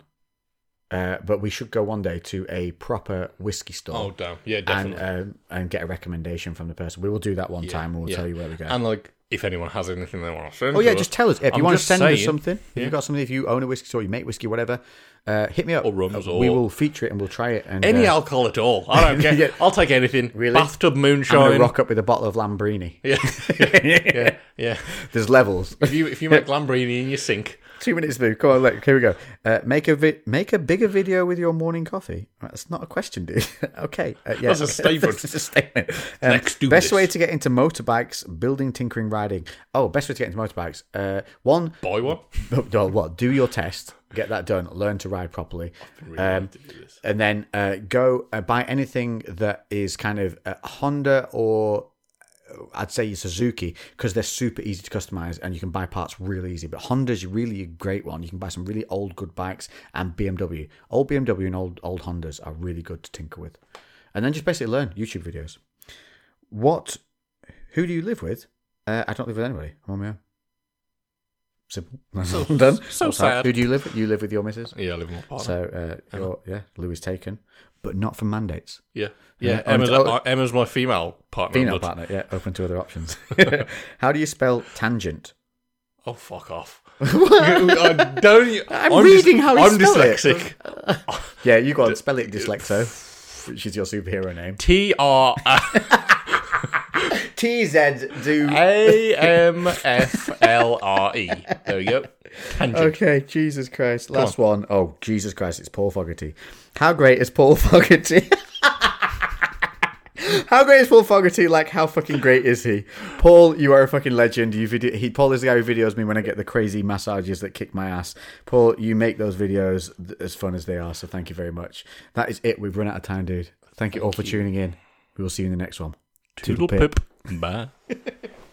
[SPEAKER 1] Uh, but we should go one day to a proper whiskey store
[SPEAKER 2] Oh, damn. Yeah, definitely.
[SPEAKER 1] and um, and get a recommendation from the person. We will do that one time. and We'll
[SPEAKER 2] yeah.
[SPEAKER 1] tell you where we go.
[SPEAKER 2] And like, if anyone has anything they want to send,
[SPEAKER 1] oh yeah,
[SPEAKER 2] to
[SPEAKER 1] just
[SPEAKER 2] us,
[SPEAKER 1] tell us if you
[SPEAKER 2] I'm
[SPEAKER 1] want to
[SPEAKER 2] just
[SPEAKER 1] send us
[SPEAKER 2] saying-
[SPEAKER 1] something. If you've got something, if you own a whiskey store, you make whiskey, whatever, uh, hit me up.
[SPEAKER 2] Or rums,
[SPEAKER 1] Uh, we
[SPEAKER 2] or-
[SPEAKER 1] will feature it and we'll try it. And
[SPEAKER 2] Any
[SPEAKER 1] uh,
[SPEAKER 2] alcohol at all. I don't care.
[SPEAKER 1] *laughs* Yeah.
[SPEAKER 2] I'll take anything.
[SPEAKER 1] Really?
[SPEAKER 2] Bathtub
[SPEAKER 1] I'm gonna
[SPEAKER 2] moonshine.
[SPEAKER 1] rock up with a bottle of Lambrini. *laughs*
[SPEAKER 2] Yeah. *laughs* yeah. Yeah. Yeah.
[SPEAKER 1] There's levels.
[SPEAKER 2] If
[SPEAKER 1] *laughs*
[SPEAKER 2] you, if you make Lambrini in your sink,
[SPEAKER 1] Two minutes, Boo. Come on, look, here we go. Uh, make a vi- make a bigger video with your morning coffee. Right, that's not a question, dude. *laughs* okay, uh, yeah,
[SPEAKER 2] That's a statement.
[SPEAKER 1] *laughs* That's a statement. Um,
[SPEAKER 2] Let's do
[SPEAKER 1] best
[SPEAKER 2] this.
[SPEAKER 1] way to get into motorbikes, building, tinkering, riding. Oh, best way to get into motorbikes. Uh, one, *laughs*
[SPEAKER 2] buy one.
[SPEAKER 1] no, no, what? Do your test, get that done, learn to ride properly,
[SPEAKER 2] Really um, to do this.
[SPEAKER 1] and then uh, go uh, buy anything that is kind of uh, Honda or uh, I'd say Suzuki because they're super easy to customize and you can buy parts really easy. But Honda's really a great one. You can buy some really old good bikes and BMW. Old BMW and old old Hondas are really good to tinker with, and then just basically learn YouTube videos. What? Who do you live with? Uh, I don't live with anybody. I'm on my own. Simple.
[SPEAKER 2] So-
[SPEAKER 1] I'm *laughs* done.
[SPEAKER 2] so
[SPEAKER 1] What's that?
[SPEAKER 2] sad.
[SPEAKER 1] Who do you live with? You live with your missus.
[SPEAKER 2] Yeah, I live in my apartment.
[SPEAKER 1] So uh, you're, yeah, Lou is taken, but not for mandates.
[SPEAKER 2] yeah. Yeah.
[SPEAKER 1] Oh,
[SPEAKER 2] Emma's,
[SPEAKER 1] and- oh.
[SPEAKER 2] uh, Emma's my female partner.
[SPEAKER 1] Female
[SPEAKER 2] but-
[SPEAKER 1] partner, yeah, open to other options. *laughs* How do you spell tangent?
[SPEAKER 2] Oh, fuck
[SPEAKER 1] *laughs*
[SPEAKER 2] off. I don't. e-
[SPEAKER 1] I'm
[SPEAKER 2] dys-
[SPEAKER 1] reading how you
[SPEAKER 2] I'm
[SPEAKER 1] spell it.
[SPEAKER 2] dyslexic.
[SPEAKER 1] Yeah, you go on, spell it dyslexo, which is your superhero name.
[SPEAKER 2] T R
[SPEAKER 1] T Z do.
[SPEAKER 2] A M F L R E. There
[SPEAKER 1] *laughs*
[SPEAKER 2] we go. Tangent.
[SPEAKER 1] Okay, Jesus Christ. Last one. Oh, Jesus Christ, it's Paul Fogarty. How great is Paul *laughs* Fogarty? How great is Paul Fogarty? Like, how fucking great is he? Paul, you are a fucking legend. You video- he, Paul is the guy who videos me when I get the crazy massages that kick my ass. Paul, you make those videos th- as fun as they are, so thank you very much. That is it. We've run out of time, dude. Thank you all for tuning in. We will see you in the next one.
[SPEAKER 2] Toodle
[SPEAKER 1] Toodle
[SPEAKER 2] pip. Bye.